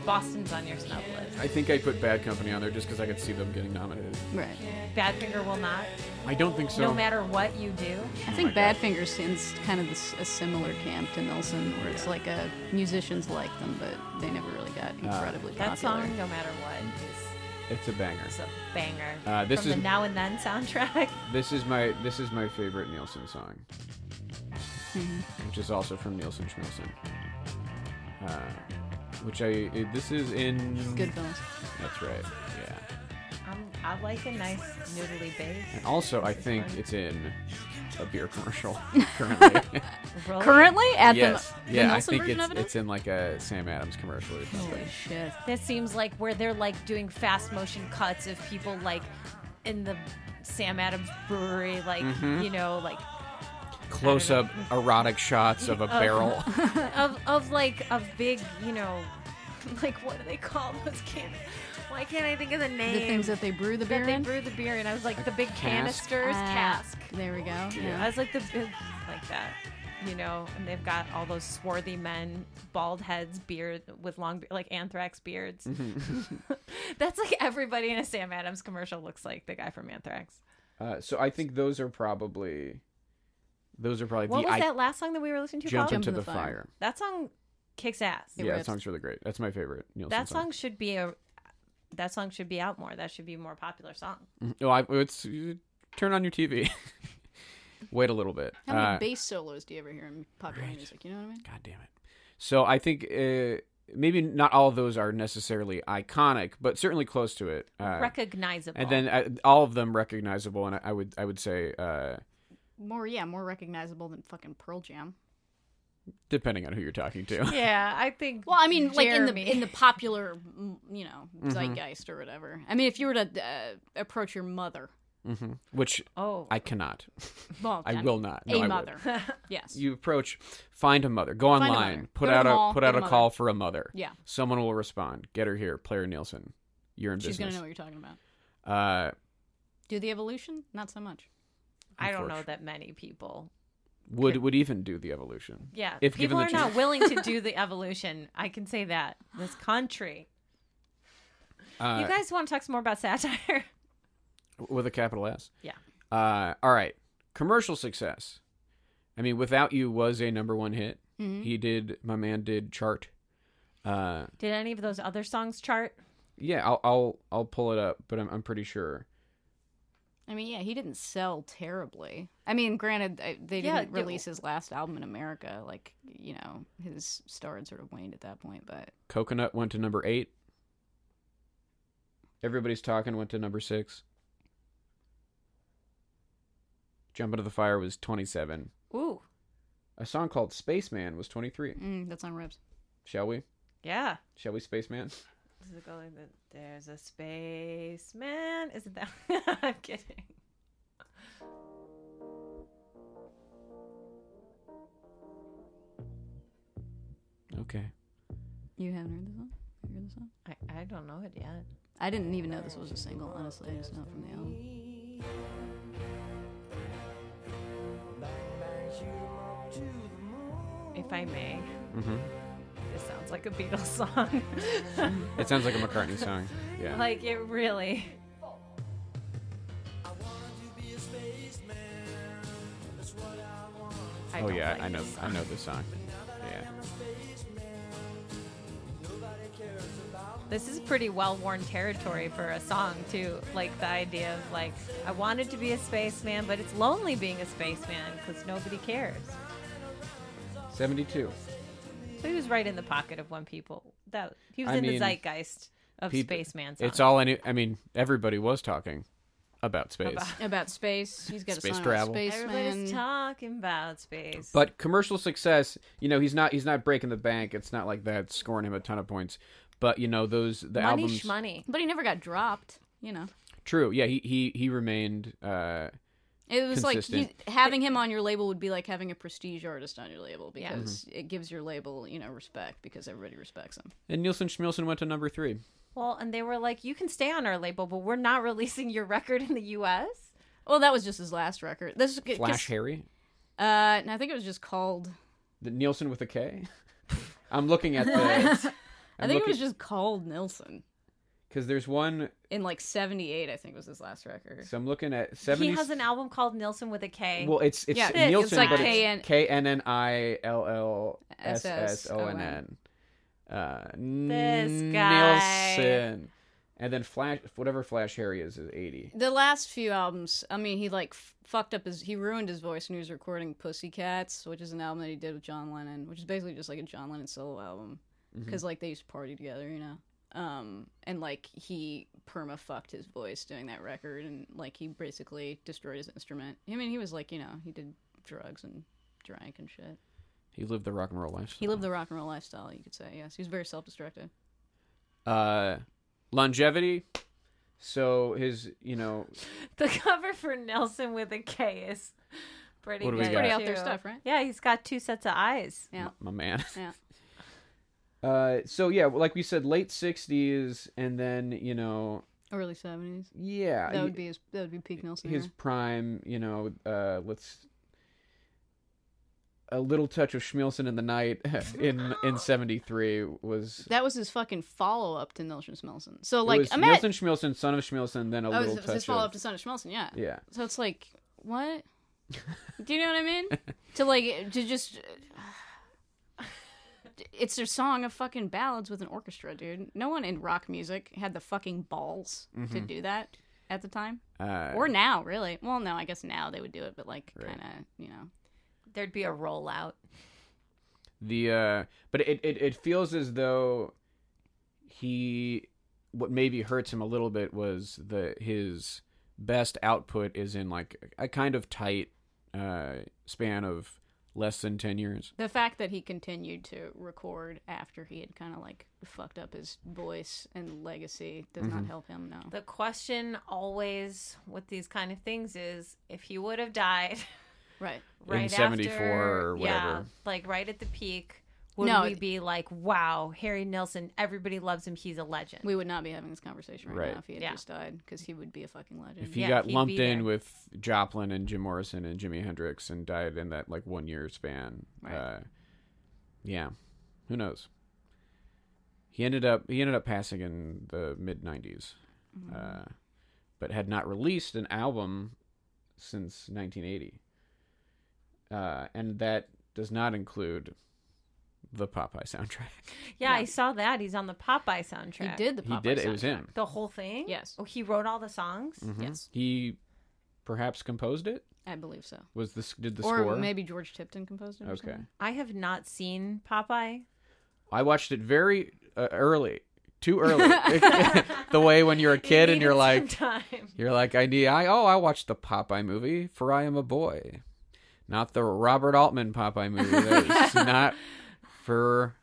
S2: Boston's on your snub list.
S1: I think I put Bad Company on there just because I could see them getting nominated.
S3: Right.
S2: Bad finger will not,
S1: I don't think so.
S2: no matter what you do.
S3: I think Badfinger sings kind of this, a similar camp to Nelson, where it's like a musicians like them, but they never really
S1: Ah.
S3: got incredibly popular.
S2: That song, no matter what, is
S1: It's a banger.
S2: It's a banger.
S1: Uh, this
S2: From
S1: is-
S2: the Now and Then soundtrack.
S1: This is my this is my favorite Nielsen song,
S3: Mm-hmm.
S1: which is also from Nielsen Schmielsen. Uh, which I it- this is in
S3: Goodfellas.
S1: That's right. Yeah.
S2: I'm, I like a nice noodly bass.
S1: And also, I think it's in a beer commercial currently.
S2: Roll-
S3: Currently at
S1: yes.
S3: the, the
S1: yeah, I
S3: Nelson
S1: think
S3: version
S1: it's
S3: of it.
S1: it's in like a Sam Adams commercial or something.
S3: Holy shit.
S2: This seems like where they're like doing fast motion cuts of people like in the Sam Adams brewery, like you know, like
S1: Close up erotic shots of a
S3: Oh.
S1: barrel.
S2: of of like of big, you know, like what do they call those cans? Why can't I think of the name?
S3: The things that they brew the beer
S2: That they
S3: in.
S2: brew the beer in. I was like the big
S1: cask?
S2: canisters,
S3: Ah,
S2: cask.
S3: There we go.
S2: I
S3: Yeah.
S2: was like the like that, you know. And they've got all those swarthy men, bald heads, beard with long be- like anthrax beards.
S1: Mm-hmm.
S2: That's like everybody in a Sam Adams commercial looks like the guy from Anthrax.
S1: Uh, so I think those are probably those are probably
S2: What
S1: the
S2: was
S1: I-
S2: that last song that we were listening to?
S1: jump
S2: called?
S3: Jump
S1: into
S3: in
S1: the,
S3: the Fire.
S1: fire.
S2: That song kicks ass.
S3: It
S1: yeah, that
S3: rips.
S1: song's really great. That's my favorite Nielsen
S2: That
S1: song.
S2: song should be a. That song should be out more. That should be a more popular song.
S1: No, I, it's turn on your TV. Wait a little bit.
S3: How many
S1: Uh,
S3: bass solos do you ever hear in popular music? You know what I mean?
S1: God damn it. So I think uh, maybe not all of those are necessarily iconic, but certainly close to it. Uh,
S2: Recognizable.
S1: and then uh, all of them recognizable, and I, I would I would say uh,
S3: More, yeah, more recognizable than fucking Pearl Jam.
S1: depending on who you're talking to.
S2: yeah, I think.
S3: Well, I mean, like in
S2: Jeremy.
S3: the in the
S1: Mm-hmm.
S3: popular, mm, you know, zeitgeist or whatever. I mean, if you were to uh, approach your mother
S1: hmm which
S2: Oh,
S1: I cannot.
S3: Well,
S1: I
S3: done.
S1: will not. No, I
S3: A
S1: would.
S3: mother. yes.
S1: You approach, find a mother, go
S3: Find a
S1: online,
S3: mother.
S1: put
S3: Go to
S1: out
S3: the
S1: a
S3: mall,
S1: put
S3: get
S1: out
S3: a
S1: a
S3: mother.
S1: call for a mother.
S3: Yeah.
S1: Someone will respond. Get her here, Player Nielsen. You're in
S3: She's going to know
S1: business.
S3: what you're talking about.
S1: Uh,
S3: Do the evolution? Not so much.
S2: I don't know
S1: unfortunate.
S2: that many people.
S1: would would even do the evolution.
S2: Yeah,
S1: If given
S2: people
S1: the
S2: are not
S1: chance.
S2: willing to do the evolution. I can say that this country.
S1: Uh,
S2: you guys want to talk some more about satire?
S1: with a capital S.
S2: Yeah.
S1: Uh, all right. Commercial success. I mean, Without You was a number one hit.
S3: Mm-hmm.
S1: He did. My man did chart. Uh,
S2: Did any of those other songs chart?
S1: yeah, I'll I'll I'll pull it up, but I'm I'm pretty sure.
S3: I mean, yeah, he didn't sell terribly. I mean, granted, I, they
S2: Yeah,
S3: didn't
S2: yeah.
S3: release his last album in America. Like, you know, his star had sort of waned at that point. But
S1: Coconut went to number eight. Everybody's talking went to number six. Jump into the fire was twenty seven.
S2: Ooh,
S1: A song called Spaceman was twenty three.
S3: mm, that's on Ribs.
S1: Shall we?
S2: yeah.
S1: Shall we Spaceman?
S2: Does it go like that? There's a spaceman. Is it that? I'm kidding.
S1: Okay.
S3: You haven't heard this one? You heard this one?
S2: I, I don't know it yet.
S3: I didn't even know this was a single, honestly. It's not from the album.
S2: If I may,
S1: Mm-hmm.
S2: this sounds like a Beatles song.
S1: It sounds like a McCartney song. Yeah.
S2: like it really. I
S1: oh
S2: don't
S1: yeah,
S2: like
S1: I know.
S2: this
S1: I
S2: song.
S1: know this song. Yeah.
S2: This is pretty well-worn territory for a song too. Like the idea of like I wanted to be a spaceman, but it's lonely being a spaceman because nobody cares.
S1: Seventy-two.
S2: So he was right in the pocket of when people that he was
S1: I
S2: in the
S1: mean,
S2: zeitgeist of
S1: Peop-
S2: spaceman. Songs.
S1: It's all I knew. I mean, everybody was talking about space,
S3: About space. He's got
S1: Space
S3: a song
S1: travel.
S3: about space.
S2: everybody's talking about space.
S1: but commercial success. You know, he's not. He's not breaking the bank. It's not like that scoring him a ton of points. But you know, those the
S2: money,
S1: albums.
S2: shmoney.
S3: But he never got dropped, you know.
S1: True. Yeah. He he he remained. Uh,
S3: It was like
S1: Consistent.
S3: you, having him on your label would be like having a prestige artist on your label because
S1: Mm-hmm.
S3: it gives your label, you know, respect because everybody respects him.
S1: and Nielsen Schmielsen went to number three.
S2: Well, and they were like, "You can stay on our label, but we're not releasing your record in the U.S."
S3: Well, that was just his last record. This is 'cause-
S1: Flash Harry.
S3: Uh, and I think it was just called.
S1: The Nielsen with a K. I'm looking at the.
S3: i think it was just called Nilsson
S1: because there's one.
S3: in like '78. I think was his last record.
S1: So I'm looking at seventy.
S2: He has an album called Nilsson with a K.
S1: Well, it's it's
S3: Yeah,
S1: Nielsen,
S3: it's like
S1: but
S3: KN
S1: it's K N N I L L S S O N N. Uh,
S2: This guy.
S1: Nielsen, and then Flash, whatever Flash Harry is, is eighty.
S3: The last few albums, I mean, he like f- fucked up his. He ruined his voice when he was recording Pussycats, which is an album that he did with John Lennon, which is basically just like a John Lennon solo album. Because like they used to party together, you know? Um, and like he perma fucked his voice doing that record and like he basically destroyed his instrument. I mean, he was like, you know, he did drugs and drank and shit.
S1: He lived the rock and roll life.
S3: He lived the rock and roll lifestyle, you could say, yes. He was very self destructive.
S1: uh, longevity. So his, you know,
S2: The cover for Nelson with a K is pretty
S1: What do
S2: good.
S1: we got? Pretty
S3: out there
S2: too.
S3: stuff, right?
S2: Yeah, he's got two sets of eyes.
S3: Yeah.
S1: my man.
S3: Yeah.
S1: Uh, so yeah, like we said, late '60s, and then you know,
S3: Early 70s.
S1: yeah,
S3: That would be his, that would be Pete Nelson.
S1: Uh, his
S3: era.
S1: prime, you know, uh, let's a little touch of Schmielsen in the night in in '73 was
S3: That was his fucking follow up to Nelson Schmelson. So
S1: it
S3: like
S1: was
S3: I'm at-
S1: Schmielsen, Schmielsen, son of Schmielsen, then a
S3: oh, it
S1: little
S3: was, it was
S1: touch
S3: his follow up
S1: of
S3: to Son of Schmelson, yeah.
S1: yeah.
S3: So it's like what? Do you know what I mean? to like to just it's their song of fucking ballads with an orchestra, dude. No one in rock music had the fucking balls to do that at the time
S1: Mm-hmm. Uh,
S3: or now, really. Well, no, I guess now they would do it, but like kind of, you know.
S2: There'd be a rollout.
S1: the uh, but it, it it feels as though he what maybe hurts him a little bit was the his best output is in like a kind of tight uh, span of less than 10 years.
S3: The fact that he continued to record after he had kind of like fucked up his voice and legacy does
S1: Mm-hmm.
S3: not help him. No,
S2: The question always with these kind of things is if he would have died
S3: right?
S2: right
S1: in 74
S2: after,
S1: or
S2: yeah,
S1: whatever.
S2: like right at the peak, would
S3: No,
S2: we
S3: it-
S2: be like, wow, Harry Nilsson, everybody loves him, he's a legend.
S3: We would not be having this conversation right,
S1: Right.
S3: now if he had
S2: Yeah.
S3: just died because he would be a fucking legend.
S1: If he
S2: Yeah,
S1: got
S2: he'd
S1: lumped
S2: be
S1: in
S2: there.
S1: with Joplin and Jim Morrison and Jimi Hendrix and died in that like one year span,
S3: Right.
S1: uh, yeah, who knows? He ended up he ended up passing in the mid '90s,
S3: Mm-hmm.
S1: uh, but had not released an album since 1980, uh, and that does not include the Popeye soundtrack.
S2: yeah, I saw that. He's on the Popeye soundtrack.
S3: he did the Popeye
S1: he did it was
S3: soundtrack.
S1: him.
S2: the whole thing?
S3: Yes.
S2: Oh, he wrote all the songs?
S1: Mhm.
S3: Yes.
S1: He perhaps composed it.
S3: I believe so.
S1: Was this did the
S3: or
S1: score?
S3: maybe George Tipton composed it. Or
S1: okay.
S3: something.
S2: I have not seen Popeye.
S1: I watched it very uh, early, too early. the way when you're a kid and you're like,
S2: time.
S1: you're like, I need, I oh, I watched the Popeye movie for I am a boy, not the Robert Altman Popeye movie. That is not for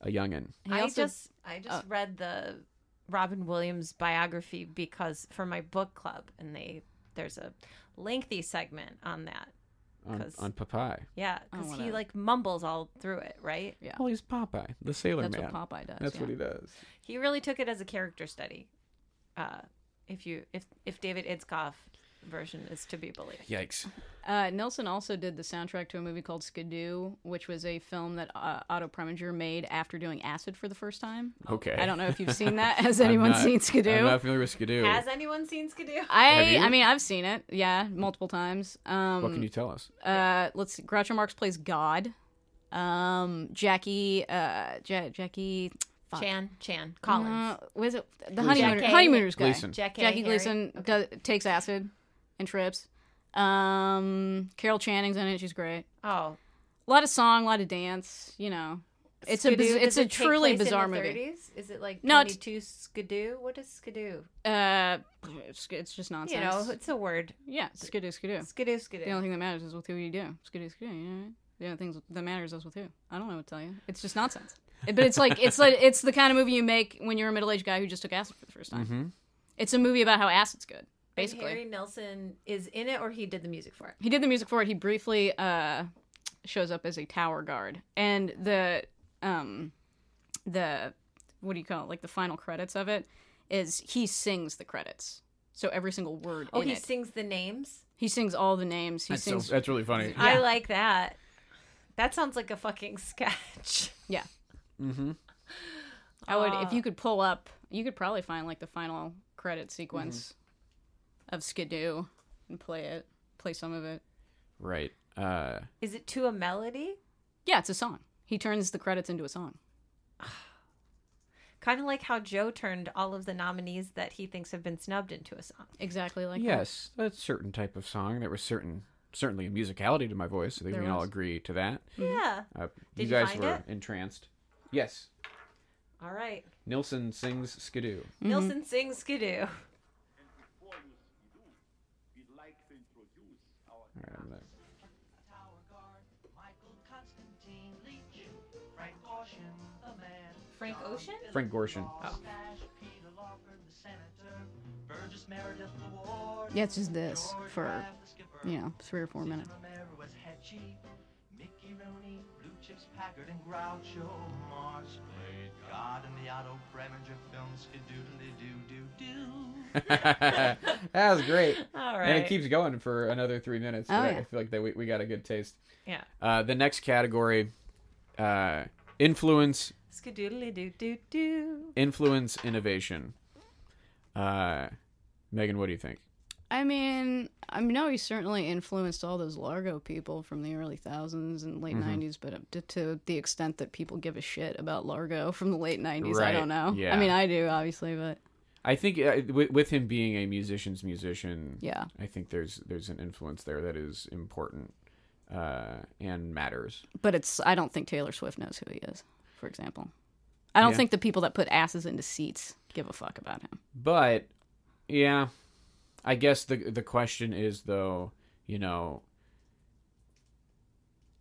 S1: a youngin.
S3: He
S2: I
S3: also- uh,
S2: just I just read the Robin Williams biography because for my book club and they there's a lengthy segment on that.
S1: on,
S2: 'Cause-
S1: on Popeye.
S2: Yeah, because he
S3: Oh, whatever.
S2: like mumbles all through it, right?
S3: Yeah.
S1: Well, he's Popeye, the sailor
S3: That's
S1: man.
S3: what Popeye does.
S1: That's
S3: yeah.
S1: what he does.
S2: He really took it as a character study. Uh, if you if if David Itzkoff version is to be believed,
S1: Yikes!
S3: Uh, Nelson also did the soundtrack to a movie called Skidoo, which was a film that uh, Otto Preminger made after doing acid for the first time.
S1: Okay.
S3: Oh, I don't know if you've seen that. Has
S1: I'm
S3: anyone
S1: not-
S3: seen
S1: I'm
S3: Skidoo?
S1: not familiar with Skidoo.
S2: has anyone seen Skidoo?
S3: I
S1: Have you?
S3: I mean I've seen it, yeah, multiple times. Um,
S1: what can you tell us?
S3: uh, let's see. Groucho Marx plays God. Um, Jackie, uh, ja- Jackie Fuck.
S2: Chan Chan Collins.
S3: Uh, was it the
S1: Gleason.
S3: honeymooner, honeymooners guy?
S1: Gleason.
S2: Jackie
S3: Jackie
S2: Harry.
S3: Gleason does, takes acid and trips. Um, Carol Channing's in it; she's great.
S2: Oh,
S3: A lot of song, a lot of dance. You know, it's
S2: Skidoo,
S3: a biz-
S2: does
S3: it's
S2: it
S3: a
S2: take
S3: truly
S2: place in
S3: bizarre
S2: the
S3: movie.
S2: 30s? Is it like
S3: No, it's-
S2: 22 Skidoo? What is Skidoo?
S3: Uh, it's, it's just nonsense.
S2: You know, it's a word.
S3: yeah, skidoo skidoo.
S2: Skidoo, skidoo.
S3: The only thing that matters is with who you do. Skidoo skidoo. You know what I mean? The only thing that matters is with who. I don't know what to tell you. It's just nonsense. but it's like it's like it's the kind of movie you make when you're a middle aged guy who just took acid for the first time.
S1: Mm-hmm.
S3: It's a movie about how acid's good, basically.
S2: Harry Nelson is in it, or he did the music for it.
S3: he did the music for it. He briefly uh, shows up as a tower guard, and the um, the what do you call it? Like the final credits of it is he sings the credits. So every single word
S2: Oh,
S3: in
S2: he
S3: it,
S2: sings the names.
S3: he sings all the names. He
S1: That's, so,
S3: sings.
S1: that's really funny.
S2: I like that. That sounds like a fucking sketch.
S3: yeah. Mm-hmm. I would if you could pull up. You could probably find like the final credit sequence of Skidoo and play it. Play some of it.
S1: Right. Uh,
S2: Is it to a melody?
S3: Yeah, it's a song. He turns the credits into a song.
S2: Kind of like how Joe turned all of the nominees that he thinks have been snubbed into a song.
S3: Exactly like that.
S1: yes, a certain type of song. There was certain certainly a musicality to my voice. I think
S3: There
S1: we can all
S3: was.
S1: agree to that.
S2: Yeah.
S1: Uh,
S2: Did you
S1: guys
S2: find
S1: were
S2: it?
S1: entranced. Yes,
S2: All right.
S1: Mm-hmm. Nilsson sings Skidoo.
S2: Nilsson sings Skidoo.
S1: All right, I'm gonna-
S6: Tower guard, Michael Constantine Leach, Frank Ocean, the man.
S2: Frank Ocean?
S1: Frank Gorshin.
S3: Oh.
S6: Stash, Peter Lawford, the senator, Burgess Meredith, the ward.
S3: Yeah, it's just this
S6: George
S3: for
S6: Raff, the skipper,
S3: you know three or four
S6: Susan
S3: minutes.
S6: Romero was Hetchy, Mickey Rooney, Blue Chips Packard, and Groucho Marx played God in the Otto Preminger films. Skadoodly doo doo doo.
S1: that was great.
S2: All
S1: And
S2: right.
S1: it keeps going for another three minutes. but
S3: Oh,
S1: I-
S3: yeah.
S1: I feel like that we, we got a good taste.
S2: yeah.
S1: Uh, the next category, uh, influence
S2: Skadoodly doo doo doo.
S1: influence innovation. Uh, Megan, what do you think?
S3: I mean, I know he certainly influenced all those Largo people from the early thousands and late
S1: Mm-hmm.
S3: '90s, but up to, to the extent that people give a shit about Largo from the late '90s,
S1: Right,
S3: I don't know.
S1: yeah.
S3: I mean, I do obviously, but
S1: I think uh, with, with him being a musician's musician,
S3: Yeah.
S1: I think there's there's an influence there that is important uh, and matters.
S3: but it's I don't think Taylor Swift knows who he is. For example, I don't
S1: Yeah.
S3: think the people that put asses into seats give a fuck about him.
S1: But yeah, I guess the the question is though, you know,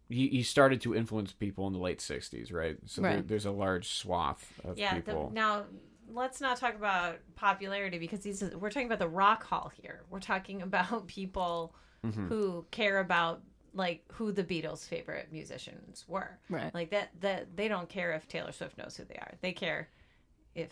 S1: he, he started to influence people in the late 60s, right? So There,
S3: Right.
S1: there's a large swath of
S2: Yeah. The,
S1: people.
S2: now let's not talk about popularity because these we're talking about the Rock Hall here. We're talking about people
S1: Mm-hmm.
S2: who care about like who the Beatles' favorite musicians were.
S3: Right.
S2: Like that. That they don't care if Taylor Swift knows who they are. They care if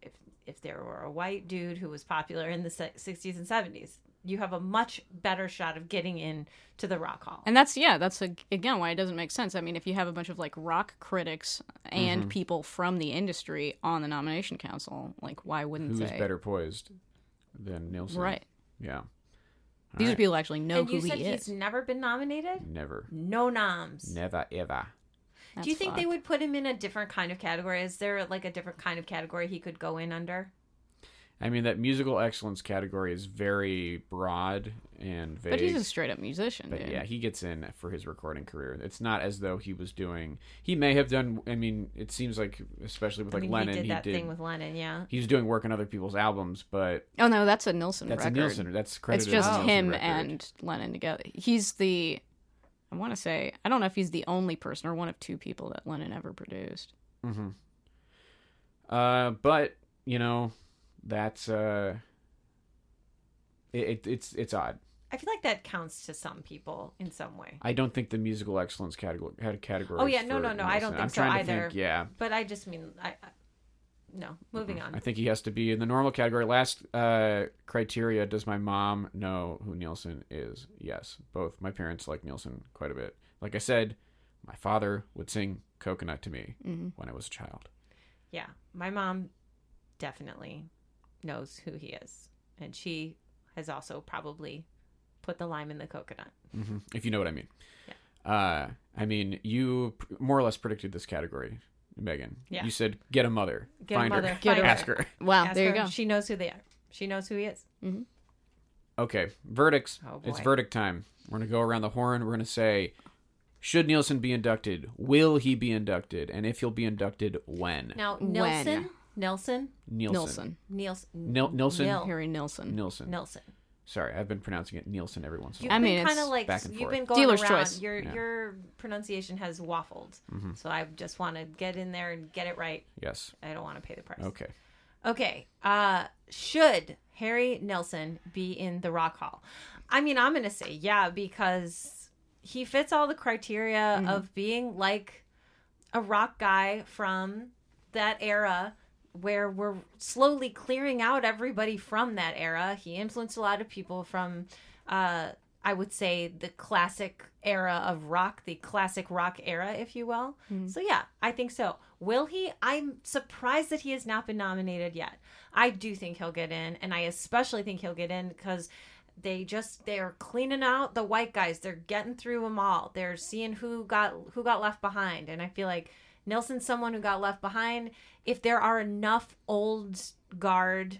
S2: if if there were a white dude who was popular in the se- 60s and 70s. You have a much better shot of getting in to the Rock Hall.
S3: And that's yeah, that's ag- again why it doesn't make sense. I mean, if you have a bunch of like rock critics and
S1: Mm-hmm.
S3: people from the industry on the nomination council, like why wouldn't
S1: Who's
S3: they?
S1: better poised than Nielsen?
S3: Right.
S1: Yeah.
S3: These are
S1: Alright.
S3: people who actually know
S2: and
S3: who
S2: you said
S3: he
S2: he's
S3: is.
S2: never been nominated.
S1: Never.
S2: No noms.
S1: Never, ever.
S2: Do you
S3: That's
S2: think they
S3: fucked.
S2: would put him in a different kind of category? Is there like a different kind of category he could go in under?
S1: I mean, that musical excellence category is very broad and vague.
S3: But he's a straight up musician,
S1: But
S3: dude.
S1: yeah, he gets in for his recording career. It's not as though he was doing. He may have done. I mean, it seems like, especially with
S2: I
S1: like
S2: mean,
S1: Lennon,
S2: he did that
S1: he did.
S2: thing with Lennon, yeah.
S1: he was doing work on other people's albums, but
S3: Oh no, that's a Nilsson
S1: that's
S3: record.
S1: a Nielsen. That's
S3: it's
S1: credited. as a
S3: just
S1: Nielsen
S3: him
S1: record.
S3: and Lennon together. He's the I want to say I don't know if he's the only person or one of two people that Lennon ever produced.
S1: Mm-hmm. Uh, but you know, that's uh, it, it, it's it's odd.
S2: I feel like that counts to some people in some way.
S1: I don't think the musical excellence category had a category.
S2: Oh, yeah, no,
S1: for
S2: no, no, I
S1: Nielsen.
S2: don't think
S1: I'm
S2: so
S1: trying to
S2: either.
S1: think, yeah,
S2: But I just mean, I, I no. Moving on.
S1: Mm, I think he has to be in the normal category. Last uh, criteria: Does my mom know who Nielsen is? Yes, both my parents like Nielsen quite a bit. Like I said, my father would sing "Coconut" to me
S2: Mm-hmm.
S1: when I was a child.
S2: yeah, my mom definitely knows who he is, and she has also probably put the lime in the coconut.
S1: hmm if you know what I mean. Uh, I mean, you pr- more or less predicted this category, Megan.
S2: Yeah.
S1: You said, get a mother.
S2: Get a
S1: find
S2: mother,
S1: her.
S2: Get find her.
S1: Ask her.
S3: Wow,
S2: Ask
S3: there you
S2: her,
S3: go.
S2: She knows who they are. She knows who he is.
S1: Okay, verdicts.
S2: Oh,
S1: it's
S2: boy.
S1: verdict time. We're going to go around the horn. We're going to say, should Nielsen be inducted? Will he be inducted? And if he'll be inducted, when?
S2: Now,
S3: When?
S2: Nelson, Nelson,
S1: Nielsen.
S3: Nilsson.
S2: Nielsen,
S1: Nil- Nilsson?
S2: Nil-
S3: Harry Nilsson.
S1: Nielsen.
S2: Nilsson.
S1: Sorry, I've been pronouncing it Nielsen every once in a
S2: You've
S1: while.
S3: I mean,
S2: been kind of
S3: it's
S2: like
S1: back and
S2: you've
S1: forth.
S2: been going
S3: Dealer's
S2: around.
S3: choice.
S2: Your
S1: Yeah.
S2: your pronunciation has waffled, so I just want to get in there and get it right.
S1: yes.
S2: I don't want to pay the price.
S1: Okay.
S2: Okay. Uh, should Harry Nelson be in the Rock Hall? I mean, I'm gonna say yeah because he fits all the criteria of being like a rock guy from that era where we're slowly clearing out everybody from that era. He influenced a lot of people from, uh, I would say, the classic era of rock, the classic rock era, if you will. So, yeah, I think so. Will he? I'm surprised that he has not been nominated yet. I do think he'll get in, and I especially think he'll get in because they just they're cleaning out the white guys they're getting through them all they're seeing who got who got left behind and i feel like nelson's someone who got left behind if there are enough old guard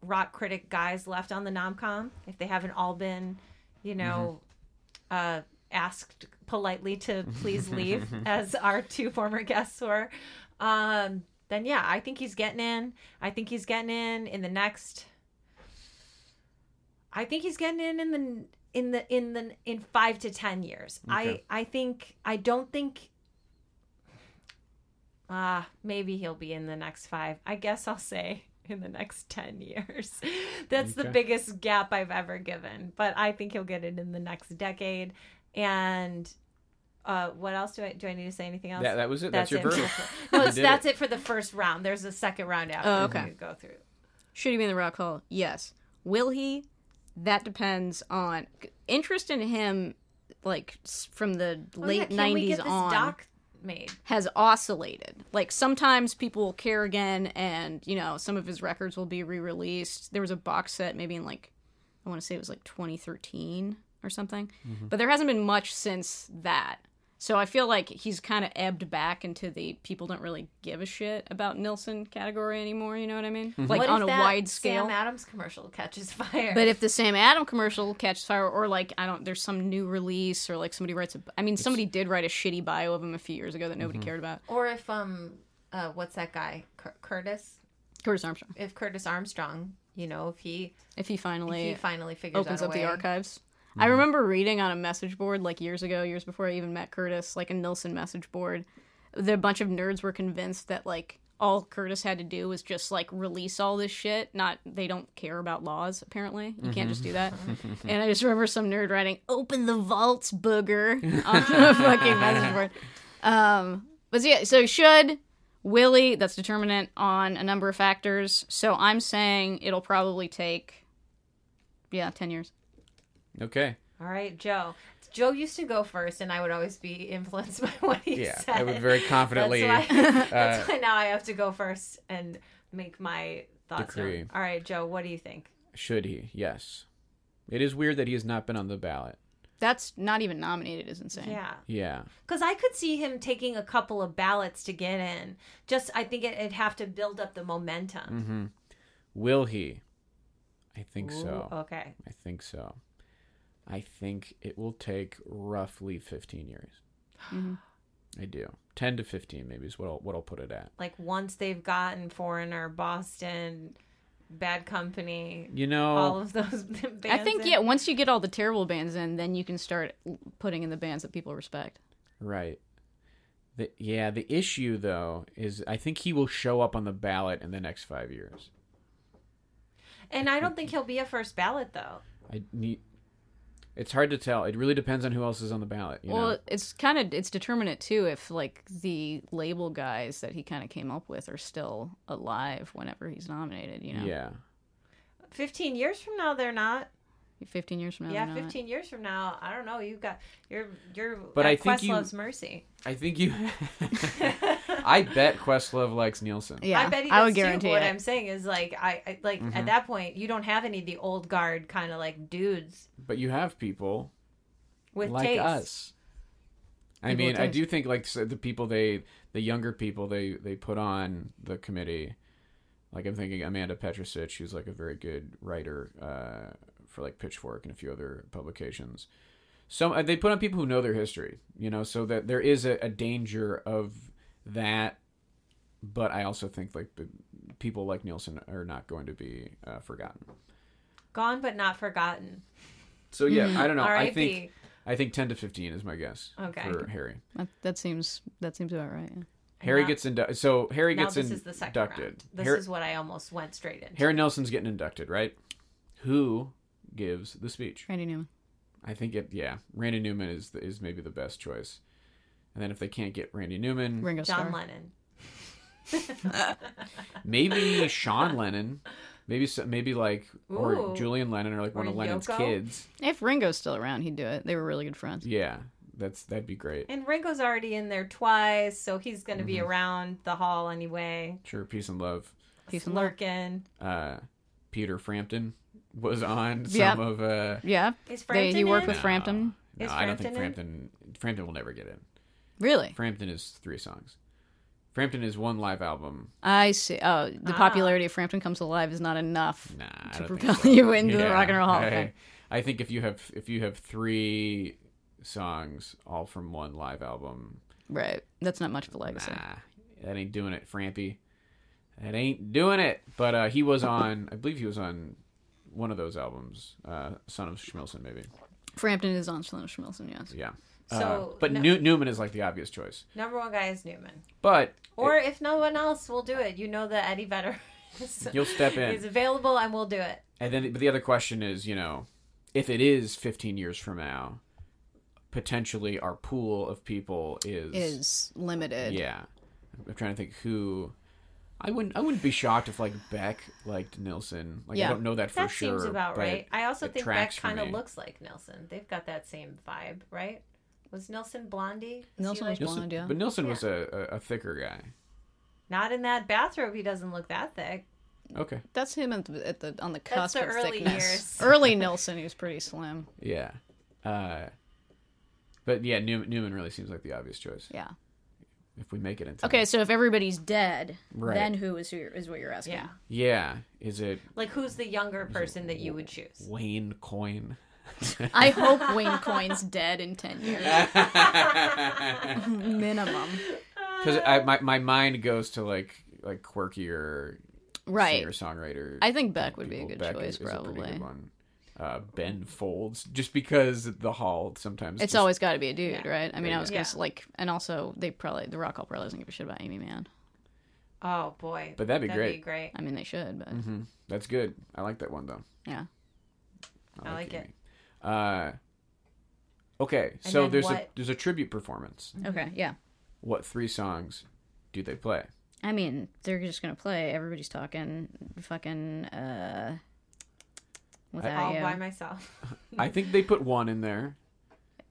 S2: rock critic guys left on the nomcom if they haven't all been you know uh asked politely to please leave as our two former guests were um then yeah i think he's getting in i think he's getting in in the next I think he's getting in in the in the in the in five to ten years.
S1: Okay.
S2: I I think I don't think. Ah, maybe he'll be in the next five. I guess I'll say in the next ten years. That's the
S1: Okay.
S2: biggest gap I've ever given, but I think he'll get it in the next decade. And uh, what else do I do? I need to say anything else?
S1: That, that was it. That's, your
S2: it.
S1: verdict.
S2: no,
S1: You
S2: it's,
S1: did
S2: that's it. for the first round. There's a second round after
S3: Oh, okay.
S2: you go through.
S3: Should he be in the Rock Hall? Yes. Will he? That depends on interest in him. Like s- from the
S2: Oh, yeah,
S3: late
S2: can we
S3: '90s
S2: get this
S3: on,
S2: doc made?
S3: has oscillated. Like sometimes people will care again, and you know some of his records will be re-released. There was a box set maybe in like I want to say it was like 2013 or something, but there hasn't been much since that. So I feel like he's kind of ebbed back into the people don't really give a shit about Nilsson category anymore. You know what I mean? Like
S2: What
S3: on
S2: if
S3: a
S2: that
S3: wide scale.
S2: Sam Adams commercial catches fire.
S3: But if the Sam Adam commercial catches fire, or like I don't, there's some new release, or like somebody writes a, I mean, somebody did write a shitty bio of him a few years ago that nobody cared about.
S2: or if um, uh, what's that guy Cur- Curtis?
S3: Curtis Armstrong,
S2: If Curtis Armstrong, you know, if he
S3: if he
S2: if
S3: finally
S2: he finally figures
S3: opens
S2: out
S3: up
S2: a way,
S3: the archives, I remember reading on a message board like years ago, years before I even met Curtis, like a Nilsson message board, that a bunch of nerds were convinced that like all Curtis had to do was just like release all this shit. Not they don't care about laws apparently. You can't just do that. and I just remember some nerd writing "Open the vaults, booger" on the fucking message board. Um, but yeah, so should Willie? That's determinant on a number of factors. So I'm saying it'll probably take yeah ten years.
S1: Okay.
S2: All right, Joe. Joe used to go first, and I would always be influenced by what he
S1: Yeah,
S2: said.
S1: I would very confidently.
S2: That's why,
S1: uh,
S2: that's why now I have to go first and make my thoughts. known.
S1: Decree.
S2: All right, Joe, what do you think?
S1: Should he? Yes. It is weird that he has not been on the ballot.
S3: That's not even nominated is insane.
S2: Yeah.
S1: Yeah.
S2: Because I could see him taking a couple of ballots to get in. Just, I think it, it'd have to build up the momentum.
S1: hmm Will he? I think so.
S2: Ooh, Okay.
S1: I think so. I think it will take roughly 15 years.
S3: Mm-hmm.
S1: I do. 10 to 15 maybe is what I'll, what I'll put it at.
S2: Like once they've gotten Foreigner, Boston, Bad Company,
S1: You know,
S2: all of those bands.
S3: I think
S2: in.
S3: yeah. Once you get all the terrible bands in, then you can start putting in the bands that people respect.
S1: right. The, yeah, the issue though is I think he will show up on the ballot in the next 5 years.
S2: And I don't think he'll be a first ballot, though.
S1: I need It's hard to tell. It really depends on who else is on the ballot, you
S3: well,
S1: know.
S3: it's kind of it's determinate too if like the label guys that he kind of came up with are still alive whenever he's nominated. You know,
S1: Yeah.
S2: 15 years from now they're not
S3: fifteen years from now.
S2: yeah
S3: they're not.
S2: 15 years from now i don't know you've got your your
S1: But
S2: uh,
S1: I think
S2: quest
S1: you-
S2: loves mercy
S1: I think you I bet Questlove likes Nielsen.
S3: Yeah,
S2: i bet he does
S3: I would
S2: too,
S3: guarantee
S2: but what
S3: it.
S2: i'm saying is like i, I like
S1: Mm-hmm.
S2: at that point you don't have any of the old guard kind of like dudes
S1: But you have people
S2: with
S1: like
S2: taste
S1: us. I
S3: People
S1: mean,
S3: with
S1: I
S3: taste.
S1: do think like so the people they, the younger people they they put on the committee. Like I'm thinking Amanda Petrosic, who's like a very good writer uh, for like Pitchfork and a few other publications. So uh, they put on people who know their history, you know, so that there is a, a danger of that. But I also think like the people like Nielsen are not going to be uh, forgotten.
S2: gone but not forgotten
S1: So yeah, I don't know. I
S2: R.I.P..
S1: think I think ten to fifteen is my guess
S2: Okay.
S1: for Harry.
S3: That, that seems that seems about right. Yeah.
S1: Harry
S2: now-
S1: gets inducted. So Harry
S2: now
S1: gets
S2: this is the second
S1: inducted.
S2: round this
S1: Harry,
S2: is what i almost went straight into
S1: Harry Nelson's getting inducted, right? Who gives the speech?
S3: Randy Newman.
S1: I think it. Yeah, Randy Newman is the, is maybe the best choice. And then if they can't get Randy Newman,
S3: Ringo
S2: john
S3: Starr.
S2: lennon
S1: maybe Sean Lennon, maybe so- maybe like or
S2: Ooh.
S1: Julian Lennon or like one
S2: Or
S1: of Lennon's
S2: Yoko?
S1: kids.
S3: If Ringo's still around, he'd do it. They were really good friends.
S1: Yeah, that's that'd be great.
S2: and ringo's already in there twice so he's gonna
S1: Mm-hmm.
S2: be around the hall anyway
S1: Sure, peace and love.
S3: Peace and love.
S2: lurking
S1: Uh, Peter Frampton was on some
S3: Yeah.
S1: of. Uh,
S3: Yeah,
S2: Is
S3: they, he
S2: Frampton
S3: worked
S2: in?
S3: with Frampton.
S1: No,
S2: Is
S1: I don't think Frampton.
S2: Frampton
S1: Frampton will never get in.
S3: Really,
S1: Frampton is three songs. Frampton is one live album.
S3: I see. Oh,
S2: Ah.
S3: the popularity of Frampton Comes Alive is not enough
S1: Nah, I
S3: to
S1: don't think
S3: propel
S1: so.
S3: you into the
S1: Yeah,
S3: Rock and Roll Hall of Fame.
S1: I, I think if you have if you have three songs all from one live album,
S3: Right, that's not much of a
S1: nah,
S3: legacy.
S1: that ain't doing it, Frampy. That ain't doing it. But uh, he was on, I believe he was on one of those albums, uh, Son of Schmilson, maybe.
S3: Frampton is on Sloan Schmilson. Yes.
S1: Yeah.
S2: So,
S1: uh, but
S2: no-
S1: New- Newman is like the obvious choice.
S2: number one guy is newman
S1: But
S2: Or if no one else will do it, you know that Eddie Vedder is,
S1: you'll step in.
S2: is available and we'll do it.
S1: And then, but the other question is, you know, if it is 15 years from now, potentially our pool of people is,
S3: is limited.
S1: yeah. I'm trying to think who. I wouldn't. I wouldn't be shocked if like Beck liked Nilsson. Like
S3: Yeah.
S1: I don't know that for
S2: That
S1: sure.
S2: seems about
S1: but
S2: right. I also
S1: it
S2: think that
S1: tracks for
S2: kind of
S1: me.
S2: looks like Nelson. They've got that same vibe, right? Was Nelson Blondie? Is he
S3: Nelson was
S2: like-
S1: Nilsson,
S3: blonde. Yeah.
S1: But Nilsson was a, a, a thicker guy.
S2: not in that bathrobe. He doesn't look that thick.
S1: Okay.
S3: That's him at the, at the on the
S2: That's
S3: cusp
S2: the
S3: of
S2: early
S3: thickness.
S2: years.
S3: Early Nelson, he was pretty slim.
S1: Yeah. Uh, but yeah, Newman, Newman really seems like the obvious choice
S3: Yeah.
S1: if we make it in time.
S3: Okay, so if everybody's dead,
S1: Right.
S3: then who is who you're- is what you're asking?
S2: Yeah.
S1: Yeah. Is it
S2: Like who's the younger person that you would choose?
S1: Wayne Coyne?
S3: I hope Wayne Coyne's dead in ten years minimum. Uh,
S1: because my, my mind goes to like like quirkier
S3: Right.
S1: singer songwriter.
S3: I think Beck would be a good
S1: Beck is-
S3: choice,
S1: is a pretty
S3: probably.
S1: good one. uh, Ben Folds, just because the Hall sometimes.
S3: It's
S1: just-
S3: always got to be a dude, right? I mean, I was
S2: Yeah.
S3: gonna s- like, and also they probably the Rock Hall probably doesn't give a shit about Amy Man.
S2: Oh boy.
S1: But that'd be
S2: Be
S1: great.
S2: great.
S3: I mean, they should, but
S1: Mhm. That's good. I like that one though.
S3: yeah.
S2: I like it.
S1: Amy. Uh, okay, so
S2: then
S1: there's a
S2: what-
S1: there's a tribute performance.
S3: Okay, yeah.
S1: What three songs do they play?
S3: I mean, they're just gonna play. Everybody's talking, fucking. uh Without
S2: All
S3: you.
S2: by myself.
S1: I think they put one in there.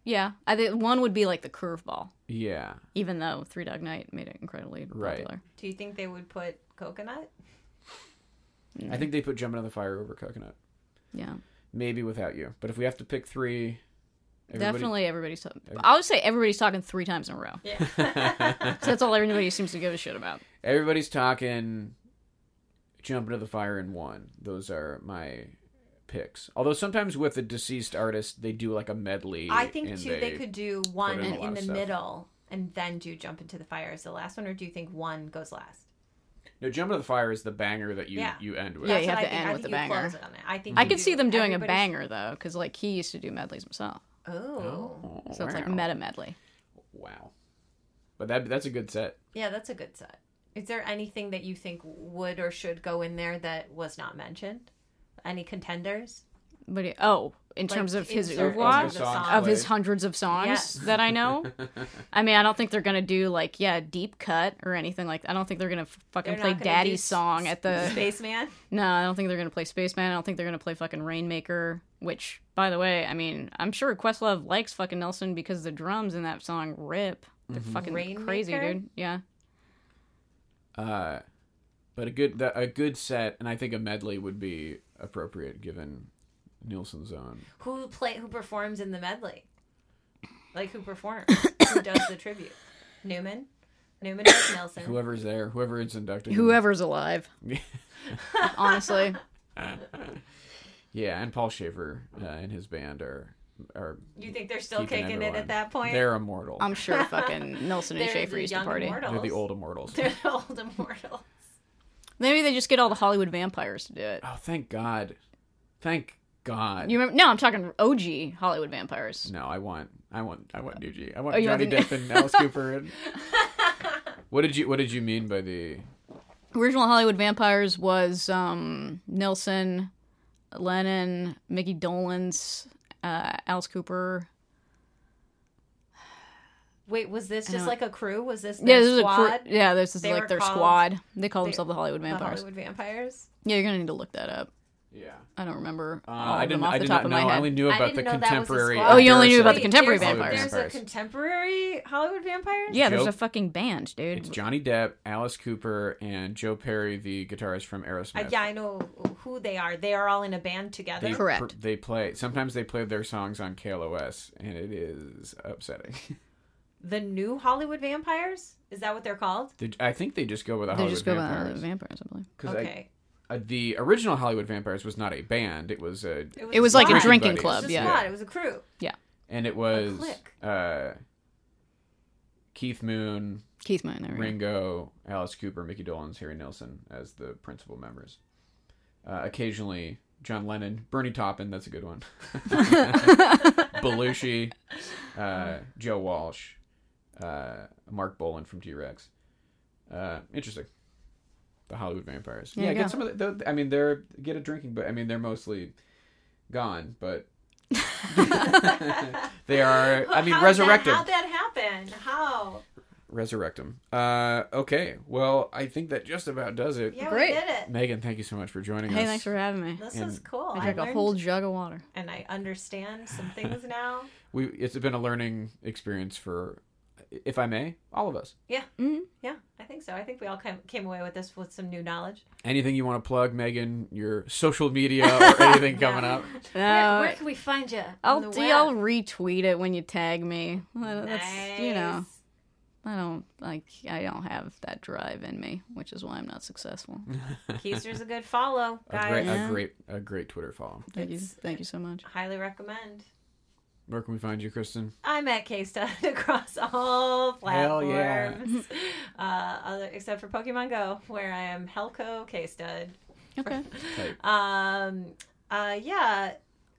S3: yeah, I think one would be like the curveball,
S1: Yeah,
S3: even though Three Dog Night made it incredibly
S1: Right.
S3: popular.
S2: Do you think they would put coconut?
S1: I
S3: Mm-hmm.
S1: think they put "Jump Out of the Fire" over "Coconut."
S3: Yeah,
S1: Maybe without you, but if we have to pick three, everybody-
S3: definitely everybody's. talking. I would say everybody's talking three times in a row. Yeah, that's all everybody seems to give a shit about.
S1: Everybody's talking Jump into the Fire and One. Those are my picks. Although sometimes with a deceased artist, they do like a medley.
S2: I think
S1: and
S2: too they, could do one
S1: in a
S2: in,
S1: lot of
S2: the
S1: stuff.
S2: middle and then do jump into the fire as the last one, or do you think one goes last?
S1: No, Jump into the Fire is the banger that you
S2: Yeah.
S1: you end with.
S3: Yeah,
S2: That's
S3: you
S2: what
S3: have
S2: I
S3: to
S2: think.
S3: end
S2: I
S3: with
S2: think
S3: a
S2: you
S3: banger.
S2: close it on it. I think
S3: I
S2: you
S3: could
S2: do-
S3: see them doing a
S2: everybody should-
S3: banger though, because like he used to do medleys himself,
S2: Oh,
S3: so it's like
S1: Wow.
S3: meta medley.
S1: Wow. But that that's a good set.
S2: yeah, that's a good set. Is there anything that you think would or should go in there that was not mentioned? Any contenders?
S3: But he, oh, in terms of his
S2: insert
S3: oeuvre
S1: Of the songs
S3: of his
S1: played.
S3: hundreds of songs
S2: Yes.
S3: that I know. I mean, I don't think they're gonna do like yeah, deep cut or anything like. I don't think they're gonna f- fucking
S2: They're
S3: play
S2: not gonna do
S3: Daddy's
S2: s-
S3: song at the.
S2: Spaceman.
S3: No, I don't think they're gonna play Spaceman. I don't think they're gonna play fucking Rainmaker. Which, by the way, I mean, I'm sure Questlove likes fucking Nelson because the drums in that song rip. They're
S1: Mm-hmm.
S3: fucking crazy,
S2: Rainmaker?
S3: dude. Yeah.
S1: Uh, but a good the- a good set, and I think a medley would be appropriate given Nielsen's own.
S2: Who play? Who performs in the medley? Like who performs? who does the tribute? Newman. Newman does Nelson.
S1: Whoever's there, whoever is inducted.
S3: Whoever's alive, honestly.
S1: Yeah, and Paul Schaefer uh, and his band are are
S2: You think they're still
S1: keeping
S2: kicking it
S1: everyone.
S2: at that point?
S1: They're immortal.
S3: I'm sure fucking Nelson and
S2: They're
S3: Schaefer
S2: the
S3: used to
S2: young
S3: party.
S2: immortals.
S1: They're the old immortals.
S2: They're the old immortals.
S3: Maybe they just get all the Hollywood vampires to do it.
S1: oh, thank God! Thank God!
S3: You remember? No, I'm talking OG Hollywood vampires.
S1: No, I want, I want, I want New G. I want
S3: Oh, you want
S1: Johnny
S3: the-
S1: Depp and Alice Cooper. And... what did you What did you mean by the?
S3: Original Hollywood vampires was um, Nelson, Lennon, Mickey Dolenz, uh, Alice Cooper.
S2: Wait, was this just like a crew? Was this
S3: yeah,
S2: their
S3: this is a
S2: squad?
S3: cr- yeah, this is
S2: They
S3: like
S2: were
S3: their
S2: called-
S3: squad. They call themselves the Hollywood
S2: The
S3: vampires.
S2: Hollywood vampires.
S3: Yeah, you're gonna need to look that up.
S1: Yeah,
S3: I don't remember
S1: uh,
S3: all
S1: I
S3: of
S1: didn't.
S3: them off
S1: I
S3: the
S1: did
S3: top
S1: not
S3: of
S1: know.
S3: my
S1: I
S3: head.
S1: only knew
S2: I
S1: about the
S2: didn't know that was a
S1: contemporary.
S2: squad. Oh,
S3: you only knew about the
S1: comparison.
S3: contemporary
S2: there's,
S3: vampires.
S2: There's
S1: Vampires.
S2: a contemporary Hollywood vampires.
S3: yeah, there's
S1: Joe-
S3: a fucking band, dude.
S1: It's Johnny Depp, Alice Cooper, and Joe Perry, the guitarist from
S2: Uh,
S1: Aerosmith.
S2: yeah, I know who they are. They are all in a band together.
S1: They,
S3: Correct.
S1: pr- They play. Sometimes they play their songs on KLOS, and it is upsetting.
S2: The new Hollywood vampires? Is that what they're called?
S1: Did- I think they just go with the
S3: they
S1: Hollywood
S3: just go by
S1: Vampires.
S3: Hollywood vampires, I believe.
S1: 'Cause I-
S2: Okay.
S1: uh, the original Hollywood Vampires was not a band; it was a
S2: was,
S3: It was like a
S2: squad.
S3: drinking
S1: Everybody's.
S2: It
S3: club.
S2: was a
S3: Yeah,
S2: squad. It was a crew.
S1: and it was
S2: clique.
S1: uh, Keith Moon,
S3: Keith Mine. There we go.
S1: Ringo, Alice Cooper, Mickey Dolenz, Harry Nilsson as the principal members. Uh, occasionally, John Lennon, Bernie Taupin, that's a good one. Belushi, uh, Joe Walsh, uh, Mark Bolan from T Rex. Uh, interesting. The Hollywood Vampires.
S3: There
S1: yeah,
S3: you
S1: get
S3: go.
S1: some of the, the. I mean, they're get a drinking, but I mean, they're mostly gone, but they are. I mean,
S2: How did that-
S1: resurrected.
S2: How'd that happen? How?
S1: Resurrect him. Uh, okay. Well, I think that just about does it.
S2: Yeah,
S3: Great.
S2: we did it.
S1: Megan, thank you so much for joining us.
S3: Hey, thanks for having me.
S2: This
S1: And
S2: was cool. I,
S3: I drank
S2: learned,
S3: a whole jug of water.
S2: and I understand some things now.
S1: We it's been a learning experience for, if I may, all of us.
S2: Yeah. Yeah, I think so. I think we all came, came away with this with some new knowledge.
S1: Anything you want to plug, Megan? Your social media or anything coming up?
S3: Uh,
S2: can we find you?
S3: I'll I'll retweet it when you tag me. Uh, That's you know I don't like I don't have that drive in me, which is why I'm not successful.
S2: Keister's a good follow,
S1: A great,
S2: guys.
S1: a great, a great Twitter follow.
S3: Thank you, thank you so much.
S2: Highly recommend.
S1: Where can we find you, Kristen?
S2: I'm at K Stud across all
S1: Hell
S2: platforms.
S1: yeah.
S2: uh, other, except for Pokemon Go, where I am Helco K Stud. Mm-hmm.
S3: Okay,
S1: Type.
S2: Um, uh, yeah.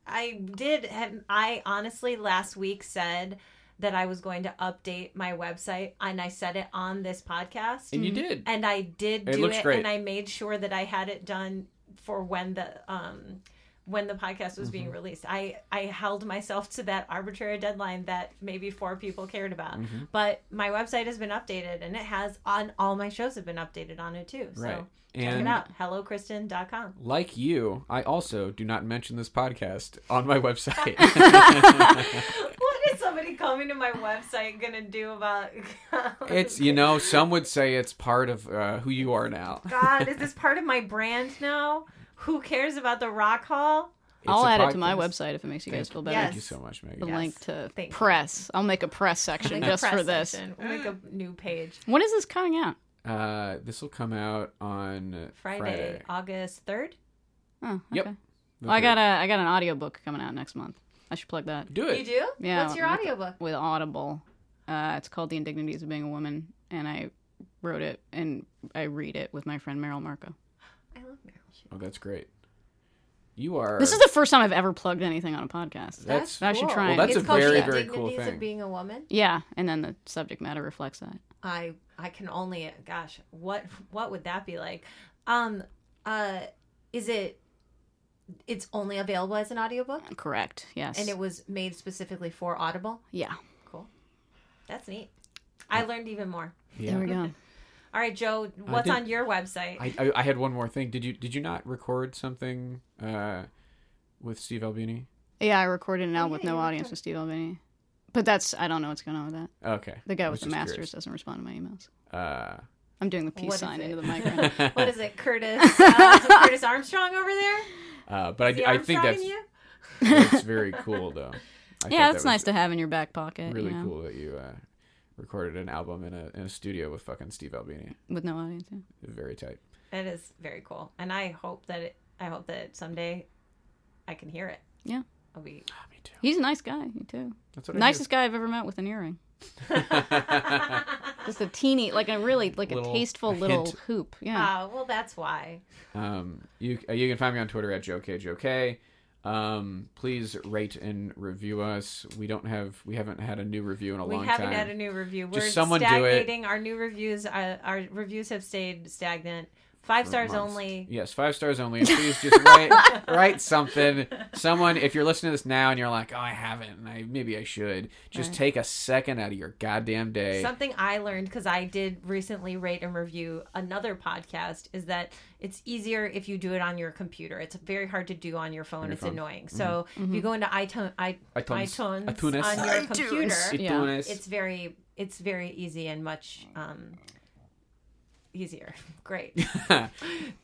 S2: I did. Have, I honestly last week said that I was going to update my website, and I said it on this podcast.
S1: And you did.
S2: and I did
S1: It
S2: do
S1: looks
S2: it,
S1: great.
S2: and I made sure that I had it done for when the um when the podcast was
S1: Mm-hmm.
S2: being released. I I held myself to that arbitrary deadline that maybe four people cared about.
S1: Mm-hmm.
S2: But my website has been updated and it has on all my shows have been updated on it too. So
S1: Right.
S2: check
S1: And-
S2: it out. HelloKristen.com.
S1: Like you, I also do not mention this podcast on my website.
S2: What is somebody coming to my website gonna do about
S1: it's you know, some would say it's part of uh, who you are now.
S2: God, is this part of my brand now? Who cares about the rock hall?
S3: I'll
S1: It's a
S3: add it to my
S1: podcast.
S3: website if it makes you guys feel better.
S1: Thank
S2: Yes.
S1: you so much, Megan.
S3: The link to
S2: Thank you.
S3: press. I'll make a press section
S2: Make a
S3: just
S2: press
S3: for this.
S2: section. We'll make a new page.
S3: When is this coming out?
S1: Uh, this will come out on
S2: Friday,
S1: Friday.
S2: August 3rd.
S3: Oh, okay.
S1: Yep.
S3: Well, I got a I got an audiobook coming out next month. I should plug that.
S1: do it.
S2: You do?
S3: Yeah.
S2: What's your
S3: with-
S2: audiobook?
S3: With Audible. Uh, it's called The Indignities of Being a Woman, and I wrote it and I read it with my friend Meryl Marco.
S2: I love Meryl.
S1: Oh, that's great. You are.
S3: This is the first time I've ever plugged anything on a podcast.
S1: That's-
S3: I should try.
S1: Well,
S3: and-
S1: that's
S2: it's
S1: a
S2: called
S1: very,
S2: The
S1: very cool
S2: Dignities
S1: thing.
S2: of Being a Woman.
S3: yeah, and then the subject matter reflects that.
S2: I I can only gosh, what what would that be like? Um uh is it it's only available as an audiobook
S3: Correct. Yes.
S2: and it was made specifically for Audible?
S3: yeah.
S2: Cool. That's neat. I learned even more.
S1: Yeah.
S3: There we go.
S2: All right, Joe, what's
S1: did-
S2: on your website?
S1: I, I, I had one more thing. Did you did you not record something uh, with Steve Albini?
S3: Yeah, I recorded an album with no audience with Steve Albini, but that's I don't know what's going on with that.
S1: Okay.
S3: The guy
S1: I
S3: with
S1: was
S3: the
S1: just
S3: masters
S1: curious.
S3: doesn't respond to my emails.
S1: Uh,
S3: I'm doing the
S2: What
S3: peace
S2: is
S3: sign
S2: it?
S3: into the microphone.
S2: what is it, Curtis? Uh, is it Curtis Armstrong over there?
S1: uh, but I,
S2: The
S1: d- I think
S2: Armstrong in
S1: that's
S2: you?
S1: that's very cool though. I thought
S3: yeah,
S1: that
S3: that's
S1: was
S3: nice to have in your back pocket.
S1: Really
S3: you know,
S1: cool that you uh, recorded an album in a in a studio with fucking Steve Albini.
S3: With no audience. Yeah.
S1: Very tight.
S2: That is very cool, and I hope that it, I hope that someday I can hear it.
S3: Yeah.
S2: I'll be
S1: Ah, me too.
S3: He's a nice guy, you too.
S1: That's what
S3: Nicest guy I've ever met with an earring. Just a teeny, like a really, like
S1: Little
S3: a tasteful little
S1: hint.
S3: hoop. Yeah.
S2: ah well, that's why.
S1: I do. Um, you uh, you can find me on Twitter at JoeKJoK. Um, please rate and review us. We don't have we haven't had a new review in a
S2: We
S1: long
S2: haven't
S1: time.
S2: had a new review. We're
S1: Just someone do it.
S2: stagnating. Our new reviews, uh, our reviews have stayed stagnant. Five stars
S1: months.
S2: only.
S1: Yes, five stars only. And please just write write something. Someone, if you're listening to this now and you're like, "Oh, I haven't," and I maybe I should, just take a second out of your goddamn day.
S2: Something I learned because I did recently rate and review another podcast is that it's easier if you do it on your computer. It's very hard to do on your phone.
S1: your
S2: it's
S1: phone. Mm-hmm.
S2: annoying. So if
S3: Mm-hmm.
S2: you go into iTunes, I,
S1: iTunes.
S2: iTunes,
S1: iTunes.
S2: on your computer,
S1: iTunes.
S2: it's very it's very easy and much um, easier. Great.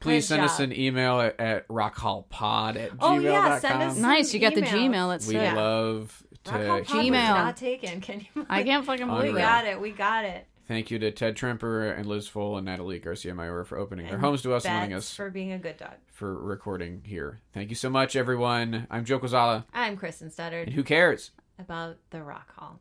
S1: please
S2: good
S1: send us
S2: job.
S1: an email at, at rockhallpod at
S2: Oh,
S1: gmail.com.
S2: yeah, send us-
S3: nice. You got the
S2: Emails.
S3: Gmail. That's
S1: we
S3: sick.
S1: love to
S2: Rock Hall Pod was
S1: hear-
S3: Gmail.
S2: not taken. Can you?
S3: I can't fucking
S2: We
S3: believe
S1: Unreal.
S3: that.
S2: got it. We got it.
S1: Thank you to Ted Tremper and Liz Full and Natalie Garcia Mayor for opening their homes to us and letting
S2: Bets
S1: us
S2: for being a good dog.
S1: for recording here. Thank you so much, everyone. I'm Joe Kozala,
S2: I'm Kristen
S1: and
S2: Studdard
S1: who cares?
S2: about the Rock Hall.